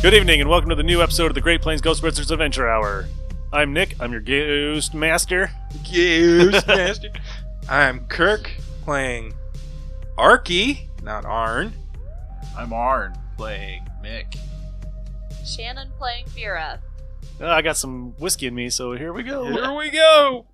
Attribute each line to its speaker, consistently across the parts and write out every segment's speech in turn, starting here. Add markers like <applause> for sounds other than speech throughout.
Speaker 1: Good evening, and welcome to the new episode of the Great Plains Ghostbusters Adventure Hour. I'm Nick. I'm your ghost master.
Speaker 2: <laughs>
Speaker 3: Goose nasty. I'm Kirk playing Arky, not Arn.
Speaker 4: I'm Arn playing Mick.
Speaker 5: Shannon playing Vera.
Speaker 1: Uh, I got some whiskey in me, so here we go.
Speaker 3: Here we go.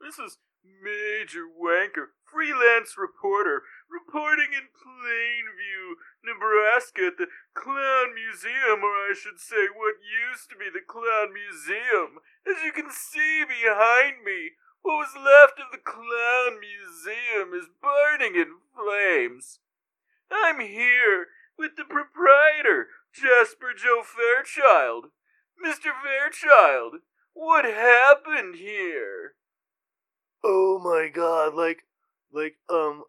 Speaker 2: This is Major Wanker, freelance reporter, reporting in Plainview, Nebraska at the Clown Museum, or I should say what used to be the Clown Museum. As you can see behind me, what was left of the Clown Museum is burning in flames. I'm here with the proprietor, Jasper Joe Fairchild. Mr. Fairchild, what happened here?
Speaker 6: oh my god like like um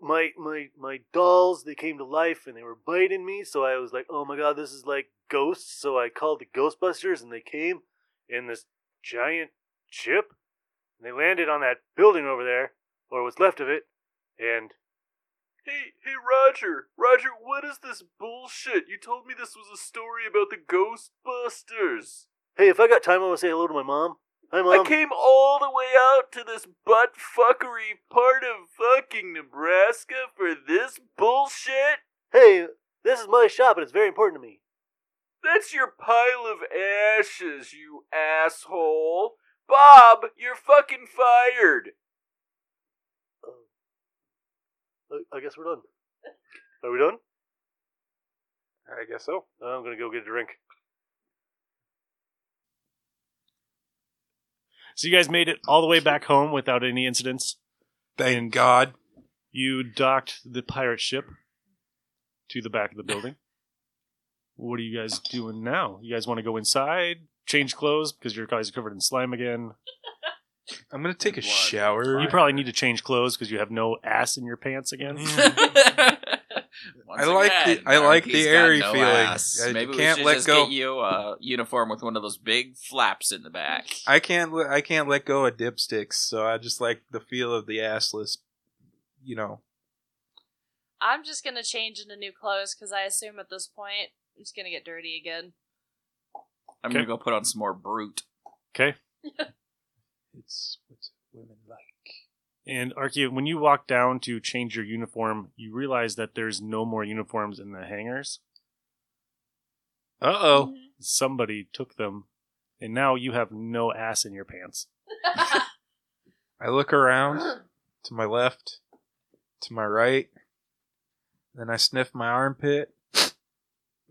Speaker 6: my my my dolls they came to life and they were biting me so i was like oh my god this is like ghosts so i called the ghostbusters and they came in this giant ship and they landed on that building over there or what's left of it and
Speaker 2: Hey, hey, Roger, Roger, what is this bullshit? You told me this was a story about the Ghostbusters.
Speaker 6: hey if i got time i want to say hello to my mom hi mom
Speaker 1: Um,
Speaker 2: I came all the way out to this butt fuckery part of fucking Nebraska for this bullshit?
Speaker 6: hey this is my shop and it's very important to me
Speaker 2: That's your pile of ashes, you asshole. Bob, you're fucking
Speaker 4: <laughs>
Speaker 2: fired.
Speaker 6: I, I guess we're done are we done
Speaker 3: I guess so.
Speaker 6: i'm gonna go get a drink
Speaker 1: So you guys made it all the way back home without any incidents.
Speaker 3: Thank God.
Speaker 1: You docked the pirate ship to the back of the building. what are you guys doing now? You guys want to go inside, change clothes because your guys are covered in slime again.
Speaker 3: I'm gonna take a
Speaker 4: Blood.
Speaker 3: shower.
Speaker 1: You probably need to change clothes because you have no ass in your pants again.
Speaker 4: I
Speaker 3: I like the- I like the airy feeling. I
Speaker 4: Maybe
Speaker 3: can't
Speaker 4: we should
Speaker 3: let
Speaker 4: just
Speaker 3: go.
Speaker 4: get you a uniform with one of those big flaps in the back.
Speaker 3: I can't. le- I can't let go of dipsticks, so I just like the feel of the assless. You know,
Speaker 5: I'm just gonna change into new clothes because I assume at this point I'm just gonna get dirty again.
Speaker 4: I'm
Speaker 1: Okay.
Speaker 4: gonna go put on some
Speaker 3: <laughs>
Speaker 4: more brute.
Speaker 1: Okay.
Speaker 3: it's what's women like.
Speaker 1: And Archie, when you walk down to change your uniform, you realize that there's no more uniforms in the hangars.
Speaker 3: Uh oh.
Speaker 1: Somebody took them, and now you have no ass in your pants.
Speaker 3: I look around to my left, to my right, then I sniff my armpit.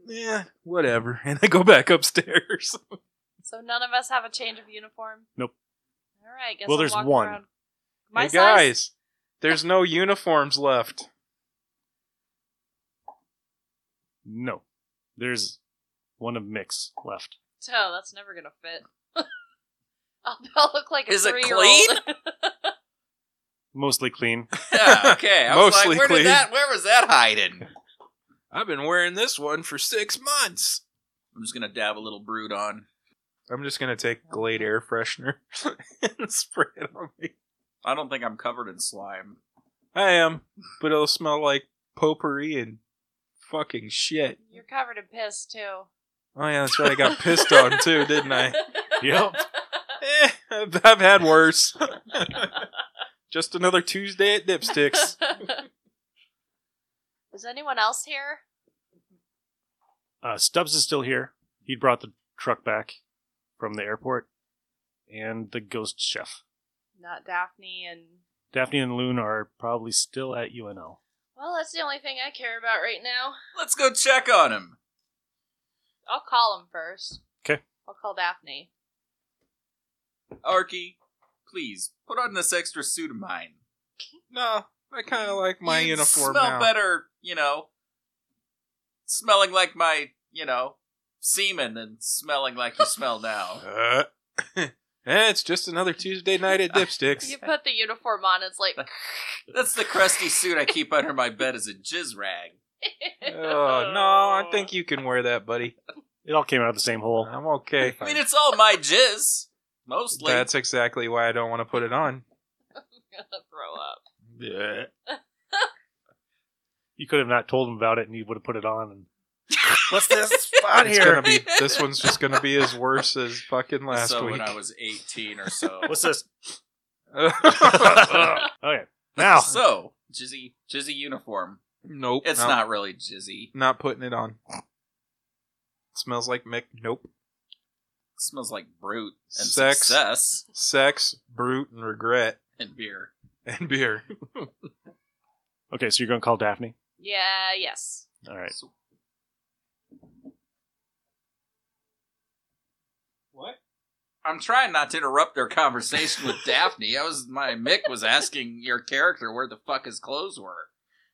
Speaker 3: Yeah, whatever, <laughs> and I go back <laughs> upstairs.
Speaker 5: <laughs> so none of us have a change of uniform.
Speaker 1: Nope.
Speaker 5: All right. Guess
Speaker 1: Well,
Speaker 5: I'm
Speaker 1: there's
Speaker 5: walking
Speaker 1: one.
Speaker 5: around- My
Speaker 3: hey
Speaker 5: size?
Speaker 3: guys, there's no uniforms left.
Speaker 1: No, there's one of Mix left.
Speaker 5: No, Oh, that's never gonna fit. <laughs> I'll, I'll look like a
Speaker 4: Is it
Speaker 5: three-year-old.
Speaker 1: Mostly clean.
Speaker 4: Yeah, okay. I was
Speaker 3: Mostly
Speaker 4: like, where
Speaker 3: clean.
Speaker 4: did that? Where was that hiding?
Speaker 3: I've been wearing this one for six months.
Speaker 4: I'm just gonna dab a little brood on.
Speaker 3: I'm just gonna take Glade air freshener <laughs> and spray it on me.
Speaker 4: I don't think I'm covered in slime.
Speaker 3: I am, but it'll smell like potpourri and fucking shit.
Speaker 5: <laughs> You're covered in piss too.
Speaker 3: Oh yeah, that's right. I got pissed on too, didn't <laughs>
Speaker 5: <laughs>
Speaker 3: I?
Speaker 1: Yep.
Speaker 3: Eh, I've I've had worse. <laughs> Just another Tuesday at Dipsticks.
Speaker 5: Is anyone else here?
Speaker 1: Uh, Stubbs is still here. He brought the truck back from the airport, and the ghost chef.
Speaker 5: Not Daphne and.
Speaker 1: Daphne and Loon are probably still at UNL.
Speaker 5: Well, that's the only thing I care about right now.
Speaker 4: Let's go check on him.
Speaker 5: I'll call him first.
Speaker 1: 'Kay.
Speaker 5: I'll call Daphne.
Speaker 4: Arky, please put on this extra suit of mine.
Speaker 3: <laughs> no, I kind of like my
Speaker 4: You'd
Speaker 3: uniform
Speaker 4: smell
Speaker 3: now.
Speaker 4: better, you know, smelling like my, you know, semen than smelling like you
Speaker 3: <laughs>
Speaker 4: smell now.
Speaker 3: Uh, eh, it's just another Tuesday night at Dipsticks. <laughs>
Speaker 5: You put the uniform on, it's like. <laughs>
Speaker 4: That's the crusty suit I keep under my bed as a jizz rag.
Speaker 3: Oh no, I think you can wear that, buddy.
Speaker 1: It all came out of the same hole.
Speaker 3: I'm okay.
Speaker 4: I mean, it's all my jizz, mostly. <laughs>
Speaker 3: That's exactly why I don't want to put it on.
Speaker 5: I'm <laughs> gonna throw up.
Speaker 1: You could have not told him about it, and he would have put it on. And
Speaker 4: What's this spot
Speaker 3: It's gonna be this one's just gonna be as worse as fucking <laughs> last
Speaker 4: so
Speaker 3: week.
Speaker 4: when I was 18 or so.
Speaker 1: What's this? <laughs>
Speaker 3: nope.
Speaker 1: okay. Now,
Speaker 4: So, Jizzy, Jizzy uniform. It's
Speaker 3: <laughs> nope.
Speaker 4: not really Jizzy.
Speaker 3: Not putting it on. Smells like Mick. Nope.
Speaker 4: It smells like brute and
Speaker 3: Sex.
Speaker 4: success
Speaker 3: Sex, brute, and regret, <laughs>
Speaker 4: and beer.
Speaker 3: and beer.
Speaker 1: okay, so you're going to call Daphne?
Speaker 5: Yeah, yes.
Speaker 1: All right.
Speaker 4: I'm trying not to interrupt their
Speaker 3: <laughs>
Speaker 4: conversation with Daphne. I was my Mick was asking your character where the fuck his clothes were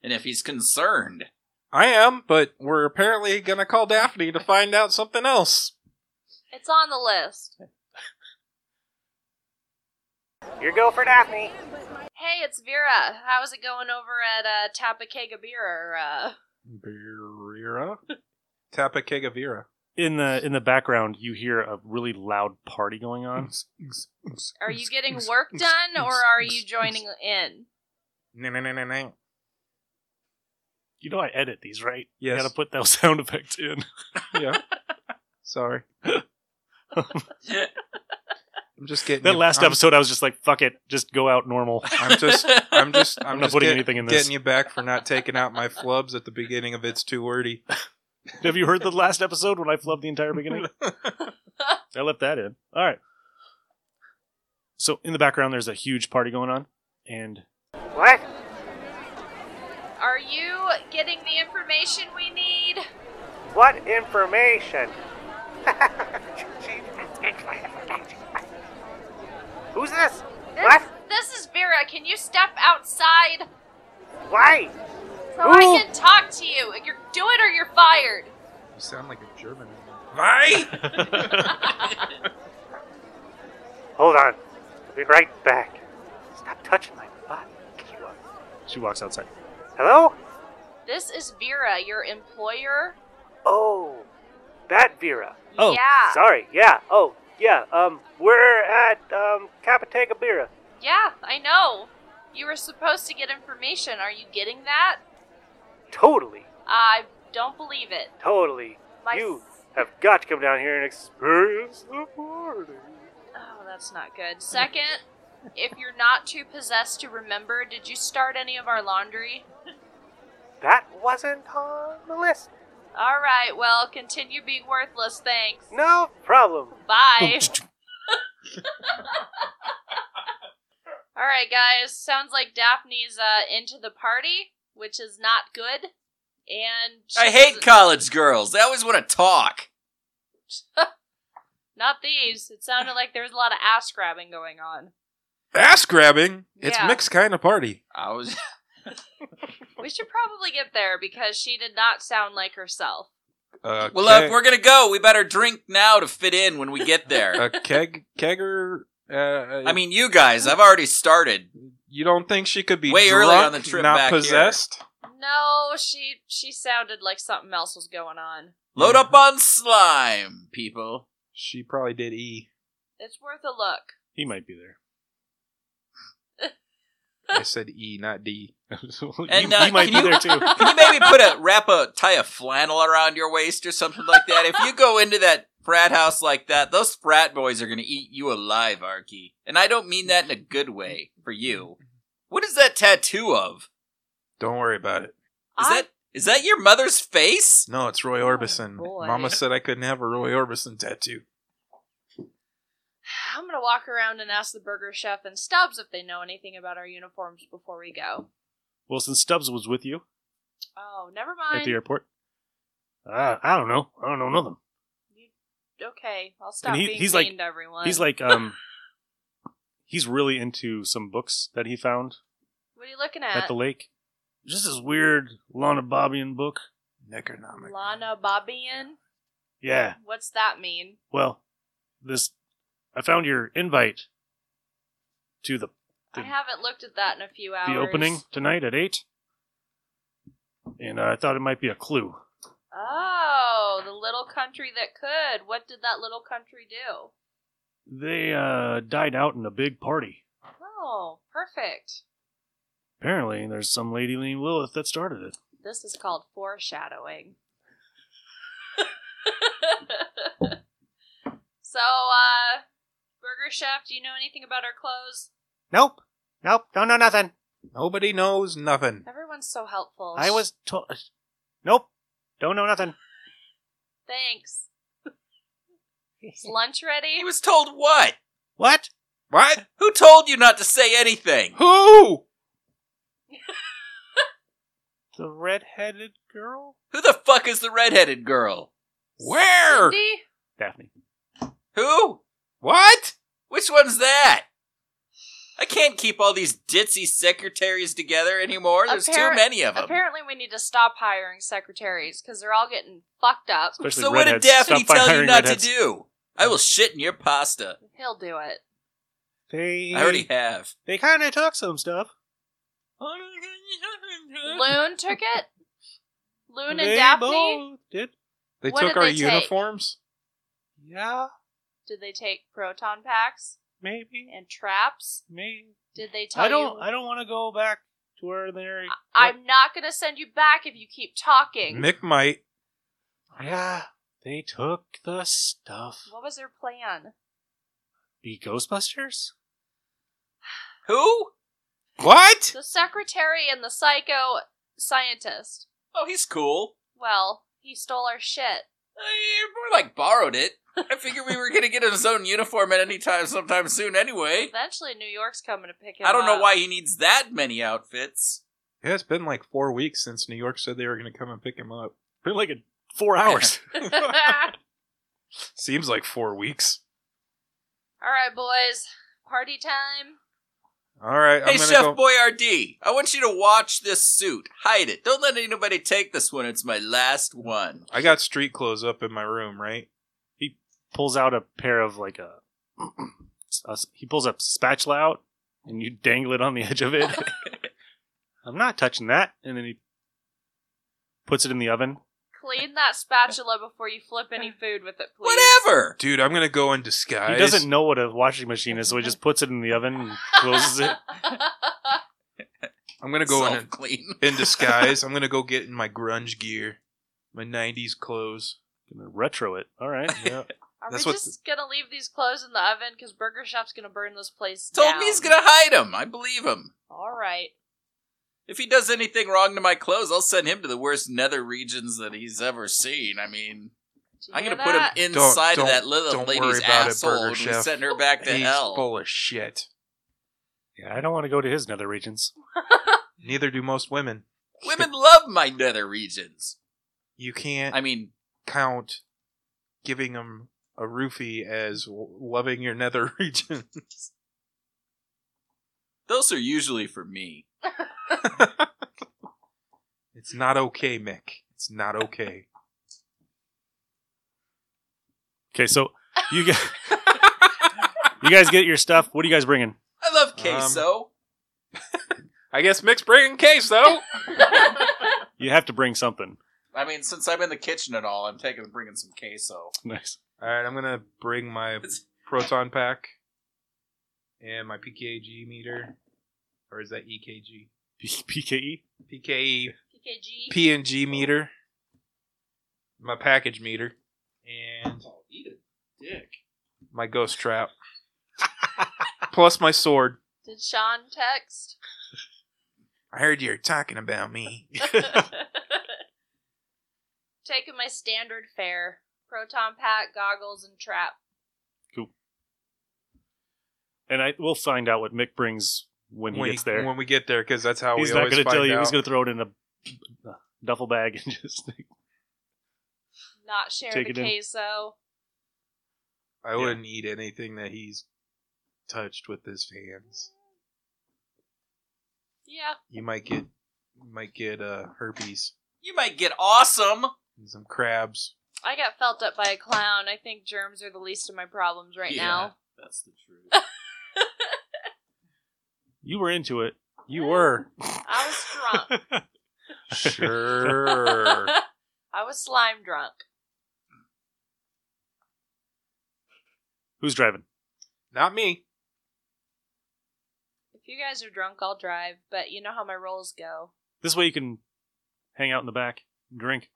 Speaker 4: and if he's concerned.
Speaker 3: I am, but we're apparently gonna call Daphne to find out something else.
Speaker 5: It's on the
Speaker 7: <laughs>
Speaker 5: list.
Speaker 7: Your go for Daphne.
Speaker 5: Hey, it's Vera. How's it going over at uh, Tapakega Beer? Uh,
Speaker 3: Beera? Tapakegavira.
Speaker 1: In the in the background, you hear a really loud party going
Speaker 3: Hmm.
Speaker 1: on.
Speaker 5: are you
Speaker 3: <laughs>
Speaker 5: getting work done or are you joining in?
Speaker 3: Nah-nah-nah-nah-nah.
Speaker 1: You know I edit these, right? You
Speaker 3: <laughs> Yes.
Speaker 5: <laughs>
Speaker 1: got to put those <laughs> sound effects in.
Speaker 3: Yeah. Sorry. I'm just getting
Speaker 1: That
Speaker 3: you-
Speaker 1: last
Speaker 3: I'm-
Speaker 1: episode, I was just like, "Fuck it, just go out normal."
Speaker 3: <laughs> I'm just
Speaker 4: <laughs>
Speaker 3: I'm just I'm,
Speaker 1: I'm not
Speaker 3: just
Speaker 1: putting
Speaker 3: get-
Speaker 1: anything in this.
Speaker 3: getting you back for not taking out my flubs at the beginning of it's too wordy.
Speaker 1: Have you heard the last episode when I flubbed the entire
Speaker 3: <laughs>
Speaker 1: beginning? I left that in. All right. So in the background, there's a huge party going on, and
Speaker 3: <laughs>
Speaker 7: What?
Speaker 5: Are you getting the information we need?
Speaker 7: What
Speaker 6: <laughs>
Speaker 7: information? Who's this?
Speaker 5: This,
Speaker 7: What?
Speaker 5: This is Vera. Can you step outside
Speaker 7: Why?
Speaker 5: so I can talk to you? You're, do it or you're fired.
Speaker 3: You sound like a German.
Speaker 7: Hold on. I'll be right back. Stop touching my butt.
Speaker 1: she walks outside.
Speaker 7: Hello?
Speaker 5: This is Vera, your employer.
Speaker 6: Oh, that Vera.
Speaker 1: Oh,
Speaker 5: yeah.
Speaker 6: Sorry. Yeah. Oh, yeah. Um, we're at um Capitega Bira.
Speaker 5: Yeah, I know. You were supposed to get information. Are you getting that?
Speaker 6: Totally,
Speaker 5: I don't believe it.
Speaker 6: totally.
Speaker 5: My
Speaker 6: You have got to come down here and experience the party.
Speaker 5: Oh, that's not good. Second, if you're not too possessed to remember, did you start any of our laundry?
Speaker 6: That wasn't on the list.
Speaker 5: All right, well, continue being worthless. Thanks.
Speaker 6: No problem.
Speaker 5: Bye. <laughs> All right, guys. Sounds like Daphne's uh, into the party, which is not good. And she
Speaker 4: I hate
Speaker 5: doesn't-
Speaker 4: college girls. They always want to talk.
Speaker 5: not these. It sounded like there was a lot of ass grabbing going on.
Speaker 3: Ass grabbing. It's
Speaker 5: Yeah.
Speaker 3: mixed kind of party.
Speaker 4: I was <laughs>
Speaker 5: We should probably get there because she did not sound like herself.
Speaker 3: Uh,
Speaker 4: Well, look, we're going to go. We better drink now to fit in when we get
Speaker 3: <laughs>
Speaker 4: there.
Speaker 3: a uh, keg kegger. Uh,
Speaker 4: I mean, you guys, I've already started.
Speaker 3: you don't think she could be
Speaker 4: Way
Speaker 3: drunk,
Speaker 4: early on the trip
Speaker 3: not
Speaker 4: back here.
Speaker 3: possessed?
Speaker 5: No, she she sounded like something else was going on.
Speaker 3: Hmm.
Speaker 4: Load up on slime, people.
Speaker 3: She probably did E.
Speaker 5: It's worth a look.
Speaker 1: He might be
Speaker 3: <laughs>
Speaker 1: there.
Speaker 3: I said E, not D.
Speaker 1: he,
Speaker 4: And, uh,
Speaker 1: he might be
Speaker 4: can you-
Speaker 1: there
Speaker 4: <laughs>
Speaker 1: too.
Speaker 4: Can
Speaker 5: <laughs>
Speaker 4: you maybe put a wrap a tie a flannel around your waist or something like that? If you go into that frat house like that, those frat boys are gonna eat you alive, Arky. And I don't mean that in a good way for you. What is that tattoo of?
Speaker 3: Don't worry about it.
Speaker 4: Is
Speaker 5: I-
Speaker 4: that is that your mother's face?
Speaker 3: No, it's
Speaker 4: Oh,
Speaker 3: Roy Orbison.
Speaker 5: boy.
Speaker 3: Mama said I couldn't have a Roy Orbison tattoo.
Speaker 5: I'm gonna walk around and ask the burger chef and Stubbs if they know anything about our uniforms before we go.
Speaker 1: Well, since Stubbs was with you
Speaker 5: Oh, never
Speaker 1: at the
Speaker 5: mind.
Speaker 1: airport, uh, I don't know. I don't know nothing.
Speaker 5: Okay, I'll stop
Speaker 1: And he-
Speaker 5: being
Speaker 1: he's like-
Speaker 5: mean to everyone.
Speaker 1: He's like, um, he's really into some books that he found
Speaker 5: what are you looking
Speaker 1: at
Speaker 5: at?
Speaker 1: the lake. Just this weird Lana Bobbian book.
Speaker 3: Necronomic.
Speaker 5: Lana Bobbian.
Speaker 1: Yeah.
Speaker 5: What's that mean?
Speaker 1: Well, this I found your invite to the
Speaker 5: I
Speaker 1: The-
Speaker 5: haven't looked at that in a few hours.
Speaker 1: the opening tonight at eight, and I thought it might be a clue.
Speaker 5: Oh, the little country that could. What did that little country do?
Speaker 1: They uh, died out in a big party.
Speaker 5: Oh, perfect.
Speaker 1: Apparently, there's some lady named Lilith that started it.
Speaker 5: This is called foreshadowing. <laughs> so, uh, Burger Chef, do you know anything about our clothes?
Speaker 7: Nope. Nope. Don't know nothing.
Speaker 3: Nobody knows nothing.
Speaker 5: Everyone's so helpful.
Speaker 7: I was told. Nope. Don't know nothing.
Speaker 5: Thanks. Is lunch ready?
Speaker 4: He was told what?
Speaker 7: What?
Speaker 3: What?
Speaker 4: Who told you not to say anything?
Speaker 3: Who?
Speaker 1: The redheaded girl?
Speaker 4: Who the fuck is the redheaded girl?
Speaker 3: Where?
Speaker 5: Cindy?
Speaker 1: Daphne.
Speaker 4: Who?
Speaker 3: What?
Speaker 4: Which one's that? I can't keep all these ditzy secretaries together anymore. There's
Speaker 5: Appar-
Speaker 4: too many of them.
Speaker 5: Apparently, we need to stop hiring secretaries because they're all getting fucked up.
Speaker 1: Especially
Speaker 4: So what did
Speaker 1: redheads.
Speaker 4: Daphne
Speaker 1: Stop
Speaker 4: tell you
Speaker 1: hiring
Speaker 4: not
Speaker 1: redheads.
Speaker 4: to do? I will shit in your pasta.
Speaker 5: He'll do it.
Speaker 7: <laughs> They.
Speaker 4: I already have.
Speaker 7: They kind of took some stuff.
Speaker 5: Loon took it. Loon and
Speaker 7: they
Speaker 5: Daphne.
Speaker 7: both did.
Speaker 3: They
Speaker 5: What
Speaker 3: took
Speaker 5: did
Speaker 3: our
Speaker 5: they take?
Speaker 3: uniforms?
Speaker 7: Yeah.
Speaker 5: Did they take proton packs
Speaker 7: Maybe.
Speaker 5: and traps?
Speaker 7: Maybe.
Speaker 5: Did they tell
Speaker 7: I don't.
Speaker 5: you?
Speaker 7: I don't want to go back to where they're.
Speaker 5: I'm not gonna send you back if you keep talking.
Speaker 3: Mick might.
Speaker 7: Yeah. They took the stuff.
Speaker 5: What was their plan?
Speaker 7: Be Ghostbusters?
Speaker 4: Who?
Speaker 3: What?
Speaker 5: The secretary and the psycho scientist.
Speaker 4: Oh, he's cool.
Speaker 5: Well, he stole our shit.
Speaker 4: Eh, More like borrowed it. I figured we were gonna get his own uniform at any time, sometime soon. Anyway,
Speaker 5: Eventually, New York's coming to pick him
Speaker 4: I don't know
Speaker 5: up.
Speaker 4: why he needs that many outfits.
Speaker 3: Yeah, it's been like four weeks since New York said they were going to come and pick him up.
Speaker 1: Been like in four
Speaker 7: <laughs>
Speaker 1: hours.
Speaker 3: <laughs> Seems like four weeks.
Speaker 5: <laughs> All right, boys. Party time.
Speaker 3: All right, I'm
Speaker 4: hey,
Speaker 3: gonna
Speaker 4: Chef
Speaker 3: go.
Speaker 4: Boyardee, I want you to watch this suit. Hide it. Don't let anybody take this one. It's my last one.
Speaker 3: I got street clothes up in my room, right?
Speaker 1: pulls out a pair of like a, <clears throat> a- He pulls a spatula out and you dangle it on the edge of
Speaker 7: <laughs>
Speaker 1: it. <laughs> I'm not touching that. And then he puts it in the oven.
Speaker 5: Clean that spatula before you flip any food with it, please.
Speaker 4: Whatever.
Speaker 3: Dude, I'm gonna go in disguise.
Speaker 1: He doesn't know what a washing machine is, so he
Speaker 7: <laughs>
Speaker 1: just puts it in the oven and closes it.
Speaker 3: I'm gonna go in,
Speaker 4: Self clean.
Speaker 3: in disguise. I'm gonna go get in my grunge gear, my '90s clothes.
Speaker 1: Gonna retro it. All right.
Speaker 7: <laughs>
Speaker 3: Yeah.
Speaker 5: <laughs> Are
Speaker 3: That's
Speaker 5: we
Speaker 3: what
Speaker 5: just gonna leave these clothes in the oven? Because Burger Chef's gonna burn this place
Speaker 4: <laughs> Told
Speaker 5: down.
Speaker 4: me he's gonna hide him. I believe him.
Speaker 5: All right.
Speaker 4: If he does anything wrong to my clothes, I'll send him to the worst nether regions that he's ever seen. I mean,
Speaker 5: Did you
Speaker 4: I'm
Speaker 5: hear
Speaker 4: gonna put him
Speaker 5: that?
Speaker 4: inside
Speaker 3: don't-
Speaker 4: of that little
Speaker 3: don't worry
Speaker 4: lady's
Speaker 3: about it,
Speaker 4: asshole
Speaker 3: Burger
Speaker 4: and we
Speaker 3: Chef.
Speaker 4: send her back to
Speaker 3: He's
Speaker 4: hell.
Speaker 3: full of shit.
Speaker 1: Yeah, I don't want to go to his nether regions.
Speaker 3: Neither do most women.
Speaker 4: Women love my nether regions.
Speaker 3: You can't
Speaker 4: I mean,
Speaker 3: count giving them a roofie as w- loving your nether <laughs> region.
Speaker 4: those are usually for me.
Speaker 3: it's not okay, Mick. It's not okay.
Speaker 1: Okay, so you guys, <laughs> you guys get your stuff. What are you guys bringing?
Speaker 4: I love queso.
Speaker 3: Um,
Speaker 4: <laughs>
Speaker 3: I guess Mick's bringing case though.
Speaker 1: <laughs> You have to bring something.
Speaker 4: I mean, since I'm in the kitchen and all, I'm taking bringing some queso.
Speaker 1: Nice.
Speaker 3: All right, I'm gonna bring
Speaker 1: <laughs>
Speaker 3: my proton pack and my PKG meter, or is that E EKG?
Speaker 1: P- E? PKE.
Speaker 3: PKE
Speaker 5: PKG.
Speaker 3: PNG meter, my package meter, and
Speaker 4: I'll eat a dick.
Speaker 3: my ghost
Speaker 1: <laughs>
Speaker 3: trap, plus my sword.
Speaker 5: Did Sean text? <laughs>
Speaker 3: I heard you were talking about me.
Speaker 5: Taking my standard fare: proton pack, goggles, and trap.
Speaker 1: And I we'll find out what Mick brings when he gets there.
Speaker 3: when we get there, because that's how
Speaker 1: he's
Speaker 3: we
Speaker 1: not
Speaker 3: always
Speaker 1: going to
Speaker 3: find
Speaker 1: tell you.
Speaker 3: out.
Speaker 1: He's going to throw it in a duffel bag and <laughs> just.
Speaker 5: Not share
Speaker 1: Take
Speaker 5: the
Speaker 1: it in.
Speaker 5: queso.
Speaker 3: I wouldn't eat anything that he's touched with his hands.
Speaker 5: Yeah.
Speaker 3: You might get, you might get uh, herpes
Speaker 4: You might get awesome.
Speaker 3: and some crabs.
Speaker 5: I got felt up by a clown. I think germs are the least of my problems right
Speaker 4: Yeah,
Speaker 5: now.
Speaker 4: That's the
Speaker 5: <laughs>
Speaker 4: truth.
Speaker 1: You were into it. You were. <laughs>
Speaker 5: I was drunk.
Speaker 3: <laughs> Sure.
Speaker 5: <laughs> I was slime drunk.
Speaker 1: Who's driving?
Speaker 3: Not me.
Speaker 5: If you guys are drunk, I'll drive, but you know how my rolls go.
Speaker 1: This way you can hang out in the back and drink.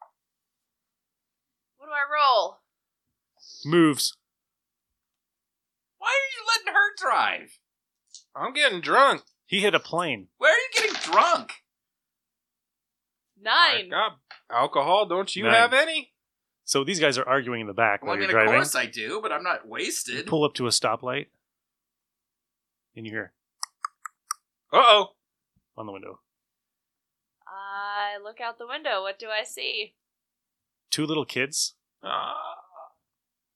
Speaker 5: What do I roll?
Speaker 1: Moves.
Speaker 4: Why are you letting her drive?
Speaker 3: I'm getting drunk.
Speaker 1: He hit a plane.
Speaker 4: Where are you getting drunk?
Speaker 3: I
Speaker 5: Nine.
Speaker 3: got alcohol. Don't you
Speaker 1: Nine.
Speaker 3: have any?
Speaker 1: So these guys are arguing in the back
Speaker 4: Well,
Speaker 1: while
Speaker 4: I mean,
Speaker 1: you're
Speaker 4: of
Speaker 1: driving.
Speaker 4: course I do, but I'm not
Speaker 1: You
Speaker 4: wasted.
Speaker 1: pull up to a stoplight, and you hear
Speaker 3: Uh oh.
Speaker 1: on the window
Speaker 5: I look out the window. What do I see?
Speaker 1: two little kids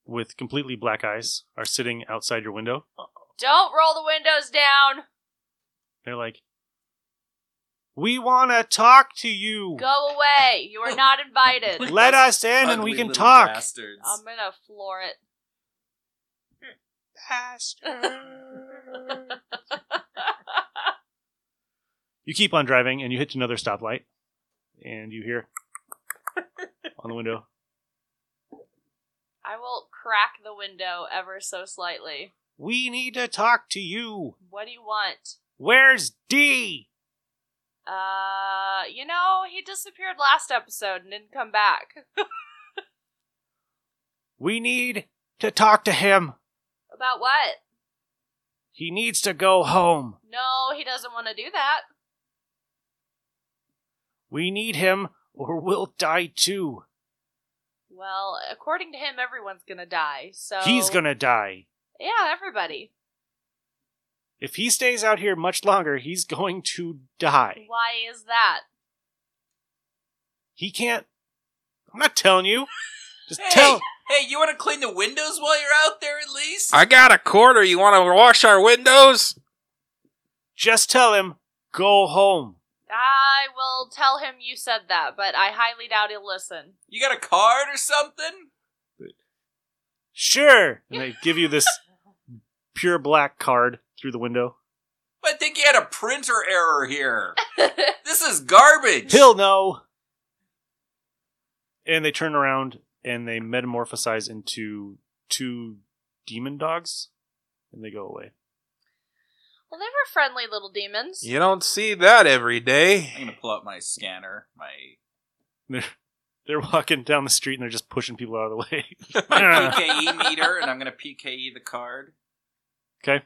Speaker 1: with completely black eyes are sitting outside your window.
Speaker 5: Don't roll the windows down.
Speaker 1: They're like, "We want to talk to you.
Speaker 5: Go away. You are not
Speaker 3: <laughs>
Speaker 5: invited.
Speaker 1: Let us in, and we
Speaker 4: Ugly
Speaker 1: can
Speaker 4: little
Speaker 1: talk."
Speaker 4: Bastards.
Speaker 5: I'm gonna floor it.
Speaker 1: You keep on driving, and you hit another stoplight, and you
Speaker 4: <laughs>
Speaker 1: hear on the window.
Speaker 5: I will crack the window ever so slightly.
Speaker 1: We need to talk to you.
Speaker 5: What do you want?
Speaker 1: Where's D?
Speaker 5: Uh, you know, he disappeared last episode and didn't come back.
Speaker 1: We need to talk to him.
Speaker 5: About what?
Speaker 1: He needs to go home.
Speaker 5: No, he doesn't want to do that.
Speaker 1: We need him or we'll die too.
Speaker 5: Well, according to him, everyone's gonna die. So
Speaker 1: He's gonna die.
Speaker 5: Yeah, everybody.
Speaker 1: If he stays out here much longer, he's going to die.
Speaker 5: Why is that?
Speaker 1: He can't. I'm not telling you. Just
Speaker 4: Hey,
Speaker 1: tell.
Speaker 4: hey, you want to clean the windows while you're out there at least?
Speaker 3: I got a quarter. You want to wash our windows?
Speaker 1: Just tell him. Go home.
Speaker 5: I will tell him you said that, but I highly doubt he'll listen. <laughs>
Speaker 4: you got a card or something?
Speaker 1: Sure. And they give you this pure black card through the window.
Speaker 4: I think you had a printer error
Speaker 5: <laughs>
Speaker 4: here. this is garbage.
Speaker 1: He'll know. And they turn around and they metamorphosize into two demon dogs, and they go away. <laughs>
Speaker 5: Well, they were friendly little demons.
Speaker 3: You don't see that every
Speaker 4: I'm
Speaker 3: day.
Speaker 4: gonna pull out my scanner, my
Speaker 1: They're, they're walking down the street and they're just pushing people out of the way.
Speaker 4: my <laughs> PKE E meter, and I'm gonna PKE the card.
Speaker 1: Okay.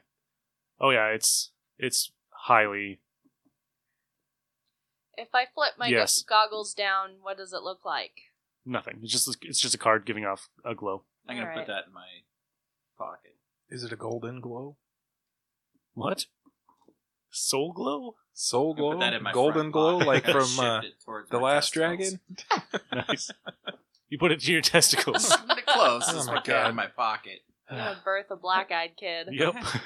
Speaker 1: Oh yeah, it's it's highly
Speaker 5: If I flip my go-
Speaker 1: Yes.
Speaker 5: goggles down, what does it look like?
Speaker 1: nothing. It's just it's just a card giving off a glow.
Speaker 4: I'm gonna
Speaker 5: Alright.
Speaker 4: put that in my pocket.
Speaker 3: Is it a golden glow?
Speaker 1: What? Soul glow?
Speaker 3: Soul
Speaker 4: I'm gonna
Speaker 3: glow?
Speaker 4: put that in my
Speaker 3: golden
Speaker 4: front
Speaker 3: glow?
Speaker 4: pocket. <laughs>
Speaker 3: Like from
Speaker 4: Shift
Speaker 3: uh,
Speaker 4: it towards
Speaker 3: The
Speaker 4: my
Speaker 3: Last
Speaker 4: testicles. <laughs>
Speaker 3: Dragon?
Speaker 1: Nice. you put it to your testicles.
Speaker 4: <laughs>
Speaker 3: <laughs>
Speaker 4: I'm gonna close.
Speaker 3: Oh
Speaker 4: This
Speaker 3: my
Speaker 4: my
Speaker 3: God.
Speaker 4: in my pocket.
Speaker 1: <sighs>
Speaker 5: I'm gonna birth a black-eyed kid.
Speaker 1: yep.
Speaker 5: That's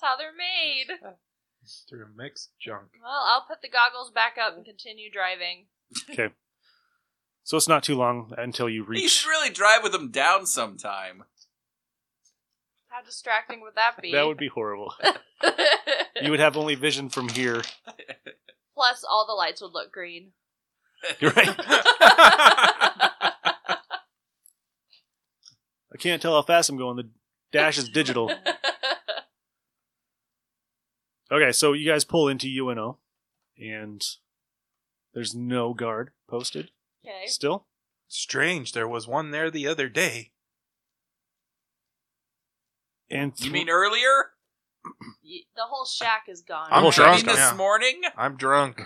Speaker 5: how they're made.
Speaker 3: Through mixed junk.
Speaker 5: Well, I'll put the goggles back up and continue driving.
Speaker 1: so it's not too long until you
Speaker 4: You
Speaker 1: reach
Speaker 4: should really drive with them down sometime.
Speaker 5: How distracting
Speaker 1: <laughs>
Speaker 5: would that be?
Speaker 1: That
Speaker 5: <laughs>
Speaker 1: would be horrible. You would have only vision from here. <laughs>
Speaker 5: Plus, all the lights would look green. <laughs>
Speaker 1: You're right. I can't tell how fast I'm going. The dash is digital. Okay, so you guys pull into UNO and there's no guard posted
Speaker 5: Okay.
Speaker 1: still.
Speaker 3: Strange. There was one there the other day.
Speaker 1: And
Speaker 4: You
Speaker 1: thr-
Speaker 4: mean earlier?
Speaker 5: Y- The whole shack is gone.
Speaker 3: I'm
Speaker 5: right?
Speaker 3: drunk.
Speaker 4: You mean this
Speaker 3: yeah.
Speaker 4: morning?
Speaker 3: I'm drunk.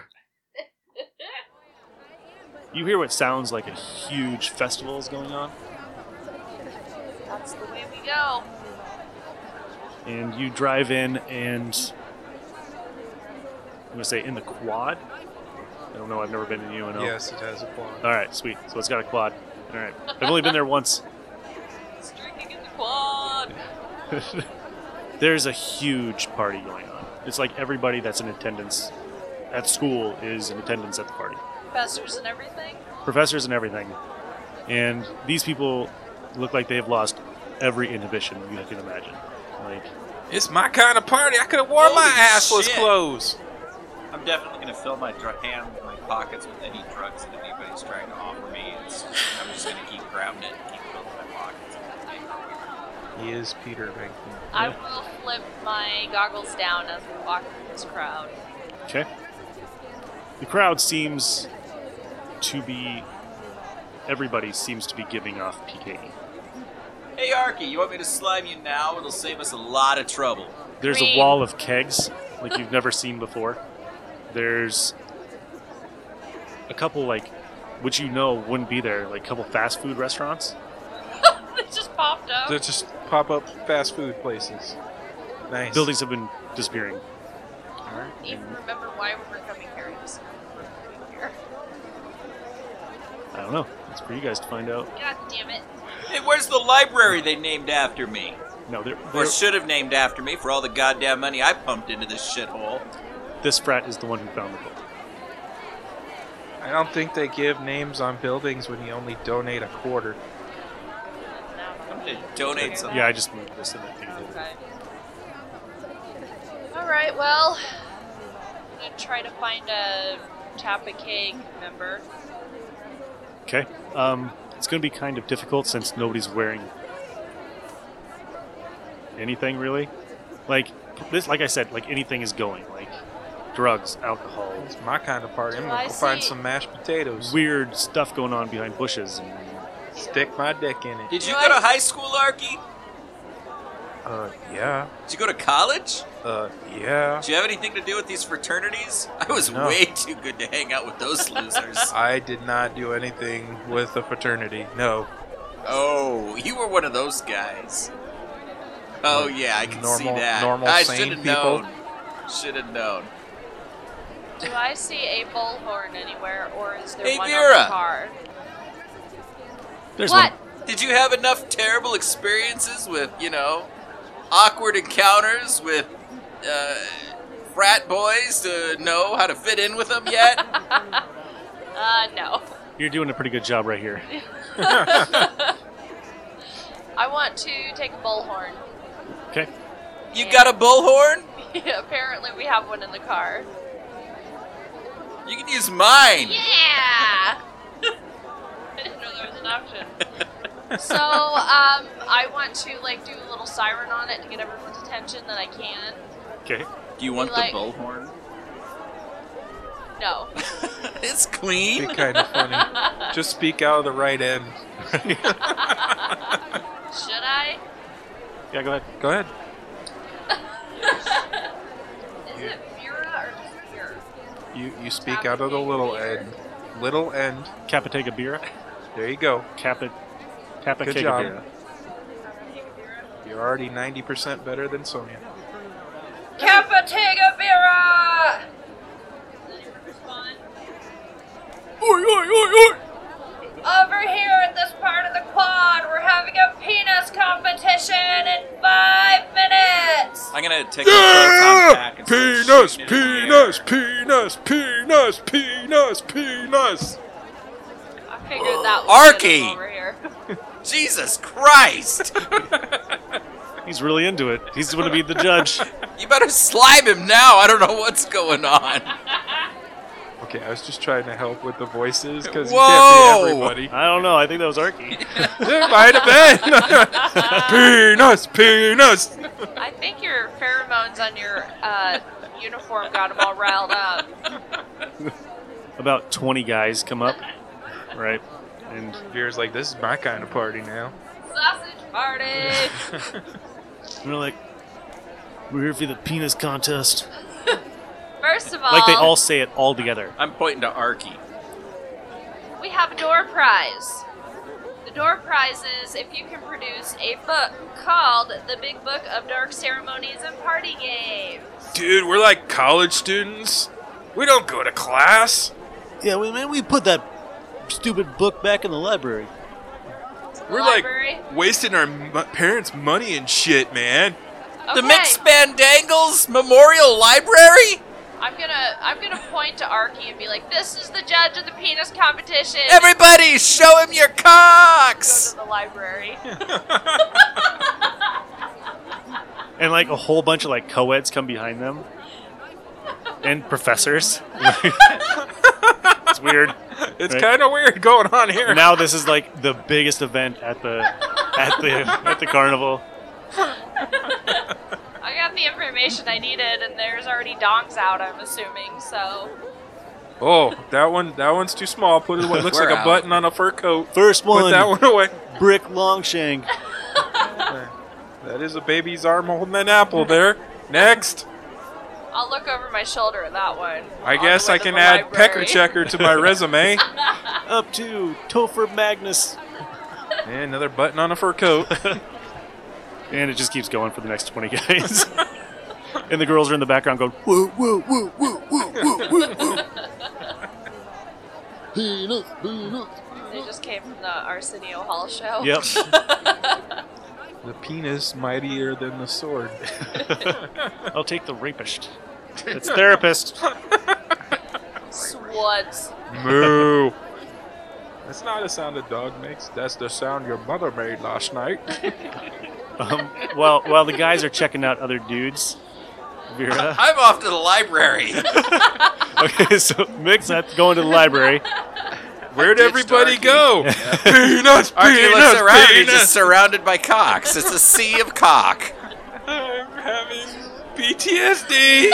Speaker 1: you hear what sounds like a huge festival is going on,
Speaker 5: That's the way we go.
Speaker 1: and you drive in, and I'm gonna say in the quad. I don't know. I've never been in UNO.
Speaker 3: Yes, it has a quad.
Speaker 1: All right, sweet. So it's got a quad. All right. I've only been there once.
Speaker 5: It's drinking in the quad.
Speaker 1: There's a huge party going on. It's like everybody that's in attendance at school is in attendance at the party.
Speaker 5: Professors and everything.
Speaker 1: professors and everything. And these people look like they've lost every inhibition you can imagine. Like,
Speaker 3: It's my kind of party. I could have worn my
Speaker 4: Holy
Speaker 3: assless
Speaker 4: shit.
Speaker 3: clothes.
Speaker 4: I'm definitely gonna fill my dr- hand, my pockets with any drugs that anybody's trying to offer me. It's, I'm just gonna keep grabbing it and keep filling my pockets.
Speaker 3: He is Peter Venkman.
Speaker 5: I will flip my goggles down as we walk through this crowd. <laughs>
Speaker 1: okay. The crowd seems to be. Everybody seems to be giving off E. PKE.
Speaker 4: Hey, Arky, you want me to slime you now? It'll save us a lot of trouble.
Speaker 1: There's
Speaker 5: Green.
Speaker 1: a wall of kegs like you've never seen before. There's a couple like which you know wouldn't be there, like a couple fast food restaurants.
Speaker 5: it just popped up.
Speaker 3: They're just pop up fast food places. Nice.
Speaker 1: Buildings have been disappearing.
Speaker 5: don't even remember why we were coming here. I just remember we're coming here.
Speaker 1: I don't know. It's for you guys to find out.
Speaker 5: God damn it.
Speaker 4: Hey, where's the library they named after me?
Speaker 1: No, they're,
Speaker 4: Or
Speaker 1: they're-
Speaker 4: should have named after me for all the goddamn money I pumped into this shithole.
Speaker 1: this frat is the one who found the book.
Speaker 3: I don't think they give names on buildings when you only donate a quarter.
Speaker 4: I'm gonna donate some.
Speaker 1: Yeah, I just moved this in. I think it did.
Speaker 5: Okay. Alright, well, I'm gonna try to find a Chapa Cake member.
Speaker 1: Okay. Um, it's going to be kind of difficult since nobody's wearing anything really. Like this, like I said, like anything is going. Like drugs, alcohol,
Speaker 3: It's my kind of party. I'm
Speaker 5: Do
Speaker 3: gonna
Speaker 5: I
Speaker 3: go find
Speaker 5: see-
Speaker 3: some mashed potatoes.
Speaker 1: weird stuff going on behind bushes. And
Speaker 3: Stick my dick in it.
Speaker 4: Did you go to high school, Arky?
Speaker 3: Uh, yeah.
Speaker 4: Did you go to college?
Speaker 3: Uh, yeah.
Speaker 4: Do you have anything to do with these fraternities? I was
Speaker 3: No.
Speaker 4: way too good to hang out with those losers.
Speaker 3: <laughs> I did not do anything with the fraternity. No.
Speaker 4: oh, you were one of those guys. Oh yeah, I can see
Speaker 3: Normal-
Speaker 4: that.
Speaker 3: normal,
Speaker 4: I
Speaker 3: sane
Speaker 4: should have
Speaker 3: people.
Speaker 4: known. Should have known.
Speaker 5: Do I see a bullhorn anywhere, or is there
Speaker 4: Hey,
Speaker 5: one on
Speaker 4: Vera.
Speaker 5: the car?
Speaker 1: There's
Speaker 5: what?
Speaker 1: one.
Speaker 4: Did you have enough terrible experiences with, you know, awkward encounters with uh, frat boys to know how to fit in with them yet?
Speaker 5: <laughs> Uh, no.
Speaker 1: You're doing a pretty good job right here.
Speaker 5: I want to take a bullhorn. <laughs>
Speaker 1: Okay.
Speaker 4: you got a bullhorn?
Speaker 5: Apparently, we have one in the car.
Speaker 4: You can use mine.
Speaker 5: Yeah! <laughs> I didn't know there was an option. So, um, I want to, like, do a little siren on it to get everyone's attention that I can.
Speaker 1: Okay.
Speaker 4: Do you want
Speaker 5: Like-
Speaker 4: the bullhorn?
Speaker 5: No.
Speaker 4: <laughs> it's
Speaker 3: Be
Speaker 4: clean.
Speaker 3: kind
Speaker 5: <laughs>
Speaker 3: of funny. Just speak out of the right end.
Speaker 5: Should I?
Speaker 1: Yeah, go ahead.
Speaker 3: Go ahead.
Speaker 5: Is it Vera or just Vera?
Speaker 3: You you speak out of the little end. Little end.
Speaker 1: Capitega beer.
Speaker 3: There you go.
Speaker 1: Capit. Kappa
Speaker 3: Good
Speaker 1: Kega
Speaker 3: job.
Speaker 1: beer.
Speaker 3: You're already 90% better than Sonia.
Speaker 5: Capitega Vera! Does anyone respond?
Speaker 4: Oi, oi, oi, oi.
Speaker 5: Over here at this part of the quad, we're having a penis competition in five minutes!
Speaker 4: I'm gonna take my proton pack and start shooting it in the air.
Speaker 3: penis, penis, penis, penis.
Speaker 5: I figured that was
Speaker 4: Arky!
Speaker 5: good over here.
Speaker 4: Jesus <laughs> Christ!
Speaker 1: He's really into it. He's going to be the judge.
Speaker 4: you better slime him now. I don't know what's going on.
Speaker 3: Okay, I was just trying to help with the voices because you
Speaker 4: Whoa!
Speaker 3: can't be everybody.
Speaker 1: I don't know. I think that was Arky.
Speaker 3: It might have <laughs> been. penis, penis.
Speaker 5: I think your pheromones on your uh, uniform got them all riled up.
Speaker 1: About 20 guys come up, right? And
Speaker 3: Vera's like, this is my kind of party now.
Speaker 5: Sausage party!
Speaker 1: we're like, we're here for the penis contest.
Speaker 5: First of all,
Speaker 1: Like they all say it all together.
Speaker 4: I'm pointing to Arky.
Speaker 5: we have a door prize. The door prize is if you can produce a book called The Big Book of Dark Ceremonies and Party Games.
Speaker 3: Dude, we're like college students. We don't go to class.
Speaker 7: Yeah, we man, we put that stupid book back in
Speaker 1: <laughs>
Speaker 7: the library.
Speaker 3: We're
Speaker 5: Library.
Speaker 3: like wasting our mo- parents' money and shit, man.
Speaker 5: Okay.
Speaker 4: The Mixed Bandangles Memorial Library?
Speaker 5: I'm gonna I'm gonna point to Arky and be like, this is the judge of the penis competition.
Speaker 4: Everybody, show him your
Speaker 5: go to
Speaker 4: cocks!
Speaker 3: <laughs>
Speaker 5: the library.
Speaker 1: And like a whole bunch of like co-eds come behind them. And professors. it's weird.
Speaker 3: It's
Speaker 1: Right.
Speaker 3: kind of weird going on here.
Speaker 1: Now this is like the biggest event at the at the at the carnival.
Speaker 5: I got the information I needed, and there's already dongs out. I'm assuming so.
Speaker 3: Oh, that one, that one's too small. <laughs> Put it away. Looks
Speaker 4: We're
Speaker 3: like a
Speaker 4: out.
Speaker 3: button on a fur coat.
Speaker 7: First
Speaker 3: Put
Speaker 7: one,
Speaker 3: that one away.
Speaker 7: Brick Longshank.
Speaker 3: That is a baby's arm holding an apple there. Next.
Speaker 5: I'll look over my shoulder at that one.
Speaker 3: I
Speaker 5: On
Speaker 3: guess
Speaker 5: the way
Speaker 3: I
Speaker 5: to
Speaker 3: can
Speaker 5: the
Speaker 3: add pecker
Speaker 5: library.
Speaker 3: checker to
Speaker 4: <laughs>
Speaker 3: my resume.
Speaker 1: Up to Topher Magnus.
Speaker 3: and another button on a fur coat.
Speaker 1: And it just keeps going for the next 20 guys. <laughs> and the girls are in the background going, woo, woo, woo, woo, woo, woo, woo, woo.
Speaker 5: They just came from the Arsenio Hall show.
Speaker 1: Yep.
Speaker 3: the penis mightier than the sword.
Speaker 1: I'll take the rapist. It's therapist.
Speaker 5: Swats.
Speaker 3: Moo. That's not a sound a dog makes. That's the sound your mother made last night.
Speaker 1: Um, while, while the guys are checking out other dudes, Vera.
Speaker 4: I'm off to
Speaker 3: <laughs>
Speaker 4: the library.
Speaker 1: <laughs> Okay, so Mick's not going to the library.
Speaker 3: Where'd
Speaker 4: ditched
Speaker 3: everybody
Speaker 4: Arky. <laughs>
Speaker 3: go? Peanuts,
Speaker 4: Archie looks
Speaker 3: peanuts,
Speaker 4: around. He's just
Speaker 3: peanuts.
Speaker 4: surrounded by cocks. It's a sea of cock.
Speaker 3: I'm having PTSD.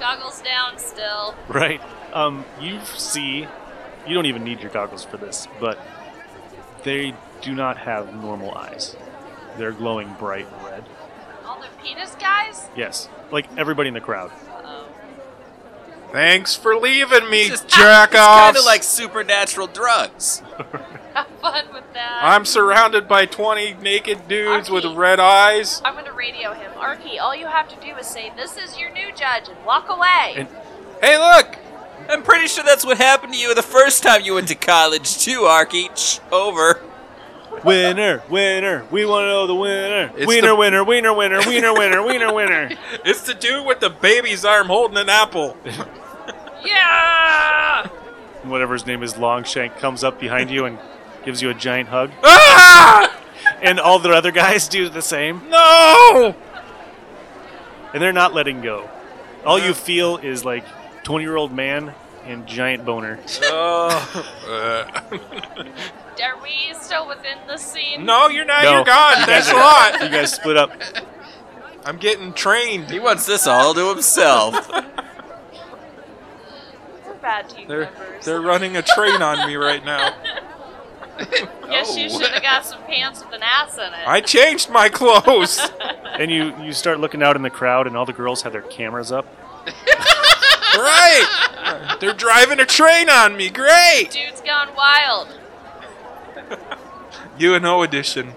Speaker 5: Goggles down still.
Speaker 1: Right. Um, you see, you don't even need your goggles for this, but they do not have normal eyes. They're glowing bright red.
Speaker 5: All the penis guys? <laughs>
Speaker 1: Yes, like everybody in the crowd.
Speaker 5: Uh-oh.
Speaker 3: Thanks for leaving me,
Speaker 4: Just-
Speaker 3: jack
Speaker 4: Kind
Speaker 3: offs.
Speaker 4: of like supernatural drugs.
Speaker 5: Have fun with that.
Speaker 3: I'm surrounded by 20 naked dudes with
Speaker 5: Arky.
Speaker 3: red eyes.
Speaker 5: I'm gonna radio him. Arky, all you have to do is say, This is your new judge, and walk away.
Speaker 1: And-
Speaker 3: Hey, look!
Speaker 4: I'm pretty sure that's what happened to you the first time you went to college, too, Arky. Shh, over.
Speaker 1: Winner, winner, we want to know the winner.
Speaker 3: It's
Speaker 1: winner,
Speaker 3: the-
Speaker 1: winner, winner, winner, winner, winner, winner, winner.
Speaker 3: It's the dude with the baby's arm holding an <laughs> apple.
Speaker 5: yeah!
Speaker 1: <laughs> Whatever his name is, Longshank comes up behind you and gives you a giant hug.
Speaker 3: ah!
Speaker 1: And all the other guys do the same,
Speaker 3: No!
Speaker 1: and they're not letting go. All you feel is like 20 year old man and giant boner.
Speaker 3: Uh, Oh.
Speaker 5: Are we still within the scene?
Speaker 3: no, you're not.
Speaker 1: No.
Speaker 3: You're gone. Thanks a lot.
Speaker 1: You guys split
Speaker 3: <laughs>
Speaker 1: up.
Speaker 3: I'm getting trained.
Speaker 4: He wants this all to himself.
Speaker 3: <laughs>
Speaker 5: We're bad team
Speaker 3: They're
Speaker 5: members.
Speaker 3: they're running a train on me right now.
Speaker 5: Guess you
Speaker 4: Oh.
Speaker 5: should have got some pants with an ass in it.
Speaker 3: I changed my clothes.
Speaker 1: And you, you start looking out in the crowd, and all the girls have their cameras up.
Speaker 3: right. They're driving a train on me. Great.
Speaker 5: Dude's gone wild.
Speaker 3: <laughs>
Speaker 5: <sighs>
Speaker 3: U and O edition.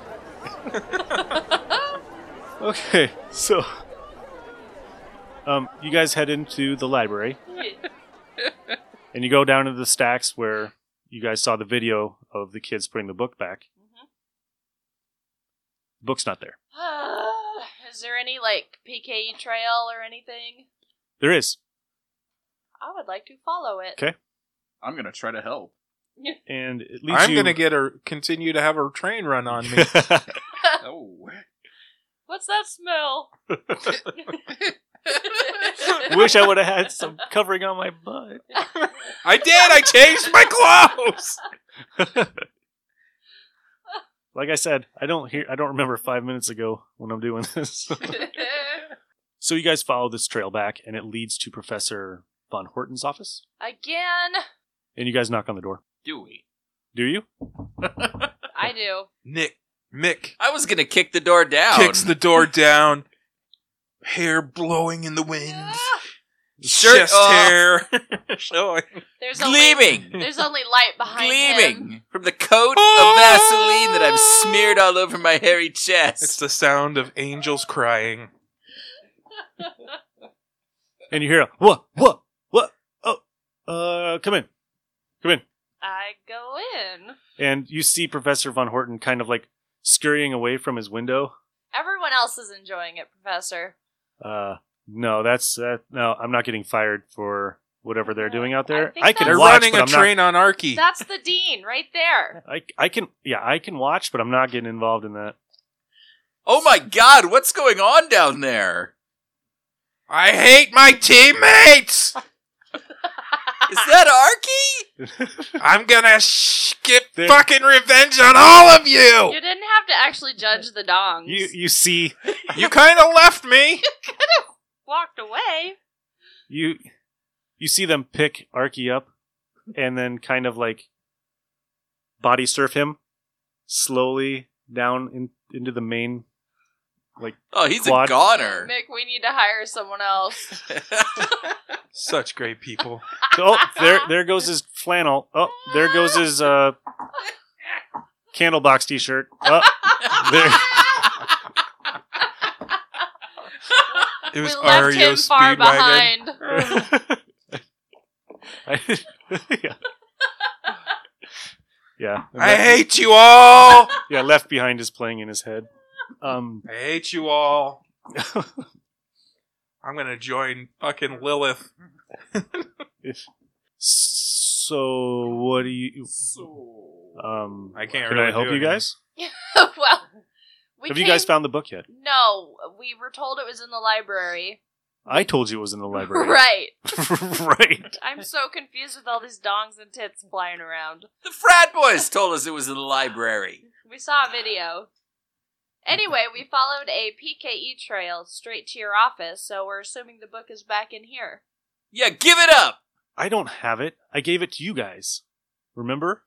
Speaker 1: Okay, <laughs> so. Um, you guys head into the library, and you go down to the stacks where you guys saw the video of the kids putting the book back.
Speaker 3: Mm-hmm.
Speaker 1: book's not there.
Speaker 5: is there any, like, PKE trail or anything?
Speaker 1: There is.
Speaker 5: I would like to follow it.
Speaker 4: I'm going to try to help.
Speaker 1: And it leads
Speaker 3: I'm
Speaker 1: you.
Speaker 3: gonna get a continue to have a train run on me.
Speaker 1: get.
Speaker 4: Oh.
Speaker 5: What's that
Speaker 3: <laughs>
Speaker 5: smell?
Speaker 1: <laughs> Wish I would have had some covering on my butt.
Speaker 3: I did. I changed my clothes.
Speaker 1: Like I said, I don't hear. I don't remember five minutes ago when I'm doing <laughs> this. so you guys follow this trail back, and it leads to Professor von Horton's office.
Speaker 5: <laughs> Again?
Speaker 1: And you guys knock on the door.
Speaker 4: Do we?
Speaker 1: Do you?
Speaker 5: I do.
Speaker 3: <laughs>
Speaker 1: <laughs>
Speaker 3: Nick, Mick,
Speaker 4: I was going to kick the door down.
Speaker 3: kicks the door down. Hair blowing in the wind.
Speaker 4: Shirt
Speaker 3: Chest
Speaker 4: off.
Speaker 3: hair. <laughs> showing.
Speaker 5: There's only,
Speaker 4: Gleaming.
Speaker 5: there's only light behind him. Oh!
Speaker 4: Gleaming from the coat of Vaseline that I've smeared all over my hairy chest.
Speaker 3: It's the sound of angels crying.
Speaker 1: And you hear a what, what, what? Oh, uh, come in, come in.
Speaker 5: I go in.
Speaker 1: And you see Professor von Horton kind of like scurrying away from his window.
Speaker 5: Everyone else is enjoying it, Professor.
Speaker 1: Uh, no, that's uh, no. I'm not getting fired for whatever they're doing out there.
Speaker 5: I think
Speaker 1: I, can
Speaker 3: They're
Speaker 1: watch,
Speaker 3: running
Speaker 1: but
Speaker 3: a
Speaker 1: I'm not-
Speaker 3: train on Arky.
Speaker 5: That's the dean right there.
Speaker 1: I, I can yeah I can watch, but I'm not getting involved in that.
Speaker 4: oh my god, what's going on down there?
Speaker 3: I hate my
Speaker 5: <laughs>
Speaker 3: teammates. Oh.
Speaker 4: Is that Arky?
Speaker 3: I'm gonna sh- get
Speaker 1: They're-
Speaker 3: fucking revenge on all of
Speaker 5: You <laughs>
Speaker 3: you.
Speaker 5: didn't have to actually judge the dongs.
Speaker 1: You you see
Speaker 3: You kind of left me.
Speaker 5: walked away.
Speaker 1: you you see them pick Arky up and then kind of like body surf him slowly down in, into the main.
Speaker 4: Oh, he's
Speaker 1: Quad-
Speaker 5: <laughs>
Speaker 4: a goner.
Speaker 5: Mick, we need to hire
Speaker 3: <laughs>
Speaker 5: someone else.
Speaker 3: Such great
Speaker 5: <laughs>
Speaker 3: people.
Speaker 1: Oh, there there goes his flannel. Oh, there goes his uh, candle box T-shirt. Oh, <laughs>
Speaker 5: <laughs>
Speaker 1: there.
Speaker 3: It was
Speaker 5: we left
Speaker 3: REO
Speaker 5: him far
Speaker 3: Speedwagon.
Speaker 5: behind. <laughs>
Speaker 1: I- yeah. yeah. And
Speaker 3: I
Speaker 1: that-
Speaker 3: hate you all.
Speaker 1: yeah, Left Behind is playing in his head. Um,
Speaker 3: <laughs> I hate you all. <laughs> I'm gonna join fucking Lilith.
Speaker 1: if- so what do you? Um,
Speaker 3: I can't
Speaker 1: can
Speaker 3: really
Speaker 1: I help
Speaker 3: do
Speaker 1: you
Speaker 3: anything.
Speaker 1: guys?
Speaker 5: well, we
Speaker 1: Have you guys
Speaker 5: came-
Speaker 1: found the book yet?
Speaker 5: No, we were told it was in the library.
Speaker 1: I told you it was in the library.
Speaker 5: <laughs> Right.
Speaker 1: <laughs> right.
Speaker 5: I'm so confused with all these dongs and tits flying around.
Speaker 4: the frat boys told us it was in the library.
Speaker 5: We saw a video. Anyway, we followed a PKE trail straight to your office, so we're assuming the book is back in here.
Speaker 4: Yeah, give it up.
Speaker 1: I don't have it. I gave it to you guys. Remember?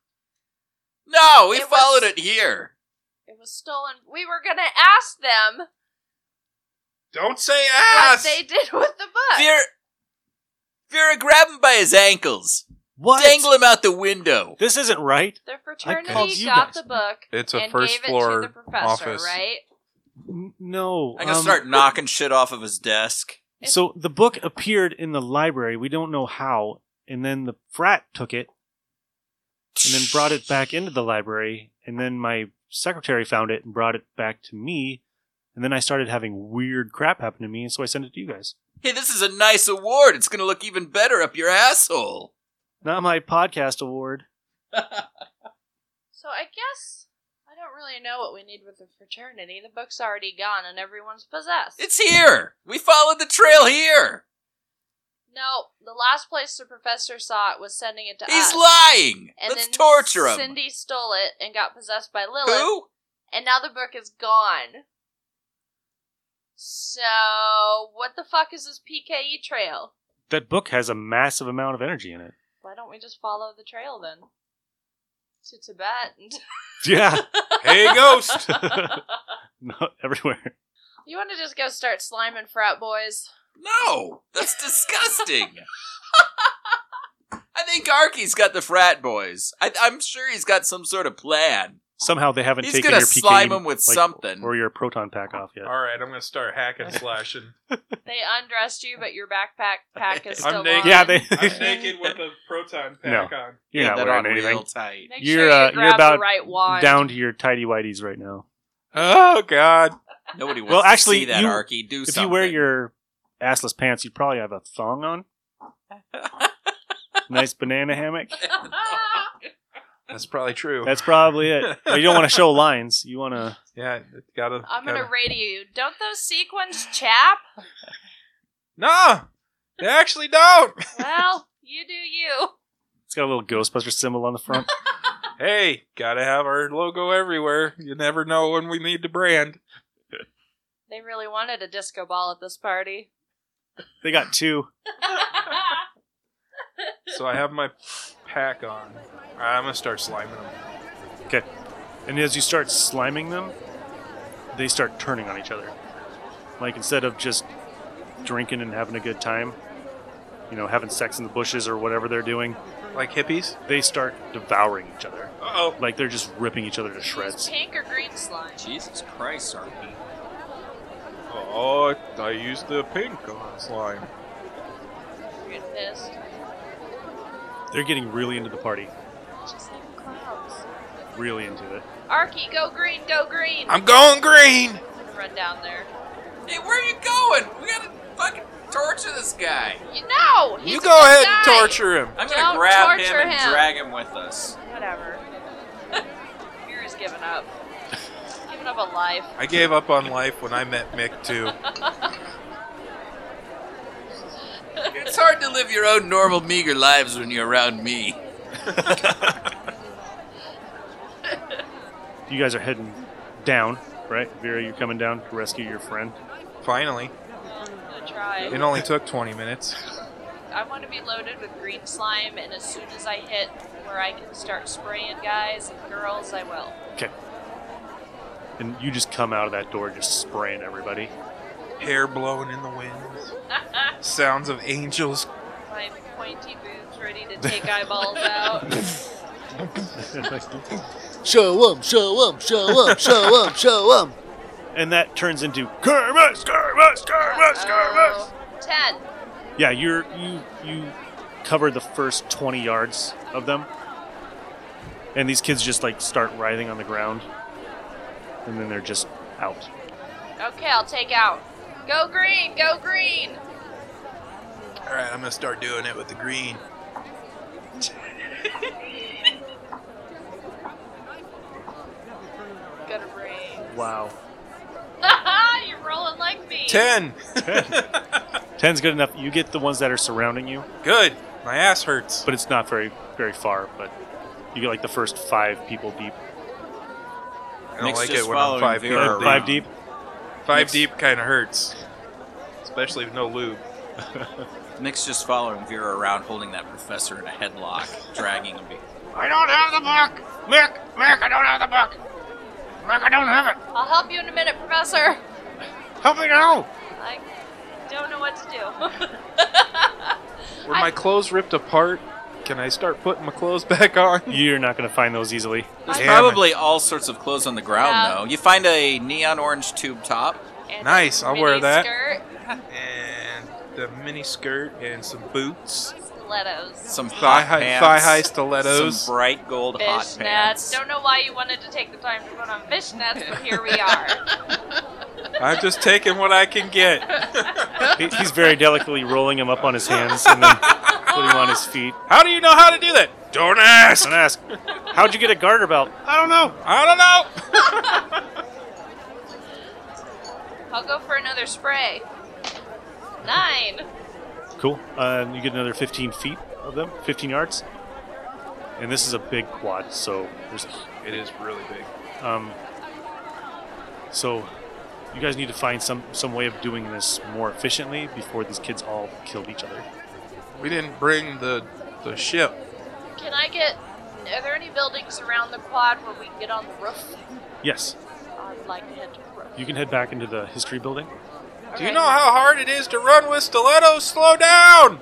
Speaker 4: No, we
Speaker 5: It was-
Speaker 4: followed it here.
Speaker 5: It was stolen. We were gonna ask them
Speaker 3: Don't say
Speaker 5: what
Speaker 3: ass.
Speaker 5: they did with the book.
Speaker 4: Vera, Vera, grab him by his ankles.
Speaker 1: What?
Speaker 4: Dangle him out the window.
Speaker 1: This isn't right.
Speaker 5: the
Speaker 1: called
Speaker 5: fraternity
Speaker 1: you
Speaker 5: got
Speaker 1: guys.
Speaker 5: the book
Speaker 3: It's a
Speaker 5: and
Speaker 3: first
Speaker 5: gave it to the
Speaker 3: floor
Speaker 5: <laughs> professor,
Speaker 3: office.
Speaker 5: right?
Speaker 1: N- no.
Speaker 4: I'm gonna
Speaker 1: um,
Speaker 4: start knocking shit off of his desk.
Speaker 1: So the book appeared in the library. We don't know how. And then the frat took it and then brought it back into the library. And then my secretary found it and brought it back to me. And then I started having weird crap happen to me. And so I sent it to you guys.
Speaker 4: Hey, this is a nice award. It's gonna look even better up your asshole.
Speaker 1: Not my podcast award.
Speaker 5: So I guess I don't really know what we need with the fraternity. The book's already gone and everyone's possessed.
Speaker 4: It's here. We followed the trail here.
Speaker 5: no, the last place the professor saw it was sending it to us.
Speaker 4: He's lying.
Speaker 5: And
Speaker 4: Let's
Speaker 5: then
Speaker 4: torture him.
Speaker 5: Cindy stole it and got possessed by Lilith,
Speaker 4: Who?
Speaker 5: and now the book is gone. So what the fuck is this PKE trail?
Speaker 1: That book has a massive amount of energy in it. <laughs>
Speaker 5: Why don't we just follow the trail then? To Tibet
Speaker 4: <laughs>
Speaker 5: and
Speaker 1: Yeah.
Speaker 3: hey, <laughs> ghost.
Speaker 1: No, everywhere.
Speaker 5: You wanna just go start sliming frat boys?
Speaker 4: No, that's disgusting.
Speaker 5: <laughs>
Speaker 4: I think Arky's got the frat boys. I, I'm sure he's got some sort of plan.
Speaker 1: Somehow they haven't
Speaker 4: He's
Speaker 1: taken
Speaker 4: gonna
Speaker 1: your PK,
Speaker 4: slime 'em with something.
Speaker 1: or your proton pack off yet.
Speaker 3: All right, I'm gonna start hacking, slashing.
Speaker 5: They undressed you, but your backpack pack is
Speaker 3: I'm
Speaker 5: still
Speaker 3: naked.
Speaker 5: on.
Speaker 1: Yeah,
Speaker 4: <laughs>
Speaker 1: they.
Speaker 3: <laughs> I'm naked with a proton pack on.
Speaker 1: <laughs> you're
Speaker 4: Get
Speaker 1: not
Speaker 4: that
Speaker 1: wearing
Speaker 4: on real
Speaker 1: anything.
Speaker 4: tight.
Speaker 5: Make
Speaker 1: You're,
Speaker 5: sure you
Speaker 1: uh, you're
Speaker 5: grab
Speaker 1: about
Speaker 5: the right wand. <laughs>
Speaker 4: <laughs>
Speaker 1: Down to your tidy whities right now.
Speaker 3: Oh God.
Speaker 4: Nobody wants
Speaker 1: Well,
Speaker 4: to
Speaker 1: actually,
Speaker 4: see that,
Speaker 1: you-
Speaker 4: Arky. Do
Speaker 1: If
Speaker 4: something.
Speaker 1: you wear your assless pants, you'd probably have a thong
Speaker 4: <laughs>
Speaker 1: on. nice banana hammock.
Speaker 3: That's probably true.
Speaker 1: That's probably it. You don't want to show lines. You want to.
Speaker 3: yeah, it gotta.
Speaker 5: I'm
Speaker 3: gotta-
Speaker 5: gonna radio you. Don't those sequins chap?
Speaker 3: No, they actually don't.
Speaker 5: Well, you do you.
Speaker 1: It's got a little Ghostbuster symbol on the front.
Speaker 3: hey, gotta have our logo everywhere. You never know when we need to brand.
Speaker 5: They really wanted a disco ball at this party.
Speaker 1: they got two.
Speaker 3: So I have my pack on. All right, I'm gonna start sliming them.
Speaker 1: And as you start sliming them, they start turning on each other. Like instead of just drinking and having a good time, you know, having sex in the bushes or whatever they're doing,
Speaker 3: Like hippies.
Speaker 1: they start devouring each other.
Speaker 3: Uh oh.
Speaker 1: Like they're just ripping each other to
Speaker 5: Use
Speaker 1: shreds.
Speaker 5: pink or green slime.
Speaker 4: Jesus Christ, Arky.
Speaker 3: Oh, I used the pink on slime.
Speaker 5: You're pissed.
Speaker 1: They're getting really into the party,
Speaker 5: Just like the clowns.
Speaker 1: really into it.
Speaker 5: Arky, go green, go green.
Speaker 3: I'm going green.
Speaker 5: Run down there.
Speaker 4: Hey, where are you going? We gotta fucking torture this guy.
Speaker 5: You know. He's
Speaker 3: You
Speaker 5: a
Speaker 3: go ahead and
Speaker 5: good guy.
Speaker 3: torture him.
Speaker 4: I'm
Speaker 5: Don't
Speaker 4: gonna grab him
Speaker 5: torture
Speaker 4: and
Speaker 5: him.
Speaker 4: drag him with us.
Speaker 5: Whatever. <laughs> Mira's giving up. giving up a life.
Speaker 3: I gave up on life when I met Mick too.
Speaker 4: It's hard to live your own normal, meager lives when you're around me.
Speaker 1: You guys are heading down, right? Vera, you're coming down to rescue your friend.
Speaker 3: Finally,
Speaker 5: Well, I'm gonna try.
Speaker 3: it only took 20 minutes.
Speaker 5: I want to be loaded with green slime, and as soon as I <laughs> hit where I can start spraying guys and girls, I will.
Speaker 1: and you just come out of that door just spraying everybody.
Speaker 3: Hair blowing in the wind. Sounds of angels.
Speaker 5: My pointy boots ready
Speaker 3: <laughs>
Speaker 5: to take eyeballs out.
Speaker 6: Show 'em, show 'em, show 'em, show 'em, show 'em.
Speaker 1: and that turns into Kermit, Kermit, Kermit, Kermit.
Speaker 5: Uh-oh. Ten.
Speaker 1: Yeah, you're you you cover the first twenty yards of them, and these kids just like start writhing on the ground, and then they're just out.
Speaker 5: Okay, I'll take out. Go green, go green.
Speaker 3: All right, I'm gonna start doing it with the green.
Speaker 5: Gonna bring.
Speaker 1: Wow,
Speaker 5: <laughs> You're rolling like me.
Speaker 3: Ten.
Speaker 1: ten's good enough. You get the ones that are surrounding you,
Speaker 3: Good. My ass hurts.
Speaker 1: but it's not very very far. But you get like the first five people deep,
Speaker 3: I don't
Speaker 4: Nick's
Speaker 3: like
Speaker 4: just
Speaker 3: it when I'm
Speaker 4: following
Speaker 3: five
Speaker 4: Vera
Speaker 3: deep.
Speaker 4: around.
Speaker 1: Uh, five deep.
Speaker 3: Five deep kind of hurts, especially with no lube.
Speaker 4: Nick's just following Vera around, holding that professor in a headlock, dragging him. be-
Speaker 7: I don't have the book! Mick! Mick, I don't have the book! Mick, I don't have it!
Speaker 5: I'll help you in a minute, Professor.
Speaker 7: Help me now!
Speaker 5: I don't know what to do. <laughs>
Speaker 3: Were
Speaker 5: I-
Speaker 3: my clothes ripped apart? Can I start putting my clothes <laughs> back on?
Speaker 1: You're not gonna find those easily.
Speaker 4: There's
Speaker 3: Damn it.
Speaker 4: probably all sorts of clothes on the ground,
Speaker 5: Yeah.
Speaker 4: though. You find a neon orange tube top.
Speaker 5: And
Speaker 3: Nice, I'll wear
Speaker 5: mini
Speaker 3: that.
Speaker 5: Skirt,
Speaker 3: And the mini skirt and some boots,
Speaker 5: stilettos,
Speaker 4: some
Speaker 3: thigh
Speaker 4: high
Speaker 3: high,
Speaker 4: pants,
Speaker 3: thigh high stilettos.
Speaker 4: some bright gold hot
Speaker 5: fishnets.
Speaker 4: pants.
Speaker 5: Don't know why you wanted to take the time to put on fishnets, but here
Speaker 3: <laughs>
Speaker 5: we are.
Speaker 3: I'm just taking what I can get. <laughs>
Speaker 1: He- He's very delicately rolling him up on his hands and then putting him on his feet.
Speaker 3: How do you know how to do that? Don't ask. <laughs>
Speaker 1: And ask, how'd you get a garter belt? I don't know.
Speaker 3: I don't know.
Speaker 5: I'll go for another spray. Nine.
Speaker 1: Cool. Uh, you get another 15 feet of them, 15 yards. And this is a big quad, so there's a,
Speaker 3: It is really big.
Speaker 1: um. So, you guys need to find some some way of doing this more efficiently before these kids all killed each other.
Speaker 3: We didn't bring the the ship.
Speaker 5: Can I get? Are there any buildings around the quad where we can get on the roof?
Speaker 1: Yes,
Speaker 5: I'd like to head to the roof. <laughs>
Speaker 1: you can head back into the history building.
Speaker 3: Do you know how hard it is to run with stilettos? Slow down.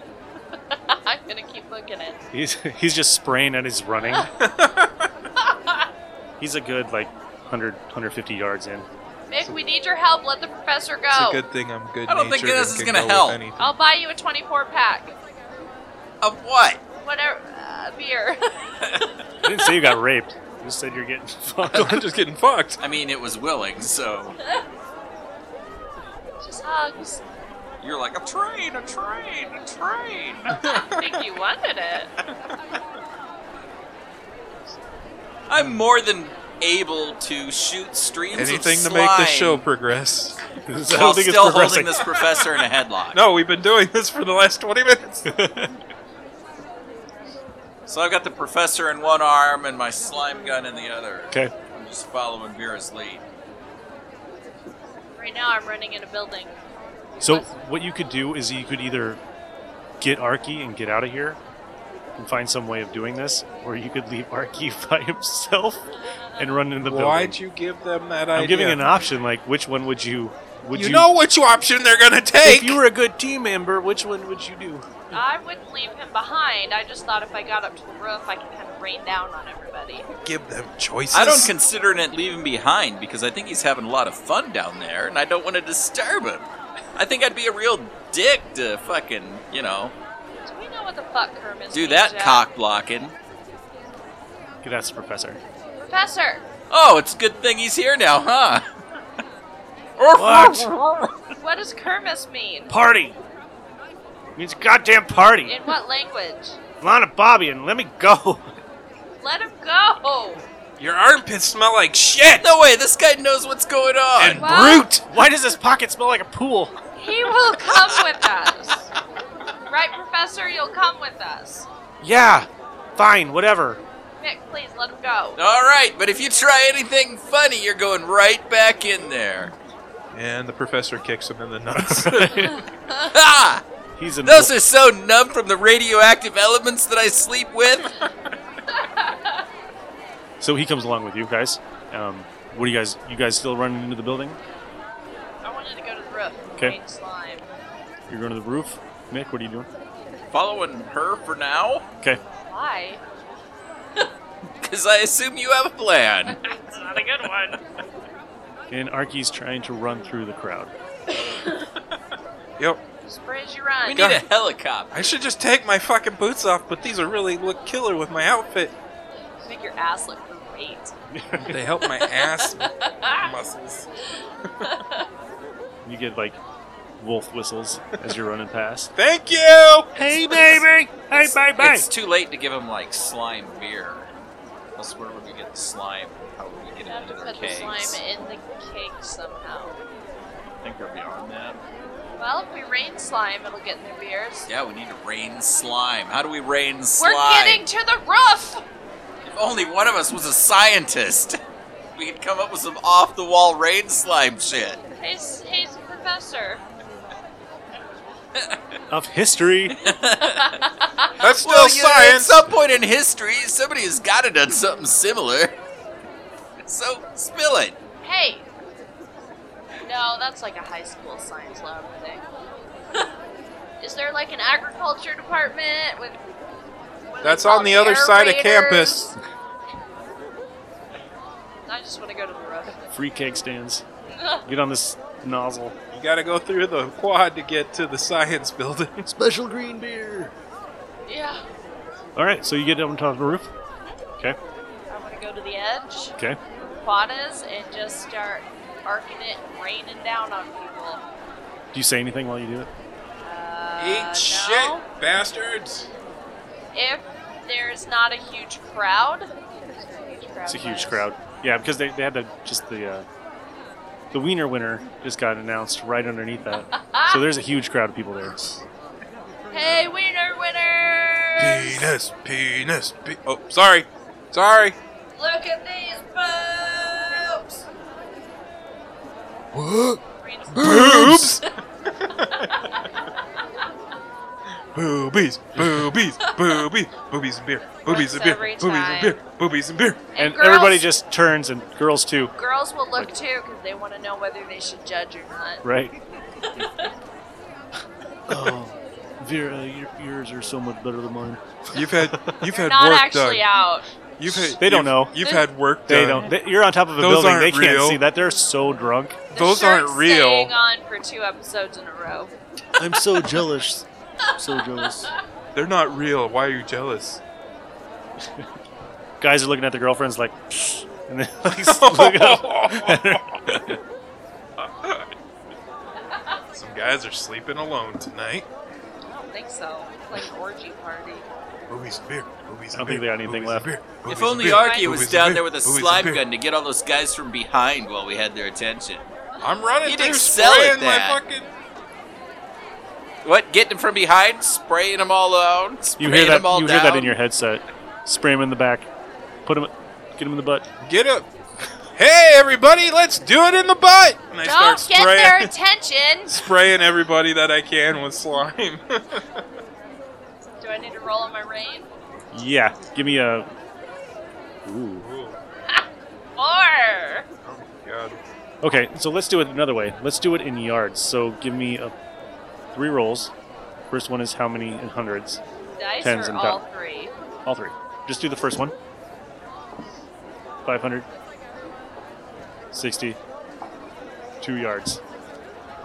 Speaker 5: I'm gonna keep looking at. it.
Speaker 1: He's <laughs> he's just spraying at his running.
Speaker 4: <laughs>
Speaker 1: he's a good like 100 150 yards in.
Speaker 5: Mick, we need your help. Let the professor
Speaker 3: It's
Speaker 5: go.
Speaker 3: a good thing I'm good.
Speaker 4: I don't think
Speaker 3: natured
Speaker 4: this
Speaker 3: and
Speaker 4: is
Speaker 3: can
Speaker 4: gonna
Speaker 3: go with
Speaker 4: help.
Speaker 3: anything. <laughs>
Speaker 5: I'll buy you a 24 pack.
Speaker 4: Of what?
Speaker 5: Whatever. Uh, beer. <laughs>
Speaker 1: I didn't say you got raped. You just said you're getting <laughs>
Speaker 4: <laughs>
Speaker 1: fucked.
Speaker 3: I'm just getting fucked.
Speaker 4: I mean, it was willing, so
Speaker 5: Just hugs.
Speaker 4: you're like a train, a train, a train.
Speaker 5: I think you wanted it.
Speaker 4: I'm more than able to shoot streams
Speaker 3: Anything
Speaker 4: of
Speaker 3: to make the
Speaker 4: slime
Speaker 3: show progress. <laughs>
Speaker 1: I
Speaker 4: while
Speaker 1: don't think it's
Speaker 4: still holding
Speaker 1: progressing.
Speaker 4: this professor in a headlock.
Speaker 3: No, we've been doing this for the last 20 minutes.
Speaker 4: So I've got the professor in one arm and my slime gun in the other.
Speaker 1: Okay.
Speaker 4: I'm just following Vera's lead.
Speaker 5: Right now, I'm running in a building.
Speaker 1: So what you could do is you could either get Arky and get out of here and find some way of doing this, or you could leave Arky <laughs> by himself and run into the
Speaker 3: Why'd
Speaker 1: building.
Speaker 3: you give them that idea?
Speaker 1: I'm giving an option. Like, which one would you? Would you,
Speaker 3: you, know which option they're going to take.
Speaker 1: If you were a good team member, which one would you do?
Speaker 5: I wouldn't leave him behind. I just thought if I got up to the roof, I could kind of rain down on everybody.
Speaker 3: give them choices.
Speaker 4: I don't consider it leaving behind because I think he's having a lot of fun down there and I don't want to disturb him. I think I'd be a real dick to fucking, you know,
Speaker 5: Do we know what the fuck Kermit
Speaker 4: do
Speaker 5: means
Speaker 4: that
Speaker 5: yet?
Speaker 4: cock blocking.
Speaker 1: Okay, that's the professor.
Speaker 5: Professor,
Speaker 4: Oh, it's a good thing he's here now, huh? <laughs>
Speaker 5: what does Kermit mean?
Speaker 1: Party means goddamn party.
Speaker 5: In what language?
Speaker 1: Lana, Bobby, and let me go. <laughs>
Speaker 5: Let him go!
Speaker 3: Your armpits smell like shit.
Speaker 4: No way, this guy knows what's going on.
Speaker 3: and
Speaker 5: Wow.
Speaker 3: brute.
Speaker 1: Why does this pocket smell like a pool?
Speaker 5: He will come with us! Right, Professor? You'll come with us.
Speaker 1: Yeah, fine, whatever.
Speaker 5: Mick, please let him go.
Speaker 4: All right, but if you try anything funny, you're going right back in there.
Speaker 3: And the professor kicks him in the nuts. <laughs>
Speaker 4: Ha!
Speaker 1: He's in.
Speaker 4: Ah, Those are so numb from the radioactive elements that I sleep with.
Speaker 1: So he comes along with you guys. Um, What do you guys? You guys still running into the building?
Speaker 5: I wanted to go to the roof.
Speaker 1: Okay.
Speaker 5: Make slime.
Speaker 1: You're going to the roof. Mick, what are you doing?
Speaker 4: Following her for now?
Speaker 1: Okay.
Speaker 5: Why?
Speaker 4: Because I assume you have a plan.
Speaker 7: That's not a good one.
Speaker 1: And Arky's trying to run through the crowd.
Speaker 3: Yep.
Speaker 5: Spray as you
Speaker 4: We
Speaker 5: run.
Speaker 4: need a helicopter.
Speaker 3: I should just take my fucking boots off, but these are really look killer with my outfit.
Speaker 5: Make your ass look great.
Speaker 3: They help my ass muscles.
Speaker 1: You get like wolf whistles as you're running past.
Speaker 3: Thank you.
Speaker 1: Hey, baby! Hey, baby!
Speaker 4: It's too late to give him like slime beer. Else where would we get the slime? How would we get
Speaker 5: You have
Speaker 4: it
Speaker 5: to
Speaker 4: into their
Speaker 5: put
Speaker 4: kegs?
Speaker 5: the slime in the cake somehow.
Speaker 4: I think they're beyond that.
Speaker 5: Well, if we rain slime, it'll get in their beers.
Speaker 4: Yeah, we need to rain slime. How do we rain slime?
Speaker 5: We're getting to the roof!
Speaker 4: If only one of us was a scientist, we could come up with some off-the-wall rain slime shit.
Speaker 5: Hey, s- hey, s- professor.
Speaker 1: Of history!
Speaker 3: That's still
Speaker 4: Well, you know, at
Speaker 3: science.
Speaker 4: some point in history, somebody has got to done something similar. <laughs> So spill it.
Speaker 5: Hey! No, that's like a high school science lab thing. <laughs> Is there like an agriculture department with. what are they
Speaker 3: That's on
Speaker 5: called?
Speaker 3: the other side of
Speaker 5: Aerators?
Speaker 3: campus.
Speaker 5: I just want to go to the roof.
Speaker 1: Free keg stands. Get on this nozzle.
Speaker 3: You gotta go through the quad to get to the science building.
Speaker 6: Special green beer.
Speaker 5: Yeah.
Speaker 1: Alright, so you get up on top of the roof. Okay,
Speaker 5: I want to go to the edge,
Speaker 1: okay.
Speaker 5: quadas, and just start arcing it and raining down on people.
Speaker 1: Do you say anything while you do it?
Speaker 5: Uh, no.
Speaker 3: Eat shit, bastards!
Speaker 5: If there's not a huge crowd, Is there a huge crowd
Speaker 1: It's a huge
Speaker 5: size?
Speaker 1: crowd. Yeah, because they, they had the just the uh, the wiener winner just got announced right underneath that. so there's a huge crowd of people there.
Speaker 5: Hey, winner, winners!
Speaker 3: penis. Pe- oh, sorry, sorry.
Speaker 5: Look at these boobs!
Speaker 6: What?
Speaker 5: Green's-
Speaker 3: Boobs. <laughs> boobies, boobies, boobies, boobies and beer, boobies and beer,
Speaker 5: Every
Speaker 3: boobies and beer, boobies and beer.
Speaker 1: And,
Speaker 5: girls-
Speaker 1: everybody just turns and girls too.
Speaker 5: Girls will look too because they want to know whether they should judge or not.
Speaker 1: Right. oh, Vera, your yours are so much better than mine.
Speaker 3: You've
Speaker 5: <laughs>
Speaker 3: had, you've
Speaker 5: They're
Speaker 3: had
Speaker 5: not
Speaker 3: work
Speaker 5: actually
Speaker 3: done.
Speaker 5: out.
Speaker 3: You've had,
Speaker 1: They don't
Speaker 3: you've-
Speaker 1: know.
Speaker 3: You've had work done.
Speaker 1: They don't. They, you're on top of a
Speaker 3: Those
Speaker 1: building.
Speaker 3: aren't
Speaker 1: They can't
Speaker 3: real.
Speaker 1: see that. They're so drunk.
Speaker 5: The
Speaker 3: Those aren't
Speaker 5: shirt's
Speaker 3: real.
Speaker 5: staying on for two episodes in a row.
Speaker 6: I'm so jealous. so jealous.
Speaker 3: They're not real. Why are you jealous?
Speaker 1: Guys are looking at their girlfriends like, "Psh," and then like, <laughs> <laughs>
Speaker 4: <laughs>
Speaker 1: look up.
Speaker 3: <laughs> Some guys are sleeping alone tonight.
Speaker 5: I don't think so. It's like an orgy party.
Speaker 3: Boobies and beer. Boobies
Speaker 1: I don't think they got anything left.
Speaker 4: If only Arky was down there with a slime gun to get all those guys from behind while we had their attention.
Speaker 3: I'm running
Speaker 4: You'd
Speaker 3: through
Speaker 4: excel at
Speaker 3: spraying my
Speaker 4: that.
Speaker 3: fucking.
Speaker 4: What? Getting them from behind, spraying them all out,
Speaker 1: You
Speaker 4: spraying
Speaker 1: hear that?
Speaker 4: them all
Speaker 1: You hear
Speaker 4: down.
Speaker 1: that in your headset. Spray him in the back. Put him. Get him in the butt.
Speaker 3: Get up. Hey everybody, let's do it in the butt. And I start
Speaker 5: Don't get
Speaker 3: spraying,
Speaker 5: their attention!
Speaker 3: spraying everybody that I can with slime. <laughs> Oh
Speaker 5: Do I need to roll on my rain?
Speaker 1: Yeah. Give me a. Ooh.
Speaker 3: Ooh,
Speaker 5: Or
Speaker 3: oh my god.
Speaker 1: Okay, so let's do it another way. Let's do it in yards. So give me a three rolls. First one is how many in hundreds?
Speaker 5: dice
Speaker 1: Tens
Speaker 5: or
Speaker 1: and
Speaker 5: all three?
Speaker 1: All three. Just do the first one. 500. 60. Two yards.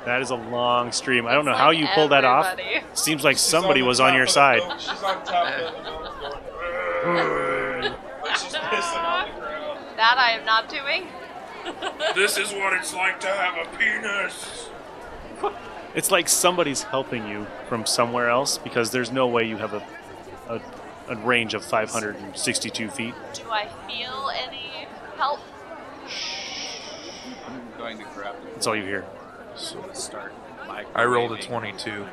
Speaker 1: That is a long stream. I don't know
Speaker 5: It's
Speaker 1: how
Speaker 5: like
Speaker 1: you pulled that off.
Speaker 5: everybody.
Speaker 1: Seems
Speaker 5: <laughs>
Speaker 1: like somebody was on your side.
Speaker 3: She's on top of the like she's pissing on the ground.
Speaker 5: That I am not doing.
Speaker 2: This is what it's like to have a penis.
Speaker 1: It's like somebody's helping you from somewhere else because there's no way you have a, a, a range of 562 feet.
Speaker 5: Do I feel any help?
Speaker 4: I'm going to grab the
Speaker 1: That's all you hear.
Speaker 4: So let's start.
Speaker 3: I rolled a
Speaker 4: microwaving.
Speaker 3: 22.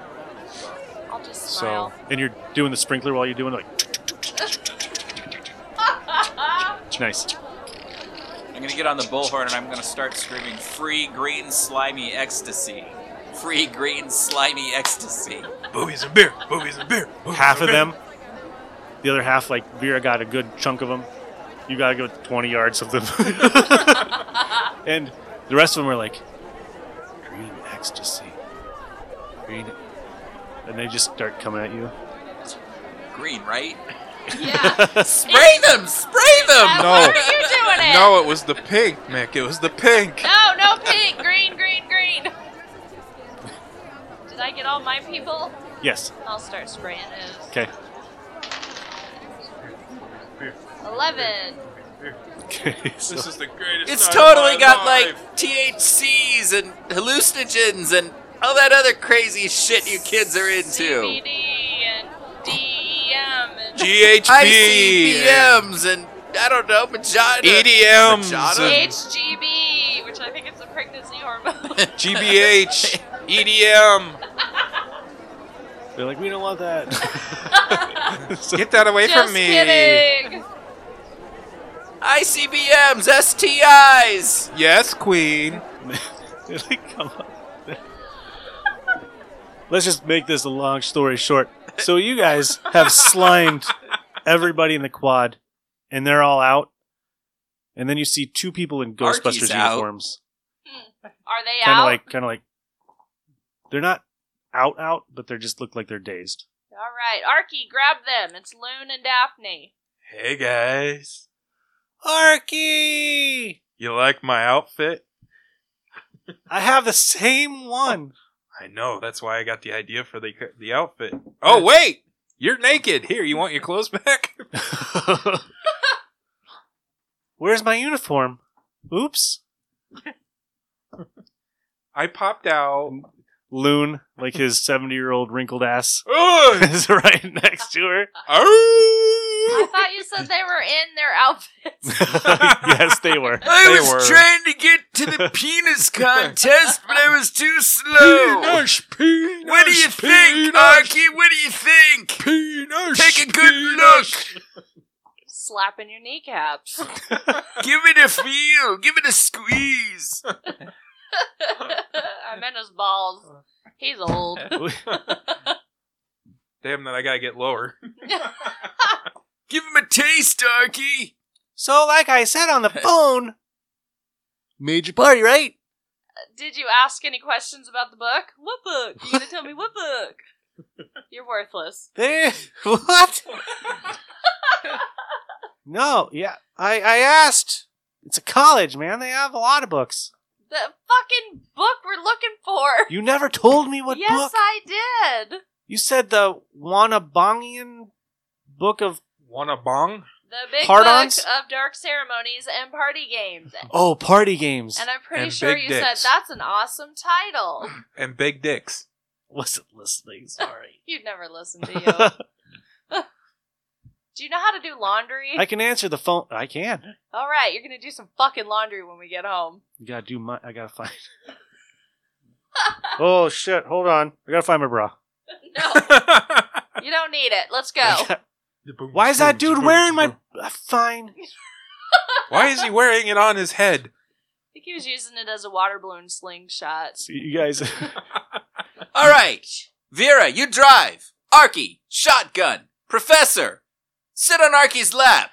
Speaker 5: I'll just
Speaker 3: So-
Speaker 5: smile.
Speaker 1: And you're doing the sprinkler while you're doing it, like <laughs>
Speaker 5: <laughs>
Speaker 1: nice.
Speaker 4: I'm gonna get on the bullhorn and I'm gonna start screaming free green slimy ecstasy. Free green slimy ecstasy.
Speaker 3: Boobies and beer. Boobies and beer. boobies
Speaker 1: Half of
Speaker 3: and beer.
Speaker 1: them, the other half, like Vera got a good chunk of them. You gotta go 20 yards of them. <laughs> And the rest of them are like, green ecstasy. Green. And they just start coming at you. <laughs>
Speaker 4: Green, right?
Speaker 5: <laughs> Yeah.
Speaker 4: Spray them! Spray them!
Speaker 3: No.
Speaker 5: Why
Speaker 3: <laughs>
Speaker 5: are you doing it?
Speaker 3: No, it was the pink, Mick. It was the pink.
Speaker 5: No, no pink, green, green, green. Did I get all my people?
Speaker 1: Yes.
Speaker 5: I'll start spraying those.
Speaker 1: Okay.
Speaker 5: Eleven.
Speaker 1: Okay. <laughs> So,
Speaker 3: This is the greatest.
Speaker 4: It's
Speaker 3: night
Speaker 4: totally
Speaker 3: of my
Speaker 4: got
Speaker 3: life.
Speaker 4: like THCs and hallucinogens and all that other crazy shit you kids are into.
Speaker 5: CBD and DEM and
Speaker 3: GHB, and
Speaker 4: ICBMs and I don't know, vagina.
Speaker 3: E EDMs,
Speaker 4: Vagina?
Speaker 3: and
Speaker 5: HGB, which I think is a
Speaker 3: <laughs>
Speaker 5: pregnancy hormone.
Speaker 3: GBH, EDM.
Speaker 1: they're like, we don't want that.
Speaker 3: <laughs>
Speaker 1: so,
Speaker 3: Get that away
Speaker 5: Just
Speaker 3: from me.
Speaker 5: kidding.
Speaker 4: ICBMs, STIs.
Speaker 3: Yes, Queen.
Speaker 1: <laughs> they come up. Let's just make this a long story short. So you guys have slimed everybody in the quad, and they're all out. And then you see two people in
Speaker 4: Arky's
Speaker 1: Ghostbusters
Speaker 4: out.
Speaker 1: uniforms.
Speaker 5: Are they
Speaker 1: kind
Speaker 5: out?
Speaker 1: of like kind of like they're not out out but they just look like they're dazed
Speaker 5: all right, Arky, grab them. It's Loon and Daphne.
Speaker 3: Hey guys,
Speaker 1: arky
Speaker 3: you like my outfit?
Speaker 1: i have the same one
Speaker 3: I know. That's why I got the idea for the the outfit. Oh wait, you're naked. Here, you want your clothes back?
Speaker 1: where's my uniform oops
Speaker 3: <laughs> I popped out.
Speaker 1: loon like his 70 year old wrinkled ass
Speaker 3: Oh,
Speaker 7: <laughs>
Speaker 1: is right next to her
Speaker 5: I
Speaker 3: oh.
Speaker 5: thought you said they were in their outfits.
Speaker 1: yes they were
Speaker 4: I
Speaker 3: They
Speaker 4: was
Speaker 3: were.
Speaker 4: trying to get to
Speaker 3: <laughs>
Speaker 4: the penis contest, but I was too slow.
Speaker 3: Penis, penis,
Speaker 4: What do you think,
Speaker 3: penis,
Speaker 4: Arky? What do you think?
Speaker 3: Penis,
Speaker 4: Take a good
Speaker 3: penis.
Speaker 5: <laughs> Slapping your kneecaps.
Speaker 4: Give it a feel. Give it a squeeze.
Speaker 5: <laughs> I meant his balls.
Speaker 1: Uh.
Speaker 5: He's
Speaker 1: <laughs>
Speaker 5: old.
Speaker 3: <laughs> Damn, then I gotta get lower.
Speaker 4: Give him a taste, Arky.
Speaker 1: so like i said <laughs> on the phone major party right
Speaker 5: Did you ask any questions about the book? What book? You gonna tell me what book?
Speaker 1: <laughs>
Speaker 5: You're worthless.
Speaker 1: They, <laughs> what? no, yeah, I I asked. It's a college, man. They have a lot of books.
Speaker 5: The fucking book we're looking for.
Speaker 1: You never told me what
Speaker 5: yes,
Speaker 1: book.
Speaker 5: I did.
Speaker 1: you said the Wanabangian book of
Speaker 3: Want a bong?
Speaker 5: The big
Speaker 1: Hard-ons?
Speaker 5: book of dark ceremonies and party
Speaker 1: <laughs>
Speaker 5: games.
Speaker 1: oh party games.
Speaker 5: And I'm pretty
Speaker 3: And
Speaker 5: sure
Speaker 3: big
Speaker 5: you
Speaker 3: dicks.
Speaker 5: said that's an awesome
Speaker 1: <laughs>
Speaker 5: title.
Speaker 3: and big <laughs> dicks.
Speaker 1: Wasn't listening. Sorry.
Speaker 5: You'd never listen to you.
Speaker 1: <laughs>
Speaker 5: do you know how to do laundry?
Speaker 1: I can answer the phone. I can.
Speaker 5: All right, you're gonna do some fucking laundry when we get
Speaker 1: <laughs>
Speaker 5: home.
Speaker 1: You gotta do my. I gotta
Speaker 5: <laughs>
Speaker 1: find. oh shit! Hold on. I gotta find my bra.
Speaker 5: No, you don't need it.
Speaker 1: <laughs>
Speaker 5: Let's go.
Speaker 1: Why is that dude wearing my? Uh, fine.
Speaker 3: Why is he wearing it on his head?
Speaker 5: I think he was using it as a water balloon slingshot.
Speaker 1: So you guys.
Speaker 4: All right. Vera, you drive. Arky, shotgun. Professor, sit on Arky's lap.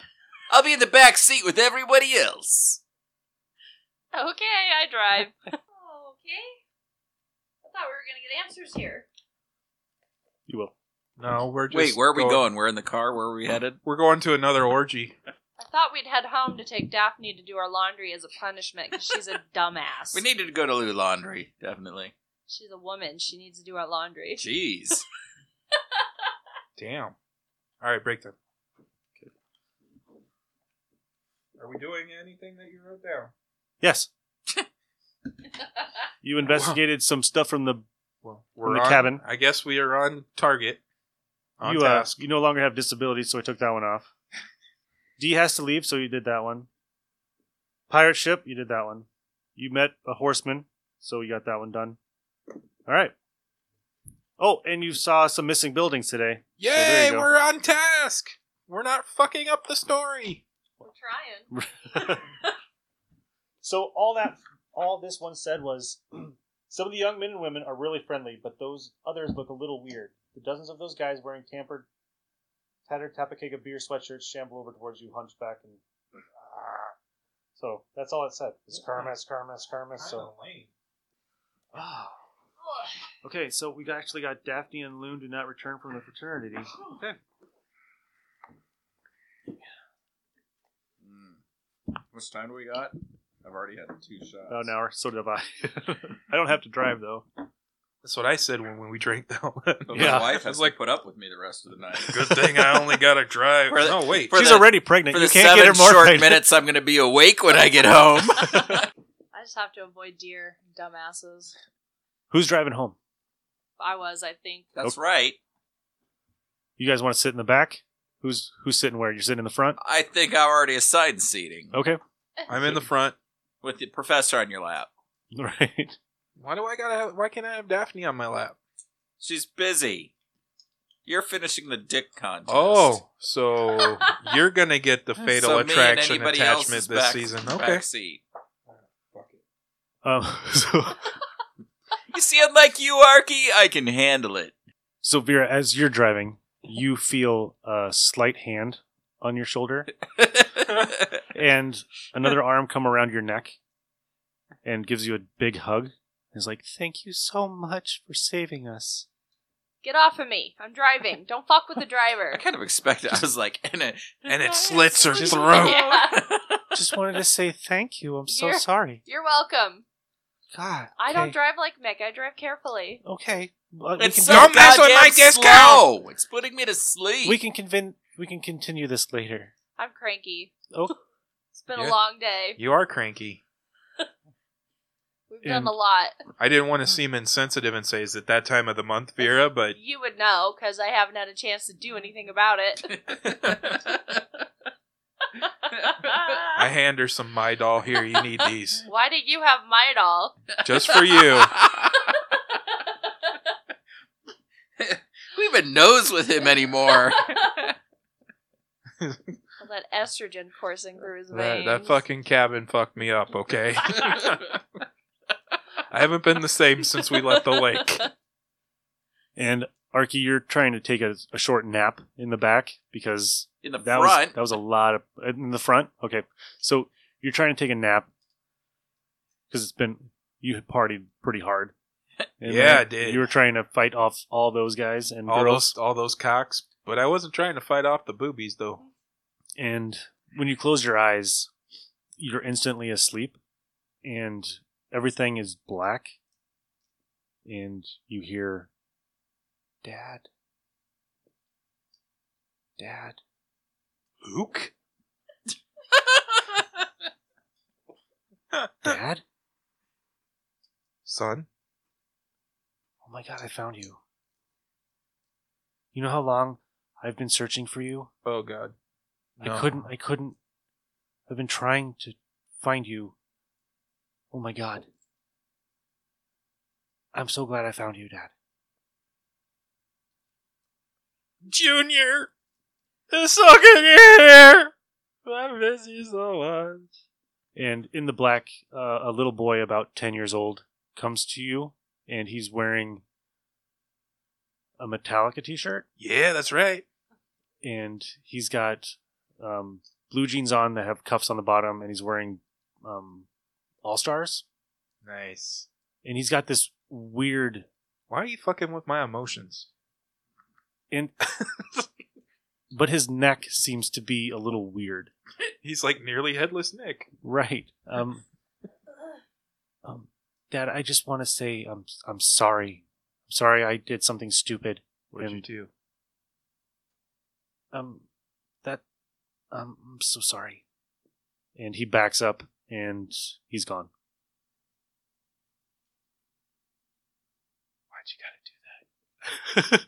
Speaker 4: I'll be in the back seat with everybody else.
Speaker 5: Okay, I
Speaker 3: <laughs>
Speaker 5: drive. okay. I thought we were gonna get answers here.
Speaker 1: you will.
Speaker 3: No, we're just.
Speaker 4: Wait, where are we going? We're in the car. Where are we headed?
Speaker 3: We're going to another orgy.
Speaker 5: I thought we'd head home to take Daphne to do our laundry as a punishment because
Speaker 3: <laughs>
Speaker 5: she's a dumbass.
Speaker 4: We needed to go to Lou Laundry, definitely.
Speaker 5: she's a woman. She needs to do our laundry.
Speaker 7: <laughs>
Speaker 4: Jeez.
Speaker 3: Damn. All right, break them. Are we doing anything that you wrote down?
Speaker 5: <laughs>
Speaker 1: Yes. you investigated some stuff from the.
Speaker 3: Well, we're
Speaker 1: the
Speaker 3: on-
Speaker 1: cabin.
Speaker 3: I guess we are on target. On
Speaker 1: you, uh,
Speaker 3: task.
Speaker 1: you no longer have disabilities, so I took that one off. <laughs> D has to leave, so you did that one. Pirate ship, you did that one. You met a horseman, so you got that one done. All right. Oh, and you saw some missing buildings today.
Speaker 3: Yay,
Speaker 1: there you go.
Speaker 3: we're on task. We're not fucking up the story.
Speaker 5: We're trying.
Speaker 1: So all that, all this one said was, <clears throat> some of the young men and women are really friendly, but those others look a little weird. The dozens of those guys wearing tampered, tattered tapakega beer sweatshirts shamble over towards you, hunchback and. <clears throat> So that's all it said. It's karma, it's karma, it's karma. So
Speaker 7: Oh. Okay, so we got- actually got Daphne and Loon do not return from the fraternity. Okay.
Speaker 4: Mm. How much time do we got? I've already had two shots.
Speaker 3: Oh,
Speaker 7: About an hour. Oh, So did I. <laughs> I don't have to drive though.
Speaker 3: That's what I said when, when we drank that.
Speaker 4: But
Speaker 7: Yeah.
Speaker 4: my wife has
Speaker 3: like-
Speaker 4: like put up with me the rest of the
Speaker 7: <laughs>
Speaker 4: night.
Speaker 3: <laughs> Good thing I only got to drive.
Speaker 4: For the-
Speaker 3: no, wait.
Speaker 4: for
Speaker 7: She's
Speaker 4: the-
Speaker 7: already pregnant.
Speaker 4: For
Speaker 7: You
Speaker 4: the
Speaker 7: can't get her
Speaker 4: seven
Speaker 7: more <laughs>
Speaker 4: short
Speaker 7: pregnant.
Speaker 4: minutes I'm going to be awake when I get
Speaker 7: <laughs>
Speaker 4: home.
Speaker 5: I just have to avoid deer, dumbasses.
Speaker 7: Who's driving home?
Speaker 5: I was, I think.
Speaker 4: That's right.
Speaker 7: You guys want to sit in the back? Who's who's sitting where? You're sitting in the front. <laughs>
Speaker 4: I think I'm already assigned seating
Speaker 7: Okay.
Speaker 3: I'm in the front.
Speaker 4: with the professor on your lap.
Speaker 7: Right.
Speaker 3: Why do I gotta? Have, why can't I have Daphne on my lap?
Speaker 4: She's busy. You're finishing the dick contest.
Speaker 3: Oh, so you're gonna get the
Speaker 4: <laughs> So
Speaker 3: fatal
Speaker 4: me and
Speaker 3: attraction
Speaker 4: anybody else
Speaker 3: attachment
Speaker 4: is
Speaker 3: this
Speaker 4: back-
Speaker 3: season.
Speaker 4: back
Speaker 3: Okay.
Speaker 4: seat.
Speaker 7: Um. <laughs> So
Speaker 4: You see, unlike you, Arky, I can handle it. <laughs>
Speaker 7: so Vera, as you're driving, you feel a slight hand on your shoulder and another arm come around your neck and gives you a big hug. Is like, thank you so much for saving us.
Speaker 5: Get off of me. I'm driving. Don't fuck with the driver.
Speaker 4: I kind of expected. I was like, and it,
Speaker 3: And <laughs> it slits her
Speaker 7: Just-
Speaker 3: throat.
Speaker 5: <laughs> Yeah.
Speaker 7: just wanted to say thank you. I'm so
Speaker 5: You're-
Speaker 7: sorry.
Speaker 5: You're welcome.
Speaker 7: God,
Speaker 5: I don't
Speaker 7: okay.
Speaker 5: drive like Mick. I drive carefully.
Speaker 7: Okay, well, we,
Speaker 4: It's
Speaker 7: can
Speaker 4: so
Speaker 3: Don't
Speaker 4: goddamn
Speaker 3: mess with my discount.
Speaker 4: slow. It's putting me to sleep. <laughs>
Speaker 7: we can convin- we can continue this later.
Speaker 5: I'm cranky.
Speaker 7: Oh,
Speaker 5: It's been
Speaker 3: Yeah.
Speaker 5: a long day.
Speaker 3: You are cranky.
Speaker 5: We've done
Speaker 7: And-
Speaker 5: a lot.
Speaker 3: I didn't want to seem insensitive and say, "Is it that time of the month, Vera?" But
Speaker 5: You would know because I haven't had a chance to do anything about it.
Speaker 3: I hand her some my doll. Here, you need these
Speaker 5: Why did you have my doll?
Speaker 3: just for
Speaker 4: <laughs>
Speaker 3: you.
Speaker 4: Who even knows with him
Speaker 7: <laughs>
Speaker 4: anymore?
Speaker 5: All that estrogen coursing through his
Speaker 3: That,
Speaker 5: veins.
Speaker 3: that fucking cabin fucked me up. Okay. I haven't been the same since we <laughs> left the lake.
Speaker 7: and Arky, you're trying to take a, a short nap in the back because
Speaker 4: In the
Speaker 7: that
Speaker 4: front.
Speaker 7: was that was a lot of uh, in the front. Okay, so you're trying to take a nap because it's been you had partied pretty hard.
Speaker 3: Yeah, I
Speaker 7: like,
Speaker 3: did.
Speaker 7: You were trying to fight off all those guys and
Speaker 3: All
Speaker 7: girls,
Speaker 3: those, all those cocks. But I wasn't trying to fight off the boobies, though.
Speaker 7: and when you close your eyes, you're instantly asleep, and everything is black, and you hear, "Dad, Dad,
Speaker 3: Luke.
Speaker 7: Dad!
Speaker 3: Son.
Speaker 7: Oh my God, I found you! You know how long I've been searching for you?
Speaker 3: Oh God.
Speaker 7: I couldn't. I couldn't. I've been trying to find you. Oh my God." I'm so glad I found you, Dad.
Speaker 3: Junior. It's so good you're here. I miss you so much.
Speaker 7: And in the black, uh, a little boy about 10 years old comes to you, and he's wearing a Metallica t shirt,
Speaker 3: Yeah, that's right.
Speaker 7: and he's got um, blue jeans on that have cuffs on the bottom, and he's wearing um, All Stars.
Speaker 3: Nice.
Speaker 7: And he's got this weird.
Speaker 3: Why are you fucking with my emotions?
Speaker 7: And, but his neck seems to be a little weird.
Speaker 3: He's like nearly headless Nick.
Speaker 7: Right. Um, um, Dad, I just want to say I'm I'm sorry. I'm sorry I did something stupid.
Speaker 3: What'd you
Speaker 7: And-
Speaker 3: do?
Speaker 7: Um, that um, I'm so sorry. And he backs up and he's gone.
Speaker 3: Why'd you gotta do that?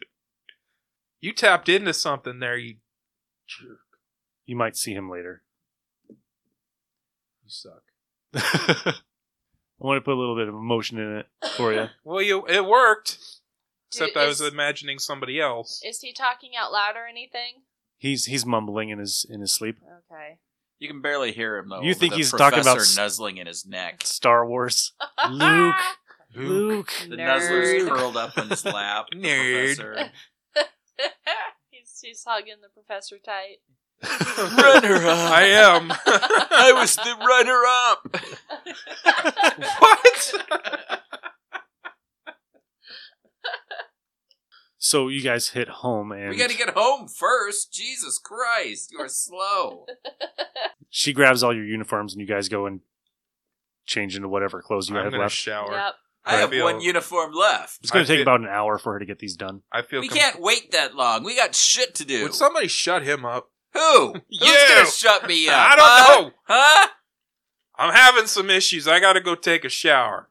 Speaker 3: you tapped into something there, you jerk.
Speaker 7: You might see him later.
Speaker 3: You
Speaker 1: <laughs>
Speaker 3: suck.
Speaker 7: I want to put a little bit of emotion in it for you.
Speaker 3: Well you it worked.
Speaker 5: Dude,
Speaker 3: Except I was
Speaker 5: is-
Speaker 3: imagining somebody else.
Speaker 5: <laughs> Is he talking out loud or anything?
Speaker 7: He's he's mumbling in his in his sleep.
Speaker 5: Okay.
Speaker 4: <laughs> You can barely hear him though.
Speaker 7: You
Speaker 4: over
Speaker 7: think
Speaker 4: the
Speaker 7: he's talking about
Speaker 4: professor
Speaker 7: s-
Speaker 4: nuzzling in his neck?
Speaker 7: Star Wars.
Speaker 5: <laughs>
Speaker 7: Luke. Luke.
Speaker 4: The nuzzler's
Speaker 5: Nerd.
Speaker 4: curled up in his lap.
Speaker 3: <laughs>
Speaker 4: the
Speaker 3: Nerd. <laughs>
Speaker 4: professor.
Speaker 5: <laughs>
Speaker 4: <laughs>
Speaker 5: he's, he's hugging the professor tight.
Speaker 3: <laughs>
Speaker 4: Runner up.
Speaker 3: I am.
Speaker 4: I was the runner up.
Speaker 3: what?
Speaker 1: So you guys hit home, and
Speaker 4: We got to get home first. Jesus Christ, you are slow.
Speaker 1: she grabs all your uniforms, and you guys go and change into whatever clothes you
Speaker 3: I'm
Speaker 1: have
Speaker 3: gonna
Speaker 1: left.
Speaker 3: shower.
Speaker 5: Yep.
Speaker 4: I have
Speaker 3: feel-
Speaker 4: one uniform left.
Speaker 1: it's going
Speaker 3: I
Speaker 1: to take
Speaker 3: feel-
Speaker 1: about an hour for her to get these done.
Speaker 3: I feel.
Speaker 4: We
Speaker 3: com-
Speaker 4: can't wait that long. We got shit to do.
Speaker 3: Would somebody shut him up? <laughs>
Speaker 4: Who? Who's
Speaker 3: You.
Speaker 4: gonna shut me up?
Speaker 3: I
Speaker 4: huh?
Speaker 3: don't know.
Speaker 4: Huh?
Speaker 3: I'm having some issues. I gotta go take a shower.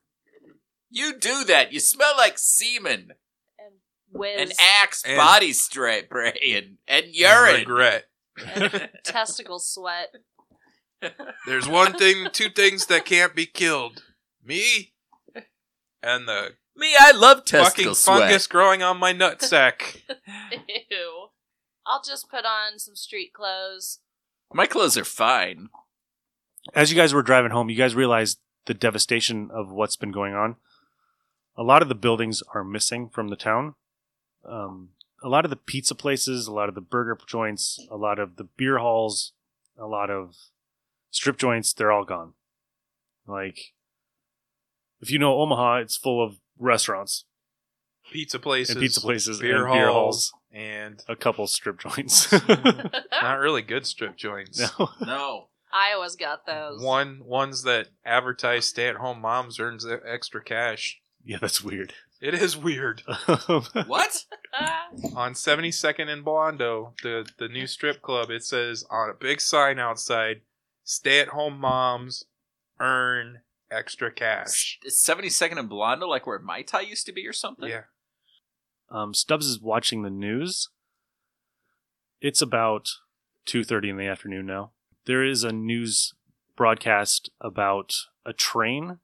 Speaker 4: You do that. You smell like semen,
Speaker 5: And whiz.
Speaker 4: and axe,
Speaker 3: And-
Speaker 4: body spray, and and urine.
Speaker 3: Regret.
Speaker 5: and testicle sweat.
Speaker 3: There's one thing, two things that can't be killed: me and the
Speaker 4: Me, I love
Speaker 3: fucking
Speaker 4: testicle
Speaker 3: fungus
Speaker 4: sweat.
Speaker 3: growing on my nutsack.
Speaker 5: <laughs> Ew. I'll just put on some street clothes.
Speaker 4: My clothes are fine.
Speaker 1: As you guys were driving home, you guys realized the devastation of what's been going on. A lot of the buildings are missing from the town. Um, a lot of the pizza places, a lot of the burger joints, a lot of the beer halls, a lot of strip joints, they're all gone. Like, if you know Omaha, it's full of restaurants
Speaker 3: Pizza places
Speaker 1: and pizza places
Speaker 3: beer
Speaker 1: and beer
Speaker 3: halls.
Speaker 1: halls, <laughs>
Speaker 3: and
Speaker 1: a couple strip joints.
Speaker 3: not really good strip joints.
Speaker 1: no.
Speaker 4: No.
Speaker 5: I always got those.
Speaker 3: One ones that advertise stay-at-home moms earns e- extra cash.
Speaker 1: Yeah, that's weird.
Speaker 3: It
Speaker 1: <laughs>
Speaker 3: is weird.
Speaker 4: What?
Speaker 5: Ah.
Speaker 3: on 72nd and Blondo, the the new strip club, it says on a big sign outside, "Stay-at-home moms earn extra cash."
Speaker 4: Is 72nd and Blondo like where Mai Tai used to be or something?
Speaker 3: Yeah,
Speaker 1: um, Stubbs is watching the news. It's about two thirty in the afternoon now. There is a news broadcast about a train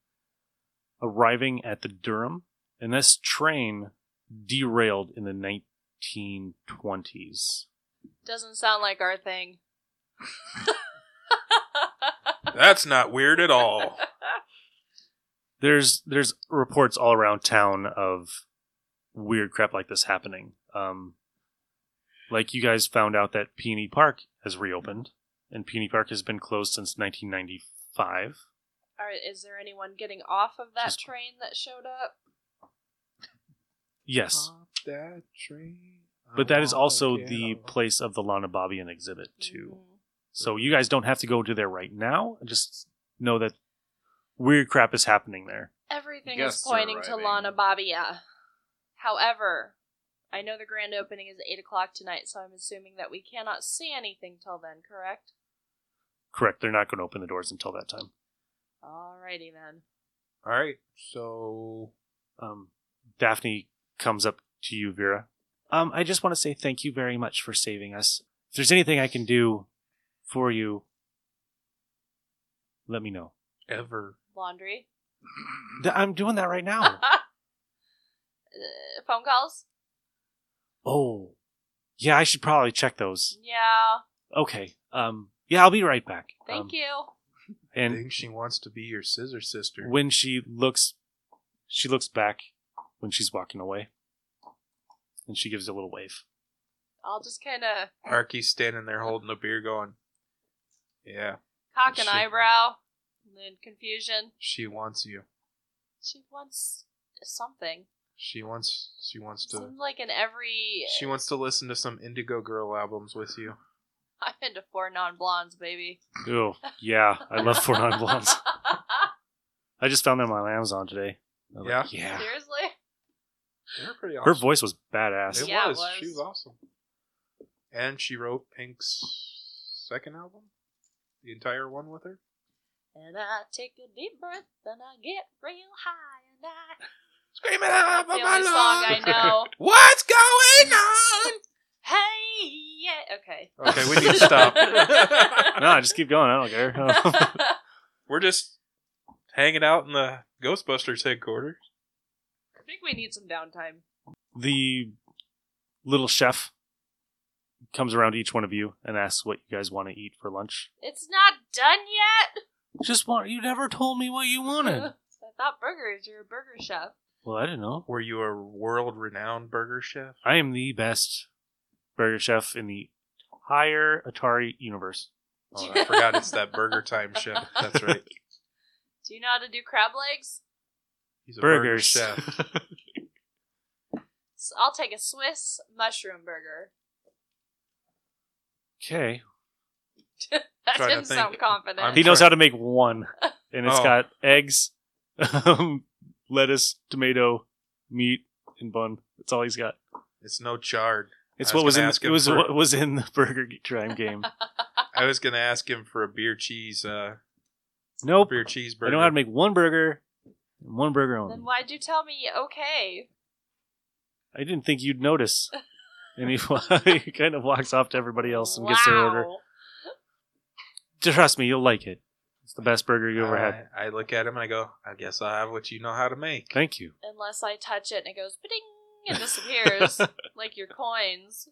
Speaker 1: arriving at the Durham, and this train derailed in the nineteen twenties.
Speaker 5: Doesn't sound like our thing. <laughs>
Speaker 3: that's not weird at all.
Speaker 1: There's there's reports all around town of weird crap like this happening. Um, like you guys found out that Peony Park has reopened, and Peony Park has been closed since 1995.
Speaker 5: All right, is there anyone getting off of that
Speaker 1: Just-
Speaker 5: train that showed up?
Speaker 1: Yes,
Speaker 3: that train.
Speaker 1: but that
Speaker 3: Oh,
Speaker 1: is also the place of the Lana Bobbian exhibit too.
Speaker 5: Mhm.
Speaker 1: So you guys don't have to go to there right now. Just know that weird crap is happening there.
Speaker 5: Everything is
Speaker 4: Guests are
Speaker 5: pointing to
Speaker 4: arriving.
Speaker 5: Lana Babia. However, I know the grand opening is 8 o'clock tonight, so I'm assuming that we cannot see anything till then, correct?
Speaker 1: Correct. They're not going to open the doors until that time.
Speaker 5: Alrighty then.
Speaker 3: All right, so
Speaker 1: um, Daphne comes up to you, Vera. Um, I just want to say thank you very much for saving us. If there's anything I can do for you, let me know.
Speaker 3: ever
Speaker 5: Laundry. <laughs>
Speaker 1: Th- I'm doing that right <laughs> now.
Speaker 5: Uh, phone calls?
Speaker 1: oh, yeah, I should probably check those.
Speaker 5: Yeah.
Speaker 1: Okay. Um, yeah, I'll be right back.
Speaker 5: Thank
Speaker 1: Um,
Speaker 5: you.
Speaker 3: I
Speaker 1: And
Speaker 3: think she wants to be your scissor sister.
Speaker 1: when she looks, she looks back when she's walking away, and she gives a little wave.
Speaker 5: I'll just kind of
Speaker 3: Arky's standing there holding a beer, going, "Yeah,
Speaker 5: cock an
Speaker 3: Shit.
Speaker 5: eyebrow and then confusion.
Speaker 3: she wants you.
Speaker 5: She wants something.
Speaker 3: She wants. She wants to."
Speaker 5: Seems like in every. <laughs>
Speaker 3: She wants to listen to some Indigo Girl albums with you.
Speaker 5: I'm into four non blondes, baby.
Speaker 1: Oh, yeah, I love Four Non
Speaker 5: <laughs>
Speaker 1: Blondes. I just found them on Amazon today. I was like, yeah.
Speaker 5: Seriously?
Speaker 3: They're pretty
Speaker 1: Her
Speaker 3: awesome.
Speaker 1: voice was badass.
Speaker 3: It,
Speaker 5: Yeah, it
Speaker 3: was.
Speaker 5: was.
Speaker 3: She was awesome. And she wrote Pink's second album, the entire one with her.
Speaker 5: And I take a deep breath, then I get real high, and I.
Speaker 3: Screaming out
Speaker 5: That's
Speaker 3: of
Speaker 5: the
Speaker 3: my
Speaker 5: only song I
Speaker 3: lungs.
Speaker 1: <laughs>
Speaker 5: know.
Speaker 3: What's going on?
Speaker 5: hey, yeah.
Speaker 1: <laughs>
Speaker 5: Okay.
Speaker 3: Okay, we need to
Speaker 5: <laughs>
Speaker 3: stop. <laughs>
Speaker 1: no, just keep going. I don't care. Uh,
Speaker 3: We're just hanging out in the Ghostbusters headquarters.
Speaker 5: I think we need some downtime.
Speaker 1: the little chef comes around to each one of you and asks what you guys want to eat for lunch.
Speaker 5: It's not done
Speaker 1: <laughs>
Speaker 5: yet.
Speaker 1: Just want you never told me what you
Speaker 5: <laughs>
Speaker 1: wanted.
Speaker 5: I thought burgers. You're a burger chef.
Speaker 1: well, I don't know.
Speaker 3: Were you a world-renowned burger chef?
Speaker 1: I am the best burger chef in the entire Atari universe.
Speaker 5: <laughs>
Speaker 3: Oh, I forgot it's that burger time chef. That's right.
Speaker 5: Do you know how to do crab legs?
Speaker 3: He's burger
Speaker 1: Burgers.
Speaker 3: chef.
Speaker 5: S- I'll take a Swiss mushroom burger. <laughs>
Speaker 1: Okay.
Speaker 5: That
Speaker 3: Trying to
Speaker 5: didn't sound
Speaker 3: think.
Speaker 5: confident.
Speaker 3: I'm
Speaker 1: He knows
Speaker 3: sorry.
Speaker 1: how to make one, and it's
Speaker 3: Oh.
Speaker 1: got eggs, <laughs> um, lettuce, tomato, meat, and bun. That's all he's got.
Speaker 3: It's no chard.
Speaker 1: It's
Speaker 3: I was
Speaker 1: what was
Speaker 3: gonna
Speaker 1: in
Speaker 3: ask
Speaker 1: it
Speaker 3: him
Speaker 1: was
Speaker 3: for-
Speaker 1: what was in the <laughs> Burger Time
Speaker 5: <laughs>
Speaker 1: game.
Speaker 3: I was gonna ask him for a beer cheese, uh,
Speaker 1: nope,
Speaker 3: beer cheeseburger.
Speaker 1: I know how to make one burger, and one burger only.
Speaker 5: Then why'd you tell me okay?
Speaker 1: I didn't think you'd
Speaker 5: <laughs>
Speaker 1: notice. And he, <laughs> he kind of walks off to everybody else and gets their order.
Speaker 5: Wow.
Speaker 1: Trust me, you'll like it. It's the best burger you ever had.
Speaker 3: I, I look at him and I go, I guess I'll have what you know how to make.
Speaker 1: Thank you.
Speaker 5: Unless I touch it and it goes ding
Speaker 3: <laughs>
Speaker 5: and disappears like your coins.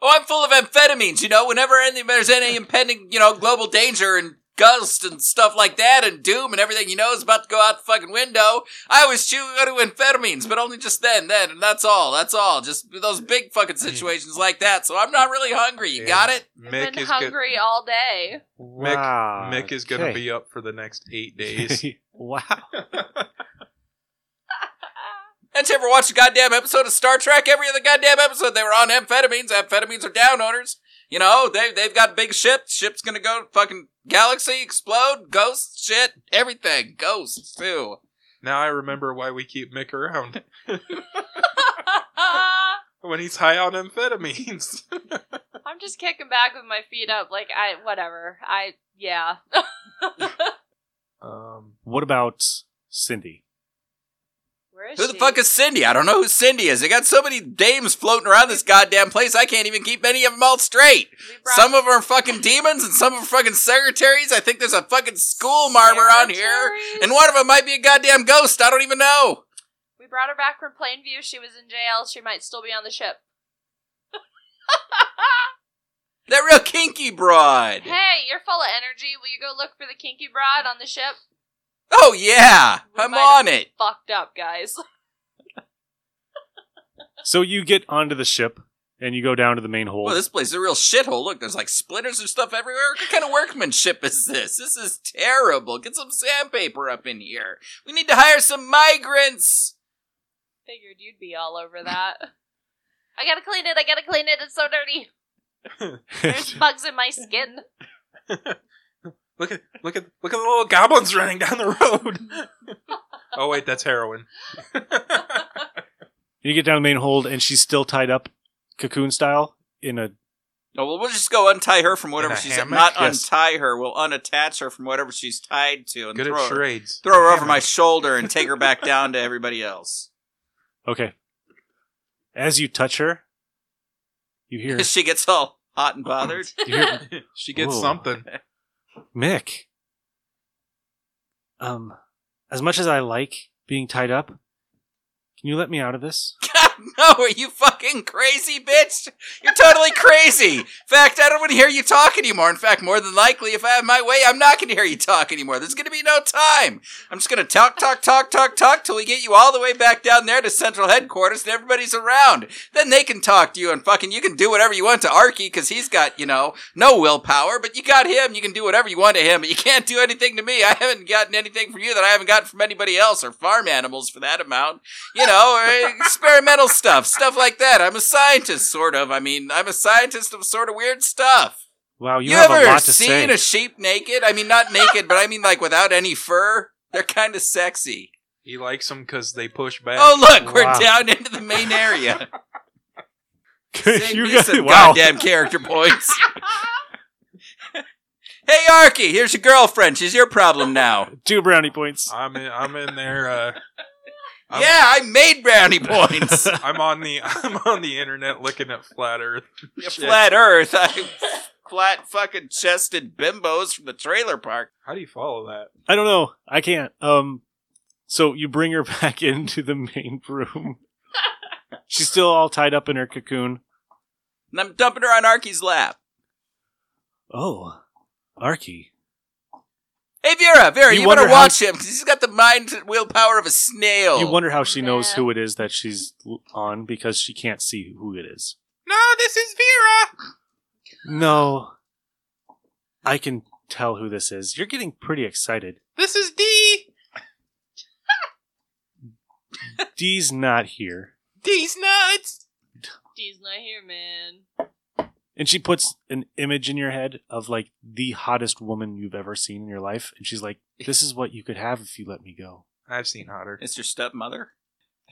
Speaker 4: Oh, I'm full of amphetamines, you know, whenever any, there's any impending, you know, global danger and gust and stuff like that and doom and everything you know is about to go out the fucking window, I always chew go to amphetamines, but only just then, then, and that's all, that's all. Just those big fucking situations like that, so I'm not really hungry, you
Speaker 3: Yeah.
Speaker 4: got it?
Speaker 5: You've
Speaker 3: Mick
Speaker 5: been
Speaker 3: is go-
Speaker 5: hungry all day. <laughs>
Speaker 3: Mick-
Speaker 1: Wow.
Speaker 3: Mick is gonna
Speaker 1: Uh, Okay.
Speaker 3: be up for the next
Speaker 1: <laughs>
Speaker 3: eight days.
Speaker 1: wow.
Speaker 4: Don't you ever watch a goddamn episode of Star Trek? Every other goddamn episode they were on amphetamines, amphetamines are down owners. You know, they, they've got big ship, ship's gonna go fucking galaxy, explode, ghost shit, everything, ghosts too.
Speaker 3: now I remember why we keep Mick around <laughs> when he's high on amphetamines. <laughs>
Speaker 5: I'm just kicking back with my feet up, like I whatever. I yeah.
Speaker 3: um,
Speaker 1: What about Cindy?
Speaker 5: Where is
Speaker 4: Who the
Speaker 5: she?
Speaker 4: fuck is Cindy? I don't know who Cindy is. They got so many dames floating around this goddamn place, I can't even keep any of them all straight.
Speaker 5: We brought-
Speaker 4: Some of them are fucking demons and some are fucking secretaries. I think there's a fucking school marmer on here.
Speaker 5: Secretaries?
Speaker 4: And one of them might be a goddamn ghost. I don't even know.
Speaker 5: We brought her back from Plainview. She was in jail. She might still be on the ship.
Speaker 4: That real kinky <laughs> broad.
Speaker 5: Hey, you're full of energy. Will you go look for the kinky broad on the ship?
Speaker 4: Oh, yeah.
Speaker 5: We
Speaker 4: I'm
Speaker 5: might have
Speaker 4: on it.
Speaker 5: Fucked up, guys. <laughs>
Speaker 1: So you get onto the ship and you go down to the main hole.
Speaker 4: Well, Oh, this place is a real shithole. Look, there's like splinters and stuff everywhere. What kind of workmanship is this? This is terrible. Get some sandpaper up in here. We need to hire some migrants.
Speaker 5: Figured you'd be all
Speaker 4: <laughs>
Speaker 5: over that. I gotta clean it. I gotta clean it. It's so
Speaker 4: <laughs>
Speaker 5: dirty.
Speaker 1: <laughs>
Speaker 5: There's bugs in my skin.
Speaker 3: look at look at look at the little goblins running down the road. oh wait, that's heroin.
Speaker 1: you get down to the main hold and she's still tied up cocoon style in a
Speaker 4: Oh, well, we'll just go untie her from whatever
Speaker 3: a
Speaker 4: she's
Speaker 3: hammock?
Speaker 4: not
Speaker 3: Yes.
Speaker 4: untie her. We'll unattach her from whatever she's tied to and
Speaker 3: Good
Speaker 4: throw
Speaker 3: at
Speaker 4: her,
Speaker 3: charades.
Speaker 4: throw her over
Speaker 3: Damn
Speaker 4: my
Speaker 3: it.
Speaker 4: shoulder and take her back down to
Speaker 3: <laughs>
Speaker 4: everybody else.
Speaker 1: Okay. As you touch her, you hear
Speaker 4: she gets all hot and bothered.
Speaker 1: you hear
Speaker 3: she gets
Speaker 1: Whoa.
Speaker 3: something.
Speaker 1: Mick. Um, as much as I like being tied up, can you let me out of this?
Speaker 4: God, <laughs> no, are you fucking crazy, bitch? You're totally crazy. In fact, I don't want to hear you talk anymore. In fact, more than likely, if I have my way, I'm not going to hear you talk anymore. There's going to be no time. I'm just going to talk, talk, talk, talk, talk till we get you all the way back down there to central headquarters and everybody's around. Then they can talk to you and fucking you can do whatever you want to Arky because he's got, you know, no willpower, but you got him. You can do whatever you want to him, but you can't do anything to me. I haven't gotten anything from you that I haven't gotten from anybody else or farm animals for that amount you know, uh, experimental stuff, stuff like that. I'm a scientist, sort of. I mean, I'm a scientist of sort of weird stuff.
Speaker 1: Wow, you, have
Speaker 4: ever
Speaker 1: a lot to
Speaker 4: seen
Speaker 1: say. <laughs>
Speaker 4: a sheep naked? I mean, not naked, but I mean like without any fur. They're kind of sexy.
Speaker 3: He likes them because they push back.
Speaker 4: Oh, look, we're
Speaker 1: Wow.
Speaker 4: down into the
Speaker 1: <laughs>
Speaker 4: main area. Save
Speaker 1: you
Speaker 4: me
Speaker 1: got- <laughs>
Speaker 4: some
Speaker 1: wow.
Speaker 4: goddamn character points. <laughs> hey, Arky, here's your girlfriend. She's your problem now.
Speaker 1: Two brownie points.
Speaker 3: I'm in, I'm in there. Uh, I'm-
Speaker 4: yeah, I made
Speaker 1: <laughs>
Speaker 4: brownie points.
Speaker 3: I'm on the <laughs> I'm on the internet looking at flat Earth. shit.
Speaker 4: Flat Earth. <laughs> I, flat fucking chested bimbos from the trailer park.
Speaker 3: How do you follow that?
Speaker 1: I don't know. I can't. Um so you bring her <laughs> back into the main
Speaker 4: <laughs>
Speaker 1: room. She's still all tied up in her cocoon.
Speaker 4: and I'm dumping her on Arky's lap.
Speaker 1: Oh. Arky.
Speaker 4: Hey, Vera, Vera,
Speaker 1: You
Speaker 4: you, better
Speaker 1: wonder how-
Speaker 4: watch him because he's got the mind and willpower of a snail.
Speaker 3: Oh.
Speaker 1: You wonder how she knows
Speaker 5: Yeah.
Speaker 1: who it is that she's l- on because she can't see who it is.
Speaker 3: No, this is Vera.
Speaker 1: No. I can tell who this is. You're getting pretty excited.
Speaker 3: This is Dee.
Speaker 1: Dee's not here.
Speaker 3: Dee's nuts.
Speaker 5: D's not here,
Speaker 4: <laughs>
Speaker 5: man.
Speaker 1: And she puts an image in your head of like the hottest woman you've ever seen in your life. And she's like, this is what you could have if you let me go.
Speaker 3: I've seen hotter.
Speaker 4: It's your stepmother.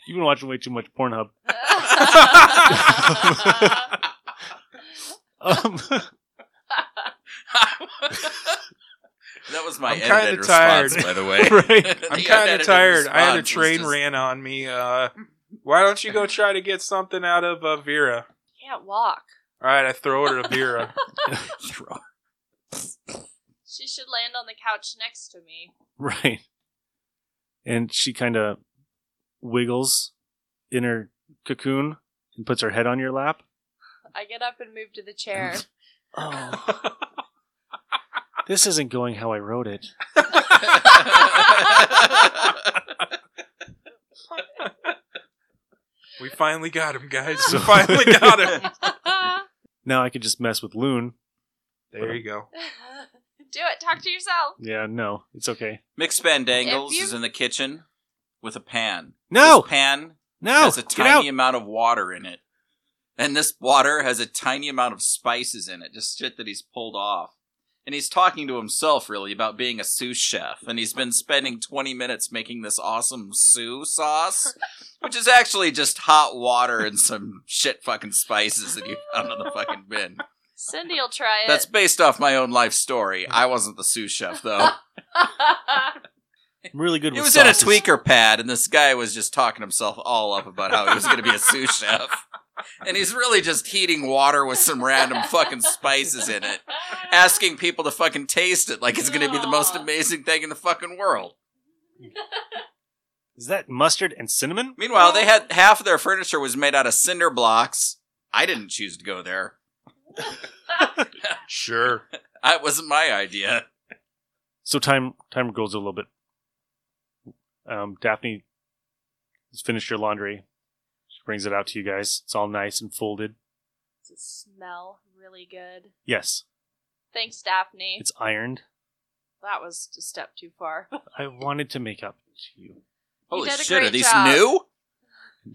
Speaker 1: You've been watching way too much Pornhub. Um,
Speaker 4: <laughs>
Speaker 1: <laughs>
Speaker 4: that was my
Speaker 3: I'm kinda
Speaker 4: edited
Speaker 3: tired.
Speaker 4: response,
Speaker 3: <laughs>
Speaker 4: by the way.
Speaker 1: right.
Speaker 4: The
Speaker 3: I'm kind
Speaker 4: unedited
Speaker 3: of tired. I had a
Speaker 4: response was
Speaker 3: train <laughs>
Speaker 4: <laughs> just-
Speaker 3: ran on me. Uh, why don't you go try to get something out of uh, Vera?
Speaker 5: <laughs> Can't walk.
Speaker 3: All right, I throw it to Vera.
Speaker 4: Throw-
Speaker 5: She should land on the couch next to me.
Speaker 1: Right. And she kind of wiggles in her cocoon and puts her head on your lap.
Speaker 5: I get up and move to the
Speaker 4: <laughs>
Speaker 5: chair.
Speaker 1: Oh. this isn't going how I wrote it.
Speaker 3: we finally got him, guys. We finally got
Speaker 5: <laughs>
Speaker 3: him.
Speaker 1: Now I could just mess with Loon.
Speaker 3: There you go.
Speaker 5: Do it. Talk to yourself.
Speaker 1: Yeah, no, it's okay.
Speaker 4: Mix Spandangles
Speaker 5: If you-
Speaker 4: is in the kitchen with a pan.
Speaker 1: No,
Speaker 4: This pan
Speaker 1: no,
Speaker 4: has a
Speaker 1: get out.
Speaker 4: tiny amount of water in it. And this water has a tiny amount of spices in it, just shit that he's pulled off. And he's talking to himself, really, about being a sous chef. And he's been spending 20 minutes making this awesome
Speaker 1: <laughs>
Speaker 4: sous sauce, which is actually just hot water and some shit fucking spices that you found in the fucking
Speaker 1: <laughs>
Speaker 4: bin.
Speaker 5: Cindy will try it. <laughs>
Speaker 4: That's <laughs> based off my own life story. I wasn't the sous chef, though.
Speaker 1: I'm really good
Speaker 4: He
Speaker 1: with
Speaker 4: was
Speaker 1: sauces.
Speaker 4: in a tweaker pad, and this guy was just talking himself all up about how he was going to be a sous chef. And he's really just heating water with some random fucking spices in it, asking people to fucking taste it like it's going to be the most
Speaker 5: Aw.
Speaker 4: amazing thing in the fucking world.
Speaker 1: Is that mustard and cinnamon?
Speaker 4: Meanwhile, they had half of their furniture was made out of cinder blocks. I didn't choose to go there.
Speaker 3: Sure.
Speaker 4: That wasn't my idea.
Speaker 1: So time time goes a little bit. Um, Daphne has finished your laundry. She brings it out to you guys. It's all nice and folded.
Speaker 5: Does it smell really good?
Speaker 1: Yes,
Speaker 5: Thanks, Daphne.
Speaker 1: it's ironed.
Speaker 5: That was a step too far. <laughs>
Speaker 1: I wanted to make up to you.
Speaker 5: You
Speaker 4: Holy
Speaker 5: did a
Speaker 4: shit, are
Speaker 5: great
Speaker 4: these
Speaker 5: job.
Speaker 4: new?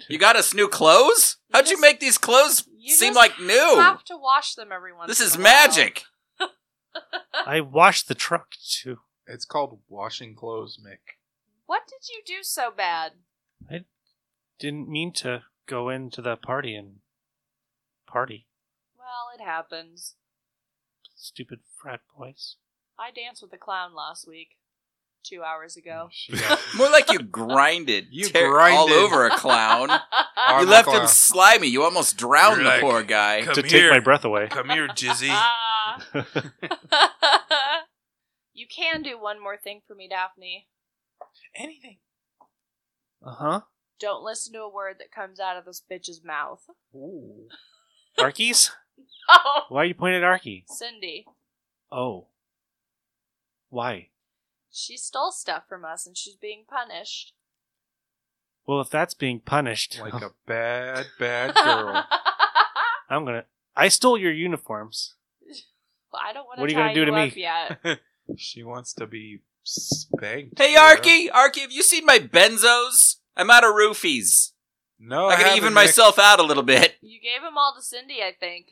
Speaker 4: You got us new clothes?
Speaker 5: You
Speaker 4: How'd you
Speaker 5: just-
Speaker 4: make these clothes
Speaker 5: You
Speaker 4: seem
Speaker 5: just
Speaker 4: like new?
Speaker 5: Have to wash them every once.
Speaker 4: This
Speaker 5: in
Speaker 4: is
Speaker 5: a while.
Speaker 4: magic. Ah.
Speaker 1: I washed the truck too.
Speaker 3: It's called washing clothes, Mick.
Speaker 5: What did you do so bad?
Speaker 1: Didn't mean to go into the party and party.
Speaker 5: Well, it happens.
Speaker 1: Stupid frat boys.
Speaker 5: I danced with a clown last week, two hours ago. <laughs>
Speaker 3: She <laughs> got-
Speaker 4: More like you grinded.
Speaker 3: You
Speaker 4: tear all
Speaker 3: grinded.
Speaker 4: over a
Speaker 3: <laughs>
Speaker 5: <laughs>
Speaker 4: clown.
Speaker 3: Arm
Speaker 4: you
Speaker 3: the
Speaker 4: left
Speaker 3: clown.
Speaker 4: him slimy. You almost drowned
Speaker 3: You're
Speaker 4: the
Speaker 3: like,
Speaker 4: poor guy.
Speaker 3: Come
Speaker 1: to take
Speaker 3: here.
Speaker 1: my
Speaker 3: <laughs>
Speaker 1: breath away.
Speaker 3: Come here, Jizzy.
Speaker 5: Ah. <laughs> you can do one more thing for me, Daphne.
Speaker 3: Anything.
Speaker 1: Uh huh.
Speaker 5: Don't listen to a word that comes out of this bitch's mouth. <laughs>
Speaker 3: Ooh.
Speaker 1: Arkies?
Speaker 5: Oh,
Speaker 1: Why are you pointing at Arky?
Speaker 5: Cindy,
Speaker 1: Oh. Why?
Speaker 5: she stole stuff from us and she's being punished.
Speaker 1: Well, if that's being punished, <laughs>
Speaker 3: <laughs> Like a bad, <laughs> bad
Speaker 5: <laughs>
Speaker 3: girl.
Speaker 1: I'm gonna. I stole your uniforms.
Speaker 5: Well, I don't want
Speaker 1: What are
Speaker 5: to
Speaker 1: you gonna
Speaker 5: tie
Speaker 1: do
Speaker 5: you
Speaker 1: to me?
Speaker 5: up
Speaker 1: <laughs>
Speaker 5: yet.
Speaker 3: she wants to be spanked.
Speaker 4: Hey,
Speaker 3: Vera.
Speaker 4: Arky, Arky, have you seen my Benzos? I'm out of roofies.
Speaker 3: No,
Speaker 4: I
Speaker 3: Oh, haven't,
Speaker 4: can even
Speaker 3: Mick.
Speaker 4: myself out a little bit.
Speaker 5: You gave them all to Cindy, I
Speaker 1: <laughs>
Speaker 5: think.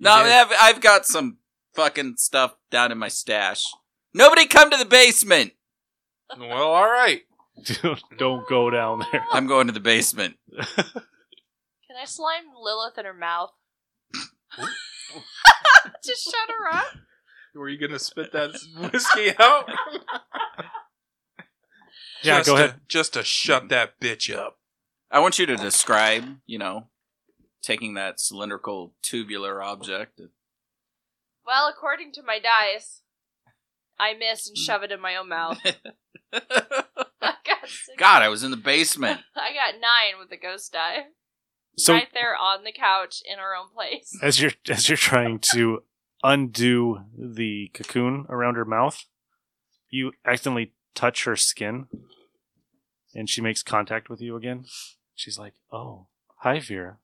Speaker 4: No,
Speaker 3: did.
Speaker 4: I've, I've got some fucking stuff down in my stash. Nobody come to the basement.
Speaker 3: Well, all right.
Speaker 1: Dude, don't go down there.
Speaker 4: I'm going to the basement.
Speaker 5: Oh, Can I slime Lilith in her
Speaker 1: <laughs>
Speaker 5: mouth? <laughs> Just shut her up.
Speaker 3: Were you gonna spit <laughs> that whiskey <laughs> out?
Speaker 1: Yeah,
Speaker 3: Just
Speaker 1: go
Speaker 3: to-
Speaker 1: ahead.
Speaker 3: just to shut that bitch up.
Speaker 4: I want you to describe, you know, taking that cylindrical tubular object. <laughs>
Speaker 5: Well, according to my dice, I miss and shove it in my own
Speaker 4: <laughs>
Speaker 5: mouth. I got six.
Speaker 4: God, I was in the basement.
Speaker 5: I got nine with the ghost die.
Speaker 1: So
Speaker 5: right there on the couch in our own
Speaker 4: <laughs>
Speaker 5: place.
Speaker 1: as you're <laughs> as you're trying to undo the cocoon around her mouth, you accidentally touch her skin, and she makes contact with you again. She's like, "Oh, hi, Vera."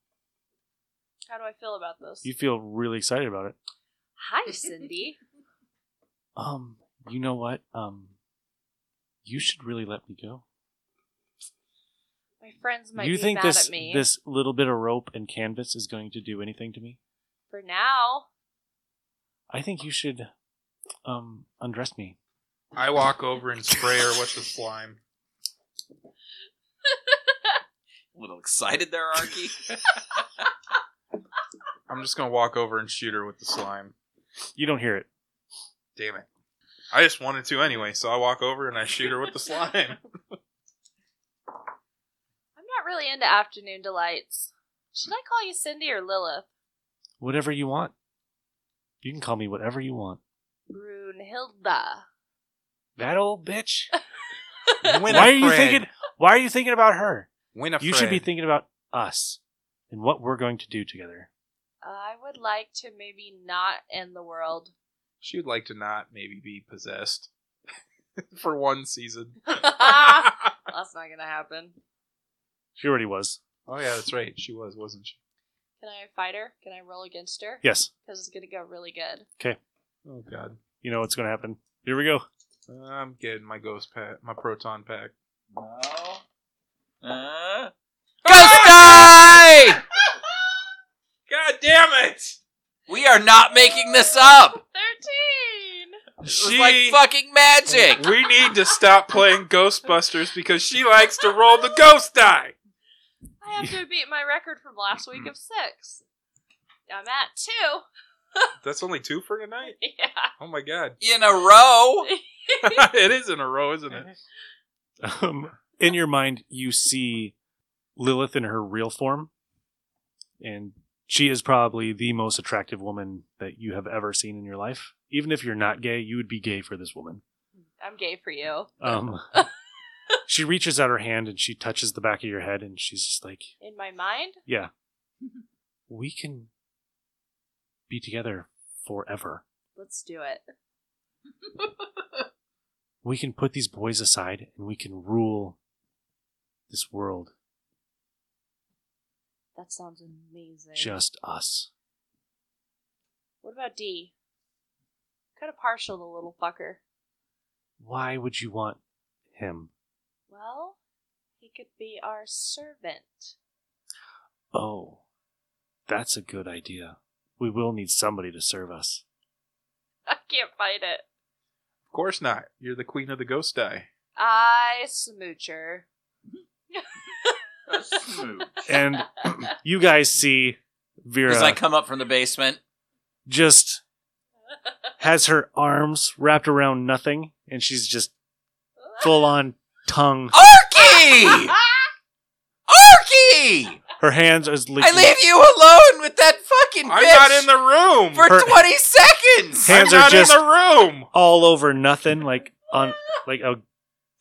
Speaker 5: How do I feel about this?
Speaker 1: You feel really excited about it. <laughs>
Speaker 5: Hi, Cindy.
Speaker 1: Um, you know what? Um, you should really let me go.
Speaker 5: My friends might
Speaker 1: you
Speaker 5: be
Speaker 1: think
Speaker 5: mad
Speaker 1: this
Speaker 5: at me.
Speaker 1: this little bit of rope and canvas is going to do anything to me?
Speaker 5: For now,
Speaker 1: I think you should um undress me.
Speaker 3: I walk over and spray her with the slime.
Speaker 4: A little excited there, Arky.
Speaker 3: I'm just gonna walk over and shoot her with the slime.
Speaker 1: You don't hear it.
Speaker 3: Damn it. I just wanted to anyway, so I walk over and I shoot her with the <laughs> slime.
Speaker 5: I'm not really into afternoon delights. Should I call you Cindy or Lilith?
Speaker 1: Whatever you want. You can call me whatever you want.
Speaker 5: Brunhilda.
Speaker 1: That old bitch.
Speaker 3: Winifred.
Speaker 1: Why are you thinking? Why are you thinking about her?
Speaker 3: Winifred.
Speaker 1: You should be thinking about us and what we're going to do together.
Speaker 5: I would like to maybe not end the world. <laughs>
Speaker 3: She would like to not maybe be possessed <laughs> for one season.
Speaker 5: That's not gonna happen.
Speaker 1: She already was.
Speaker 3: Oh yeah, that's right. She was, wasn't she?
Speaker 5: Can I fight her? Can I roll against her?
Speaker 1: Yes.
Speaker 5: Because it's gonna go really good.
Speaker 3: Oh god.
Speaker 1: You know what's going to happen. Here we go. <laughs>
Speaker 3: I'm getting my ghost pack, my proton pack.
Speaker 4: no. Uh, Ghost <laughs> die!
Speaker 3: God damn it!
Speaker 4: We are not making this up.
Speaker 5: Thirteen.
Speaker 4: It was
Speaker 3: She
Speaker 4: like fucking magic.
Speaker 3: We need to stop playing Ghostbusters because she likes to roll the ghost die.
Speaker 5: I have
Speaker 1: <laughs>
Speaker 5: to beat my record from last week of six. I'm at two. <laughs>
Speaker 3: That's only two for tonight?
Speaker 5: Yeah.
Speaker 3: Oh my god. <laughs>
Speaker 4: In a row.
Speaker 3: it is in a row, isn't it?
Speaker 1: Um, in your mind, you see Lilith in her real form, and she is probably the most attractive woman that you have ever seen in your life. Even if you're not gay, you would be gay for this woman.
Speaker 5: I'm gay for you.
Speaker 1: Um, she reaches out her hand and she touches the back of your head, and she's just like,
Speaker 5: In my mind,
Speaker 1: "Yeah, we can be together forever.
Speaker 5: let's do it.
Speaker 1: We can put these boys aside, and we can rule this world."
Speaker 5: That sounds amazing.
Speaker 1: Just us.
Speaker 5: What about D? Kind of partial, the little fucker.
Speaker 1: Why would you want him?
Speaker 5: Well, he could be our servant. <laughs>
Speaker 1: Oh, that's a good idea. We will need somebody to serve us.
Speaker 5: I can't fight it.
Speaker 3: Of course not. You're the queen of the ghost die.
Speaker 5: I smoocher. <laughs>
Speaker 1: And you guys see Vera
Speaker 4: As I come up from the basement,
Speaker 1: just has her arms wrapped around nothing, and she's just
Speaker 5: <laughs>
Speaker 1: full on tongue.
Speaker 3: E.
Speaker 4: Arky, Arky,
Speaker 1: Her hands are leaking.
Speaker 4: I leave you alone with that fucking
Speaker 3: I'm
Speaker 4: bitch
Speaker 3: not in the room.
Speaker 4: for
Speaker 1: Her-
Speaker 4: twenty seconds.
Speaker 1: Hands
Speaker 3: I'm
Speaker 1: are
Speaker 3: not
Speaker 1: just
Speaker 3: in the room.
Speaker 1: all over nothing, like on like a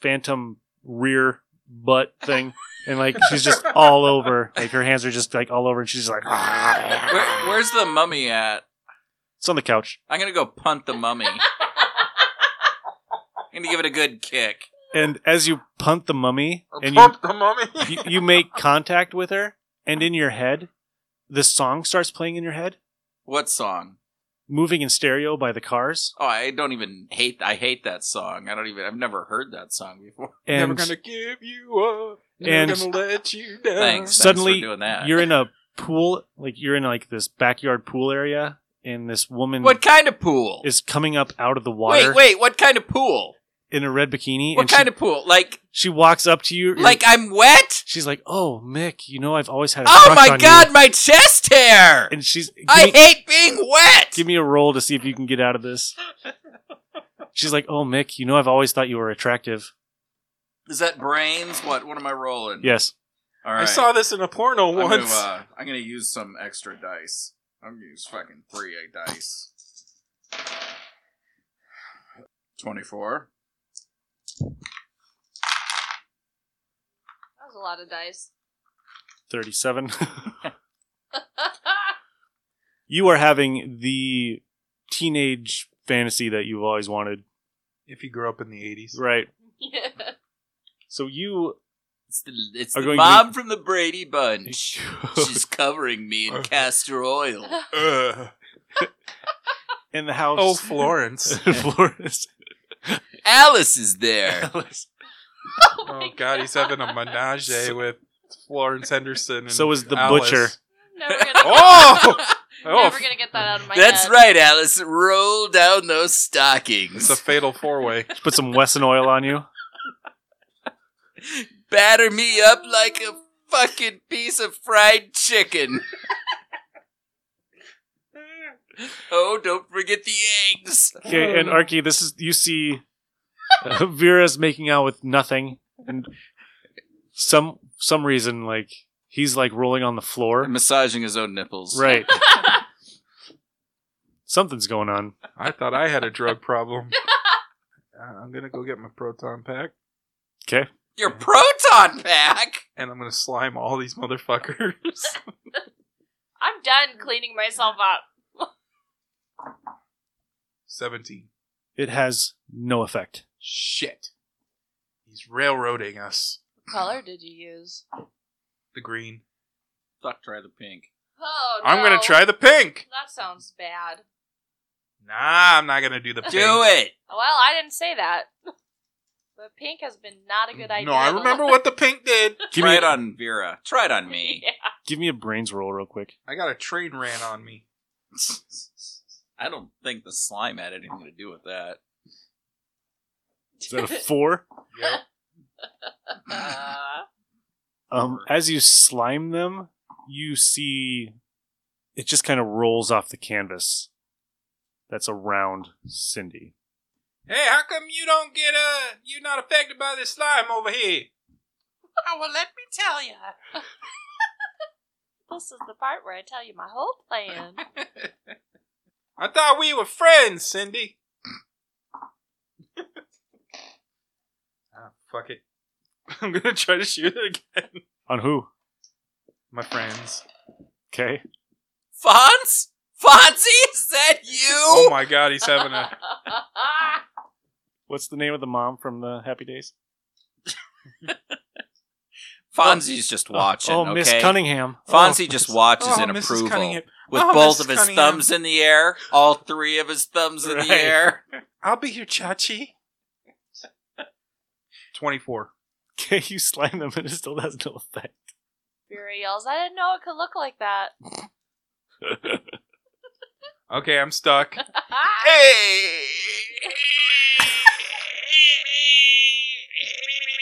Speaker 1: phantom rear butt thing. And like she's just all over, like her hands are just like all over, and she's like,
Speaker 4: Where, where's the mummy at?
Speaker 1: it's on the couch.
Speaker 4: I'm gonna go punt the <laughs> mummy. I'm gonna give it a good kick.
Speaker 1: And as you punt the mummy, and you
Speaker 3: Pump the mummy.
Speaker 1: you, you make
Speaker 4: <laughs>
Speaker 1: contact with her, and in your head, the song starts playing in your head,
Speaker 4: What song?
Speaker 1: moving in stereo by the cars.
Speaker 4: Oh, I don't even hate. I hate that song. I don't even. I've never heard that song before.
Speaker 3: Never
Speaker 1: And
Speaker 3: gonna give you up.
Speaker 1: and-
Speaker 3: Never gonna let you down.
Speaker 4: Thanks.
Speaker 1: Uh, Suddenly,
Speaker 4: Thanks for doing that.
Speaker 1: you're in a pool, like you're in like this backyard pool area, and this woman
Speaker 4: what kind of pool?
Speaker 1: is coming up out of the water
Speaker 4: Wait, wait. What kind of pool?
Speaker 1: in a red bikini,
Speaker 4: What
Speaker 1: and
Speaker 4: kind
Speaker 1: she,
Speaker 4: of pool? Like,
Speaker 1: she walks up to you,
Speaker 4: like I'm wet.
Speaker 1: she's like, "Oh, Mick, you know I've always had a
Speaker 4: Oh
Speaker 1: crush
Speaker 4: my
Speaker 1: on
Speaker 4: god,
Speaker 1: you."
Speaker 4: my chest hair.
Speaker 1: and she's give
Speaker 4: I
Speaker 1: me-
Speaker 4: hate being wet.
Speaker 1: Give me a roll to see if you can get out of
Speaker 4: <laughs>
Speaker 1: this. She's like, "Oh, Mick, you know I've always thought you were attractive."
Speaker 4: Is that brains? What? What am I rolling?
Speaker 1: Yes.
Speaker 4: All
Speaker 3: I
Speaker 4: right.
Speaker 3: saw this in a porno
Speaker 4: I'm
Speaker 3: once.
Speaker 4: Gonna, uh, I'm gonna use some extra dice. I'm gonna use fucking three dice. Twenty-four.
Speaker 5: That was a lot of dice. <laughs>
Speaker 1: 37. <laughs> you are having the teenage fantasy that you've always wanted.
Speaker 3: if you grew up in the 80s.
Speaker 1: Right.
Speaker 5: yeah.
Speaker 1: So you
Speaker 4: It's the, it's
Speaker 1: Are
Speaker 4: the
Speaker 1: going to
Speaker 4: mom from the Brady Bunch.
Speaker 1: <laughs>
Speaker 4: She's
Speaker 1: She's
Speaker 4: covering me
Speaker 1: <laughs>
Speaker 4: in castor oil.
Speaker 3: Ugh.
Speaker 1: in the house. <laughs>
Speaker 3: Oh, Florence.
Speaker 1: Florence.
Speaker 4: Alice
Speaker 1: <laughs>
Speaker 4: is there.
Speaker 1: Alice.
Speaker 3: Oh God, he's having a menage
Speaker 1: So-
Speaker 3: with Florence Henderson. And
Speaker 1: So is the
Speaker 3: Alice.
Speaker 1: butcher.
Speaker 5: <laughs> Never gonna,
Speaker 3: Oh, oh,
Speaker 5: never gonna get that out of my
Speaker 4: That's
Speaker 5: head.
Speaker 4: right, Alice. Roll down those
Speaker 3: it's
Speaker 4: stockings.
Speaker 3: a fatal four-way.
Speaker 1: Put some Wesson oil on you.
Speaker 4: Batter me up like a fucking piece of
Speaker 1: <laughs>
Speaker 4: fried chicken. oh, don't forget the eggs.
Speaker 1: Okay, and Arky, this is you see <laughs> uh, Vera's making out with nothing, and some some reason like he's like rolling on the floor.
Speaker 4: Massaging his own nipples.
Speaker 1: Right. Something's going on.
Speaker 3: I thought I had a drug problem. Uh, I'm gonna go get my proton pack,
Speaker 1: Okay.
Speaker 4: Your proton pack.
Speaker 3: and I'm gonna slime all these motherfuckers.
Speaker 5: <laughs> I'm done cleaning myself up.
Speaker 3: Seventeen.
Speaker 1: It has no effect.
Speaker 3: Shit. He's railroading us.
Speaker 5: What color did you use?
Speaker 3: The green.
Speaker 4: Fuck, try the pink.
Speaker 5: Oh,
Speaker 3: I'm gonna
Speaker 5: no.
Speaker 3: try the pink.
Speaker 5: That sounds bad.
Speaker 3: Nah, I'm not gonna do the pink.
Speaker 4: Do it.
Speaker 5: Well, I didn't say that. <laughs> But pink has been not a good idea.
Speaker 3: No,
Speaker 5: <laughs>
Speaker 3: I
Speaker 5: the
Speaker 3: remember what the pink
Speaker 5: <laughs>
Speaker 3: did.
Speaker 1: Give
Speaker 4: try
Speaker 1: me
Speaker 4: it on Vera. Try it on me. <laughs>
Speaker 5: Yeah.
Speaker 1: give me a brains roll real quick.
Speaker 3: I got a train ran on
Speaker 5: <laughs>
Speaker 3: me.
Speaker 4: I don't think the slime had anything to do with that.
Speaker 1: Is that a four?
Speaker 3: Yep.
Speaker 5: Uh,
Speaker 1: Um, as you slime them, you see it just kind of rolls off the canvas. That's around Cindy.
Speaker 3: Hey, how come you don't get uh you're not affected by this slime over here?
Speaker 7: Oh, well, let me tell you.
Speaker 5: this is the part where I tell you my whole plan.
Speaker 3: I thought we were friends, Cindy. ah, fuck it. <laughs> I'm gonna try to shoot it again.
Speaker 1: On who?
Speaker 3: My friends.
Speaker 1: Okay.
Speaker 4: Fonz? Fonzie? Is that you?
Speaker 3: Oh my god, he's <laughs> having
Speaker 5: <laughs>
Speaker 3: a
Speaker 1: What's the name of the mom from the Happy Days?
Speaker 4: Fonzie's just watching.
Speaker 1: Oh,
Speaker 4: okay?
Speaker 1: Miss <laughs> Cunningham.
Speaker 4: Fonzie just watches
Speaker 3: oh,
Speaker 4: in
Speaker 3: Mrs.
Speaker 4: approval
Speaker 3: Cunningham.
Speaker 4: with
Speaker 3: Oh,
Speaker 4: both
Speaker 3: Mrs.
Speaker 4: of his
Speaker 3: Cunningham.
Speaker 4: thumbs in the air, all three of his thumbs in
Speaker 1: Right.
Speaker 3: <laughs>
Speaker 4: the air.
Speaker 3: I'll be your chachi. Twenty-four.
Speaker 1: Okay, you slime them and it still has no effect.
Speaker 5: Vera yells, I didn't know it could look like
Speaker 3: <laughs>
Speaker 5: that.
Speaker 3: Okay, I'm stuck.
Speaker 4: Hey!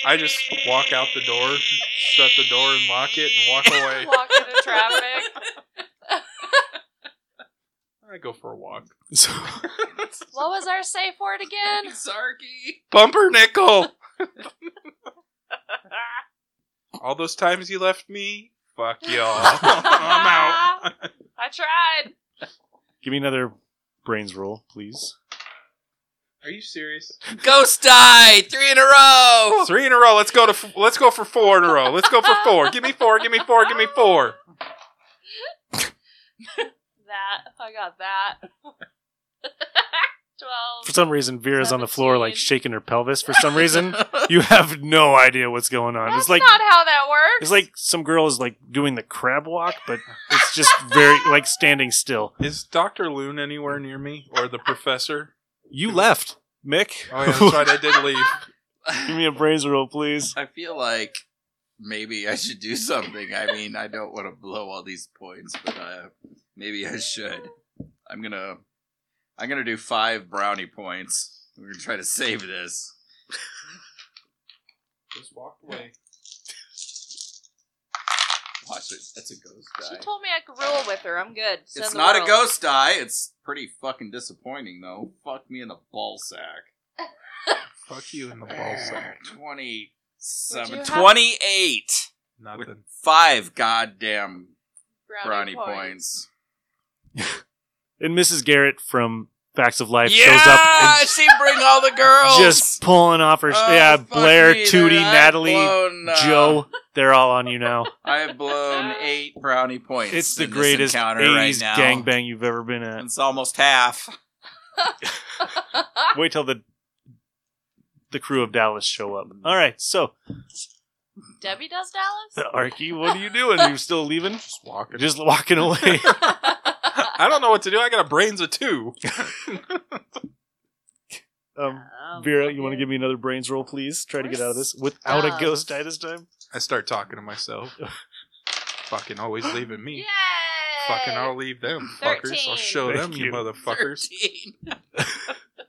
Speaker 3: I just walk out the door, shut the door, and lock it, and walk away.
Speaker 5: Walk into traffic.
Speaker 3: <laughs> I go for a walk.
Speaker 1: So
Speaker 5: What was our safe word
Speaker 3: <laughs>
Speaker 5: again?
Speaker 4: Sarky.
Speaker 3: Bumper nickel. <laughs> All those times you left me, fuck y'all. <laughs> Oh, I'm out.
Speaker 5: <laughs> I tried.
Speaker 1: give me another brains roll, please.
Speaker 3: Are you serious?
Speaker 4: Ghost die! Three in a row!
Speaker 3: Three in a row. Let's go to. F- let's go for four in a row. Let's go for four. Give me four. Give me four. Give me four.
Speaker 5: That. I got that. <laughs> 12.
Speaker 1: For some reason, Vera's on the floor, like
Speaker 5: Seventeen.
Speaker 1: shaking her pelvis. For some
Speaker 5: <laughs>
Speaker 1: reason, you have no idea what's going on.
Speaker 5: That's
Speaker 1: it's like
Speaker 5: not how that works.
Speaker 1: it's like some girl is like doing the crab walk, but it's just very like standing still.
Speaker 3: Is Doctor Loon anywhere near me or the professor?
Speaker 1: You left, Mick.
Speaker 3: Oh yeah, that's right. I did
Speaker 1: <laughs>
Speaker 3: leave.
Speaker 1: give me a brains roll, please.
Speaker 4: I feel like maybe I should do something. I mean, I don't want to blow all these points, but uh, maybe I should. I'm gonna, I'm gonna do five brownie points. We're gonna try to save this.
Speaker 3: <laughs> Just walked away.
Speaker 4: Watch it. That's a ghost
Speaker 5: she
Speaker 4: die.
Speaker 5: told me I could rule with her. I'm good. Send
Speaker 4: it's
Speaker 5: the
Speaker 4: not a
Speaker 5: world.
Speaker 4: ghost die. It's pretty fucking disappointing though. Fuck me in the ball sack.
Speaker 3: Fuck you in the ballsack.
Speaker 4: Twenty
Speaker 5: Would you
Speaker 4: seven.
Speaker 5: have-
Speaker 4: Twenty eight. With
Speaker 3: Nothing.
Speaker 4: five goddamn brownie, points.
Speaker 1: And Mrs. Garrett from Facts of Life
Speaker 4: yeah,
Speaker 1: shows up and
Speaker 4: she bring all the girls.
Speaker 1: just pulling off her.
Speaker 4: Oh,
Speaker 1: yeah,
Speaker 4: fuck
Speaker 1: Blair,
Speaker 4: me,
Speaker 1: Tootie,
Speaker 4: dude. I've
Speaker 1: Natalie,
Speaker 4: blown, uh,
Speaker 1: Joe. They're all on you now.
Speaker 4: I have blown eight brownie points.
Speaker 1: It's the
Speaker 4: in this
Speaker 1: greatest
Speaker 4: encounter
Speaker 1: 80s
Speaker 4: right now.
Speaker 1: gangbang you've ever been at.
Speaker 4: It's almost half. <laughs>
Speaker 1: Wait till the the crew of Dallas show up. All right, so
Speaker 5: Debbie does Dallas?
Speaker 1: Arky, what are you doing? You're still leaving?
Speaker 3: Just walking.
Speaker 1: Just walking
Speaker 4: <laughs>
Speaker 1: away. <laughs>
Speaker 5: <laughs>
Speaker 3: I don't know what to do. I got a brains of two.
Speaker 1: Um,
Speaker 5: Um,
Speaker 1: Vera, you want to give me another brains roll, please? Try to get out of this without a ghost die this time.
Speaker 3: I start talking to myself. Fucking always leaving me.
Speaker 5: Yay!
Speaker 3: Fucking I'll leave them fuckers. I'll
Speaker 5: Thirteen.
Speaker 3: show
Speaker 1: Thank
Speaker 3: them, you,
Speaker 1: you.
Speaker 3: motherfuckers.
Speaker 4: <laughs> 13.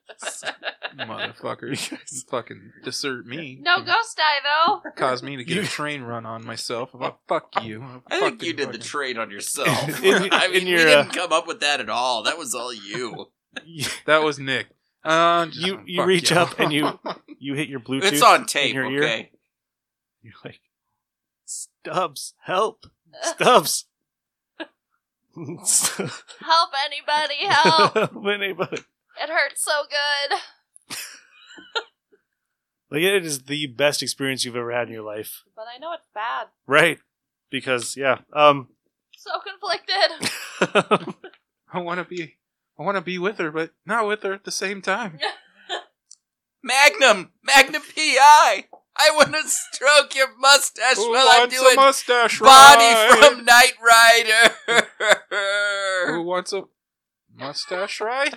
Speaker 3: motherfuckers. You fucking desert me.
Speaker 5: <laughs> No ghost die though.
Speaker 3: Cause me to get a train run on myself. If I fuck you.
Speaker 4: I think you did the
Speaker 3: fucking-
Speaker 1: <laughs>
Speaker 4: trade on yourself.
Speaker 1: In-
Speaker 4: I
Speaker 1: in
Speaker 4: mean,
Speaker 1: your,
Speaker 4: we
Speaker 1: uh,
Speaker 4: didn't come up with that at all. That was all you.
Speaker 1: You,
Speaker 3: <laughs> That was Nick. Uh, just
Speaker 1: You-
Speaker 3: wanna
Speaker 1: you
Speaker 3: fuck
Speaker 1: reach
Speaker 3: y'all.
Speaker 1: up and you- you hit your Bluetooth.
Speaker 4: It's on tape,
Speaker 1: in your ear.
Speaker 4: okay?
Speaker 1: You're like, Stubbs, help,
Speaker 4: <laughs>
Speaker 1: Stubbs.
Speaker 5: Help
Speaker 1: <laughs>
Speaker 5: anybody, help!
Speaker 1: Anybody.
Speaker 5: it hurts so good.
Speaker 1: <laughs> Like it is the best experience you've ever had in your life,
Speaker 5: But I know it's bad.
Speaker 1: right? Because yeah, um, <laughs>
Speaker 5: So conflicted.
Speaker 3: <laughs>
Speaker 5: <laughs>
Speaker 3: I want to be. I want to be with her, but not with her at the same time.
Speaker 4: Magnum! Magnum PI! I want to stroke your mustache
Speaker 3: Who
Speaker 4: while I'm
Speaker 3: wants a
Speaker 4: doing
Speaker 3: mustache
Speaker 4: Body
Speaker 3: ride?
Speaker 4: from Knight
Speaker 3: Who
Speaker 4: Rider!
Speaker 3: wants a mustache ride?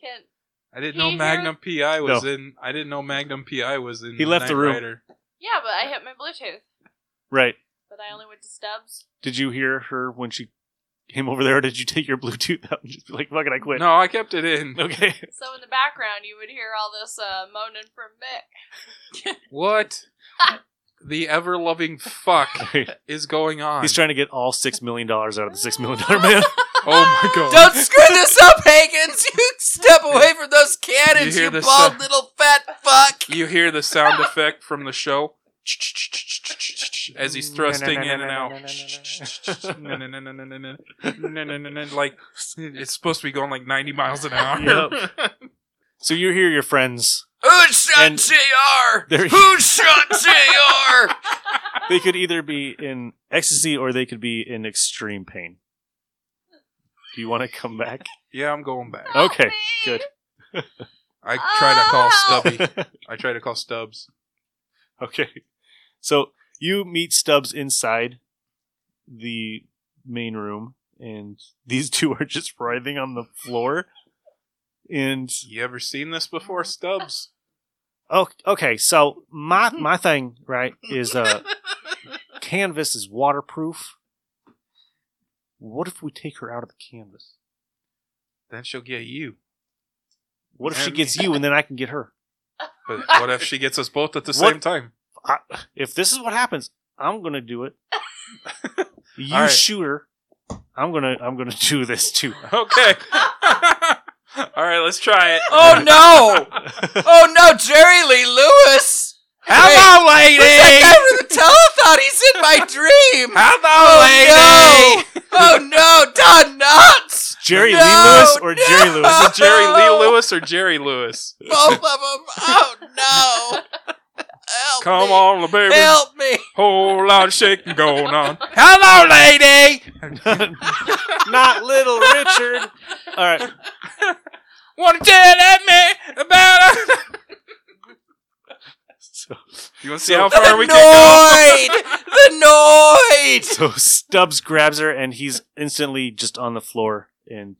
Speaker 5: Can,
Speaker 3: I didn't
Speaker 5: He
Speaker 3: know
Speaker 5: hears-
Speaker 3: Magnum PI was
Speaker 1: No.
Speaker 3: in. I didn't know Magnum PI was in.
Speaker 1: He left the
Speaker 3: Knight
Speaker 1: room.
Speaker 3: Rider.
Speaker 5: yeah, but I hit my Bluetooth.
Speaker 1: right.
Speaker 5: But I only went to Stubbs.
Speaker 1: Did you hear her when she came over there? Or did you take your Bluetooth out and just be like, "Fucking, I quit"?
Speaker 3: No, I kept
Speaker 1: <laughs>
Speaker 3: it in.
Speaker 1: Okay.
Speaker 5: So in the background, you would hear all this uh, moaning from Mick.
Speaker 3: What? the ever loving
Speaker 1: <laughs>
Speaker 3: fuck is going on?
Speaker 1: He's trying to get all six million dollars out of the six million dollar
Speaker 5: <laughs>
Speaker 1: man. <laughs>
Speaker 3: oh my god!
Speaker 4: Don't screw this up, Hagens! You step away from those cannons,
Speaker 3: You
Speaker 4: you,
Speaker 3: hear the
Speaker 4: bald
Speaker 3: sound-
Speaker 4: little fat fuck!
Speaker 3: You hear the sound effect from the show as he's thrusting in and out. <laughs> like it's supposed to be going like 90 miles an hour.
Speaker 1: So you hear your friends.
Speaker 4: Who shot
Speaker 1: And-
Speaker 4: JR?
Speaker 1: They're-
Speaker 4: Who shot
Speaker 3: <laughs>
Speaker 4: JR?
Speaker 1: They could either be in ecstasy or they could be in extreme pain. Do you want to come back?
Speaker 3: <laughs> Yeah, I'm going back.
Speaker 5: Help
Speaker 1: Okay,
Speaker 5: me!
Speaker 1: good.
Speaker 3: I try to call
Speaker 5: Oh.
Speaker 3: Stubby.
Speaker 1: <laughs>
Speaker 3: I try to call Stubbs.
Speaker 1: Okay. So you meet Stubbs inside the main room, and these <laughs> two are just writhing on the floor. And
Speaker 3: You ever seen this before, Stubbs?
Speaker 1: oh, okay. So my my thing right is <laughs> uh, canvas is waterproof. What if we take her out of the canvas?
Speaker 3: Then she'll get you.
Speaker 1: What if she gets you and then I can get her?
Speaker 3: But <laughs> what if she gets us both at the same
Speaker 1: What?
Speaker 3: time?
Speaker 1: I, if this is what happens, I'm gonna do
Speaker 3: <laughs>
Speaker 1: it. you
Speaker 3: All right.
Speaker 1: shoot her. I'm gonna I'm gonna do this
Speaker 3: <laughs>
Speaker 1: too.
Speaker 3: <laughs> Okay. All right, let's try it.
Speaker 4: Oh
Speaker 3: <laughs>
Speaker 4: no! Oh no, Jerry Lee Lewis!
Speaker 3: Hello,
Speaker 4: That guy
Speaker 3: lady.
Speaker 4: from the telethon, he's in
Speaker 3: <laughs>
Speaker 4: my dream!
Speaker 3: Hello,
Speaker 4: Oh,
Speaker 3: lady.
Speaker 4: Oh no, Don Knotts!
Speaker 3: <laughs>
Speaker 1: Jerry
Speaker 4: No,
Speaker 1: Lee Lewis or
Speaker 4: no.
Speaker 1: Jerry Lewis?
Speaker 3: Is it Jerry Lee Lewis or Jerry Lewis? <laughs>
Speaker 4: Both of them! Oh no! Help
Speaker 3: Come
Speaker 4: me.
Speaker 3: on, baby.
Speaker 4: Help me!
Speaker 3: Whole lot of shaking going <laughs> on. Hello, lady.
Speaker 1: <laughs> Not little Richard. All right.
Speaker 3: Want to tell at me about <laughs> her?
Speaker 1: So,
Speaker 3: You want to see how far
Speaker 4: the
Speaker 3: we can
Speaker 4: Noid! the Noid!
Speaker 1: so Stubbs grabs her and he's instantly just on the floor and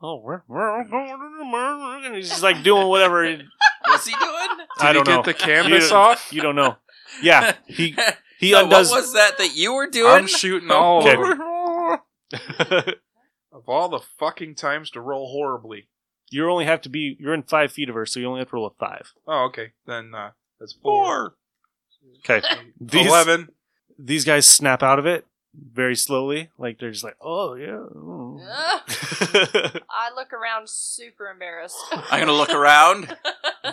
Speaker 1: oh, we're, we're going to the murder," and he's just like doing whatever. he-
Speaker 4: What's he doing?
Speaker 3: go?
Speaker 1: I
Speaker 3: Did he
Speaker 1: don't
Speaker 3: get
Speaker 1: know.
Speaker 3: the canvas
Speaker 1: You-
Speaker 3: off?
Speaker 1: You don't know. Yeah,
Speaker 3: <laughs>
Speaker 1: he he
Speaker 4: No,
Speaker 1: undoes.
Speaker 4: What was that that you were doing?
Speaker 3: I'm shooting all
Speaker 1: Okay.
Speaker 3: over. Of all the fucking times to roll horribly.
Speaker 1: you only have to be. You're in five feet of her, so you only have to roll a five.
Speaker 3: Oh, okay. Then uh, that's four.
Speaker 1: Okay. These,
Speaker 3: Eleven.
Speaker 1: These guys snap out of it very slowly. Like they're just like, oh yeah.
Speaker 3: <laughs>
Speaker 1: oh."
Speaker 5: Ugh. I look around super embarrassed. <laughs>
Speaker 4: I'm gonna look
Speaker 3: <laughs>
Speaker 4: around,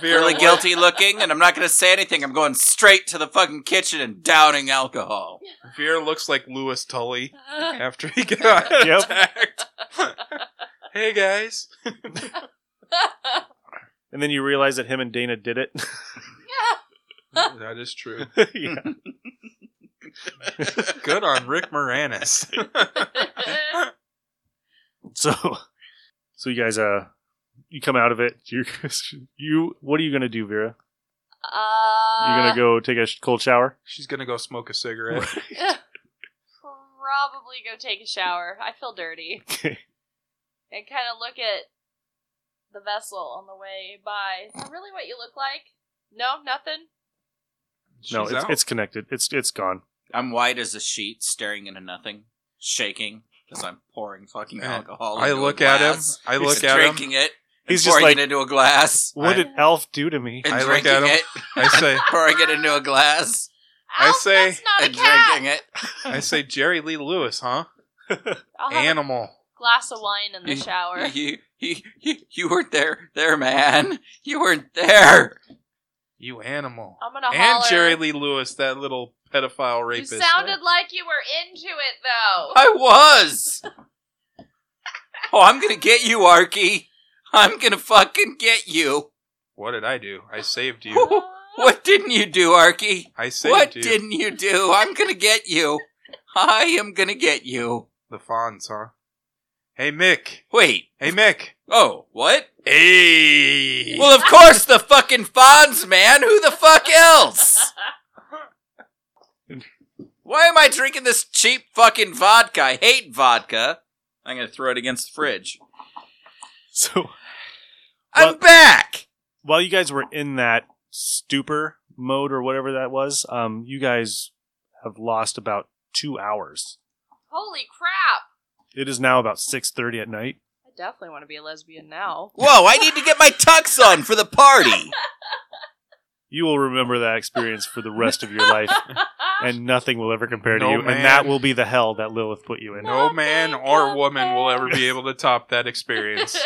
Speaker 3: Vera,
Speaker 4: really
Speaker 3: what-
Speaker 4: guilty looking, and I'm not gonna say anything. I'm going straight to the fucking kitchen and downing alcohol.
Speaker 3: Vera looks like Lewis Tully
Speaker 5: Uh,
Speaker 3: after <laughs> he got
Speaker 1: Yep.
Speaker 3: attacked. hey guys.
Speaker 1: and then you realize that him and Dana did it. <laughs>
Speaker 3: That is true.
Speaker 1: yeah.
Speaker 3: Mm-hmm. Good on Rick Moranis.
Speaker 1: So, so you guys, uh, <laughs> you come out of it. You, you, what are you gonna do, Vera?
Speaker 5: um,
Speaker 1: You gonna go take a sh- cold shower?
Speaker 3: <laughs> She's gonna go smoke a cigarette.
Speaker 5: Probably go take a shower. I feel dirty.
Speaker 1: Okay.
Speaker 5: And kind of look at the vessel on the way by. Is that really what you look like? No, nothing?
Speaker 1: no,
Speaker 3: She's
Speaker 1: it's,
Speaker 3: out.
Speaker 1: it's connected. It's it's gone.
Speaker 4: I'm white as a sheet, staring into nothing, shaking because I'm pouring fucking
Speaker 3: Man,
Speaker 4: alcohol.
Speaker 3: I
Speaker 4: into a
Speaker 3: look at him.
Speaker 4: glass.
Speaker 3: I
Speaker 4: He's
Speaker 3: look at him.
Speaker 4: drinking it.
Speaker 1: He's
Speaker 4: He's
Speaker 1: just
Speaker 4: pouring
Speaker 1: like,
Speaker 4: it into a glass
Speaker 1: what did Alf do to me?
Speaker 4: and
Speaker 3: I look
Speaker 4: drinking
Speaker 3: at him.
Speaker 4: it,
Speaker 3: I say,
Speaker 4: pouring it into a glass
Speaker 3: I
Speaker 5: Alf,
Speaker 3: say-
Speaker 5: That's not a
Speaker 4: and
Speaker 5: cat!
Speaker 4: drinking it.
Speaker 3: <laughs> I say, Jerry Lee Lewis, huh?
Speaker 5: I'll have
Speaker 3: Animal.
Speaker 5: a glass of wine in the shower.
Speaker 4: You, you, you, you weren't there, there, man. You weren't there.
Speaker 3: You animal.
Speaker 5: I'm gonna
Speaker 3: And
Speaker 5: holler.
Speaker 3: Jerry Lee Lewis, that little pedophile
Speaker 5: you
Speaker 3: rapist.
Speaker 5: sounded like you were into it, though.
Speaker 4: I was. Oh, I'm gonna get you, Arky. I'm gonna fucking get you.
Speaker 3: What did I do? I saved you.
Speaker 4: Oh, What didn't you do, Arky?
Speaker 3: I saved
Speaker 4: What
Speaker 3: you.
Speaker 4: didn't you do? I'm gonna get you. I am gonna get you.
Speaker 3: The Fonz, huh? Hey, Mick.
Speaker 4: Wait.
Speaker 3: Hey, Mick.
Speaker 4: Oh, what?
Speaker 3: Hey.
Speaker 4: Well, of course the fucking Fonz, man. Who the fuck else? Why am I drinking this cheap fucking vodka? I hate vodka. I'm gonna throw it against the fridge.
Speaker 1: So
Speaker 4: I'm back.
Speaker 1: while you guys were in that stupor mode or whatever that was, um, you guys have lost about two hours.
Speaker 5: <laughs> Holy crap!
Speaker 1: It is now about six thirty at night.
Speaker 5: I definitely want to be a lesbian now.
Speaker 4: Whoa! I need to get my tux on for the party.
Speaker 1: You will remember that experience for the rest of your life,
Speaker 5: <laughs>
Speaker 1: and nothing will ever compare to
Speaker 3: No,
Speaker 1: you.
Speaker 3: man.
Speaker 1: And that will be the hell that Lilith put you in.
Speaker 3: No man or
Speaker 5: Nothing
Speaker 3: woman will ever be
Speaker 1: compares.
Speaker 3: able to top that
Speaker 1: <laughs>
Speaker 3: experience.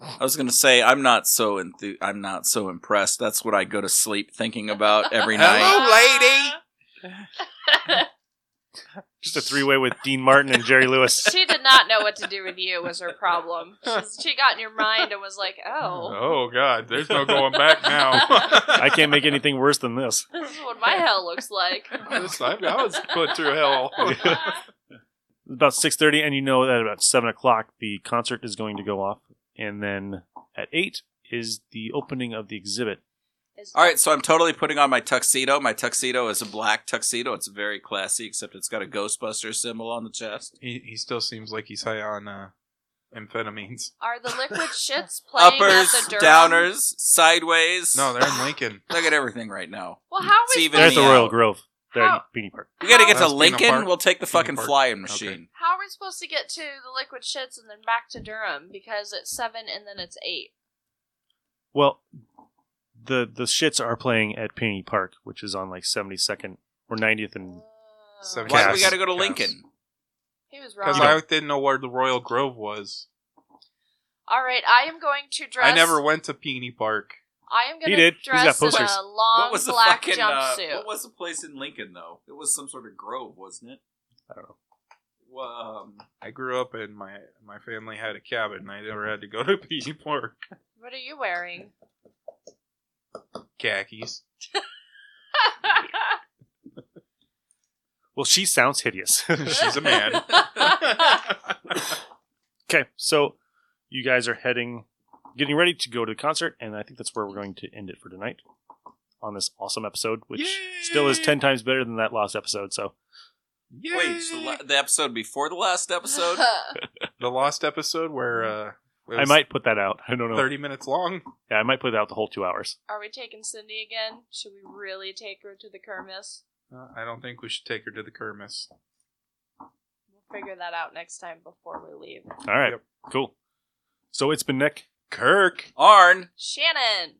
Speaker 4: I was gonna say I'm not so enthu- I'm not so impressed. That's what I go to sleep thinking about every night.
Speaker 3: Hello, lady.
Speaker 5: Uh,
Speaker 1: Just a three way with Dean Martin and Jerry Lewis.
Speaker 5: she did not know what to do with you was her problem. She's, she got in your mind and was like, oh,
Speaker 3: Oh, God. There's no going back
Speaker 1: <laughs>
Speaker 3: now.
Speaker 1: I can't make anything worse than this.
Speaker 4: Uh-huh.
Speaker 5: this is what my hell looks like.
Speaker 3: <laughs>
Speaker 4: <laughs>
Speaker 5: <laughs>
Speaker 3: This- I, I was put
Speaker 1: <laughs>
Speaker 3: through hell.
Speaker 1: It's about six thirty, and you know that about seven o'clock the concert is going to go off, and then at eight is the opening of the exhibit.
Speaker 5: Is-
Speaker 4: All right, so I'm totally putting on my tuxedo. My tuxedo is a black tuxedo. It's very classy, except it's got a Ghostbuster symbol on the chest.
Speaker 3: He, he still seems like he's high on uh,
Speaker 1: <laughs>
Speaker 3: amphetamines.
Speaker 5: Are the liquid
Speaker 4: <laughs>
Speaker 5: shits playing
Speaker 4: Uppers,
Speaker 5: at the Durham?
Speaker 4: downers, sideways.
Speaker 3: No, they're in Lincoln.
Speaker 4: look at everything right now.
Speaker 5: Well, how are
Speaker 4: It's
Speaker 5: we
Speaker 4: even-
Speaker 1: There's
Speaker 5: supposed,
Speaker 1: the
Speaker 4: Meow.
Speaker 1: Royal Grove. There,
Speaker 5: How-
Speaker 1: Beanie Park.
Speaker 4: We got to get
Speaker 3: That's
Speaker 4: to
Speaker 3: Pina
Speaker 4: Lincoln.
Speaker 3: Park.
Speaker 4: We'll take the fucking
Speaker 3: Park.
Speaker 4: flying machine.
Speaker 5: how are we supposed to get to the liquid shits and then back to Durham? Because it's seven and then it's eight.
Speaker 1: Well, the the shits are playing at Peony Park, which is on like 72nd or 90th,
Speaker 4: Mm.
Speaker 1: and
Speaker 5: Oh.
Speaker 3: Seven
Speaker 4: Why do
Speaker 1: Cass.
Speaker 4: we got to go to
Speaker 3: Cass.
Speaker 4: Lincoln?
Speaker 5: He was wrong.
Speaker 3: Because I didn't know where the Royal Grove was.
Speaker 5: All right, I am going to dress.
Speaker 3: I never went to Peony Park.
Speaker 5: I am going
Speaker 1: He
Speaker 5: to
Speaker 1: did. He's got
Speaker 5: dress in
Speaker 1: posters.
Speaker 5: a long
Speaker 4: what was the
Speaker 5: black
Speaker 4: fucking? Uh,
Speaker 5: jumpsuit.
Speaker 4: what was the place in Lincoln though? It was some sort of grove, wasn't it?
Speaker 1: I don't know.
Speaker 4: Well, um,
Speaker 3: I grew up and my my family had a cabin. I never had to go to <laughs> Peony Park.
Speaker 5: What are you wearing?
Speaker 3: Khakis. <laughs>
Speaker 1: Well, she sounds hideous. <laughs>
Speaker 3: <laughs> She's a man.
Speaker 1: okay, so you guys are heading, getting ready to go to the concert, and I think that's where we're going to end it for tonight on this awesome episode, which still is ten times better than that last episode. So
Speaker 4: wait, so la- the episode before the
Speaker 5: <laughs>
Speaker 4: last episode.
Speaker 3: the lost episode where uh, it
Speaker 1: I
Speaker 3: was
Speaker 1: might put that out. I don't know.
Speaker 3: thirty minutes long.
Speaker 1: Yeah, I might put out the whole two hours.
Speaker 5: Are we taking Cindy again? Should we really take her to the kermis?
Speaker 3: Uh, I don't think we should take her to the kermis.
Speaker 5: We'll figure that out next time before we leave.
Speaker 1: All right,
Speaker 3: Yep.
Speaker 1: cool. So it's been Nick.
Speaker 3: Kirk.
Speaker 4: Arn,
Speaker 5: Shannon.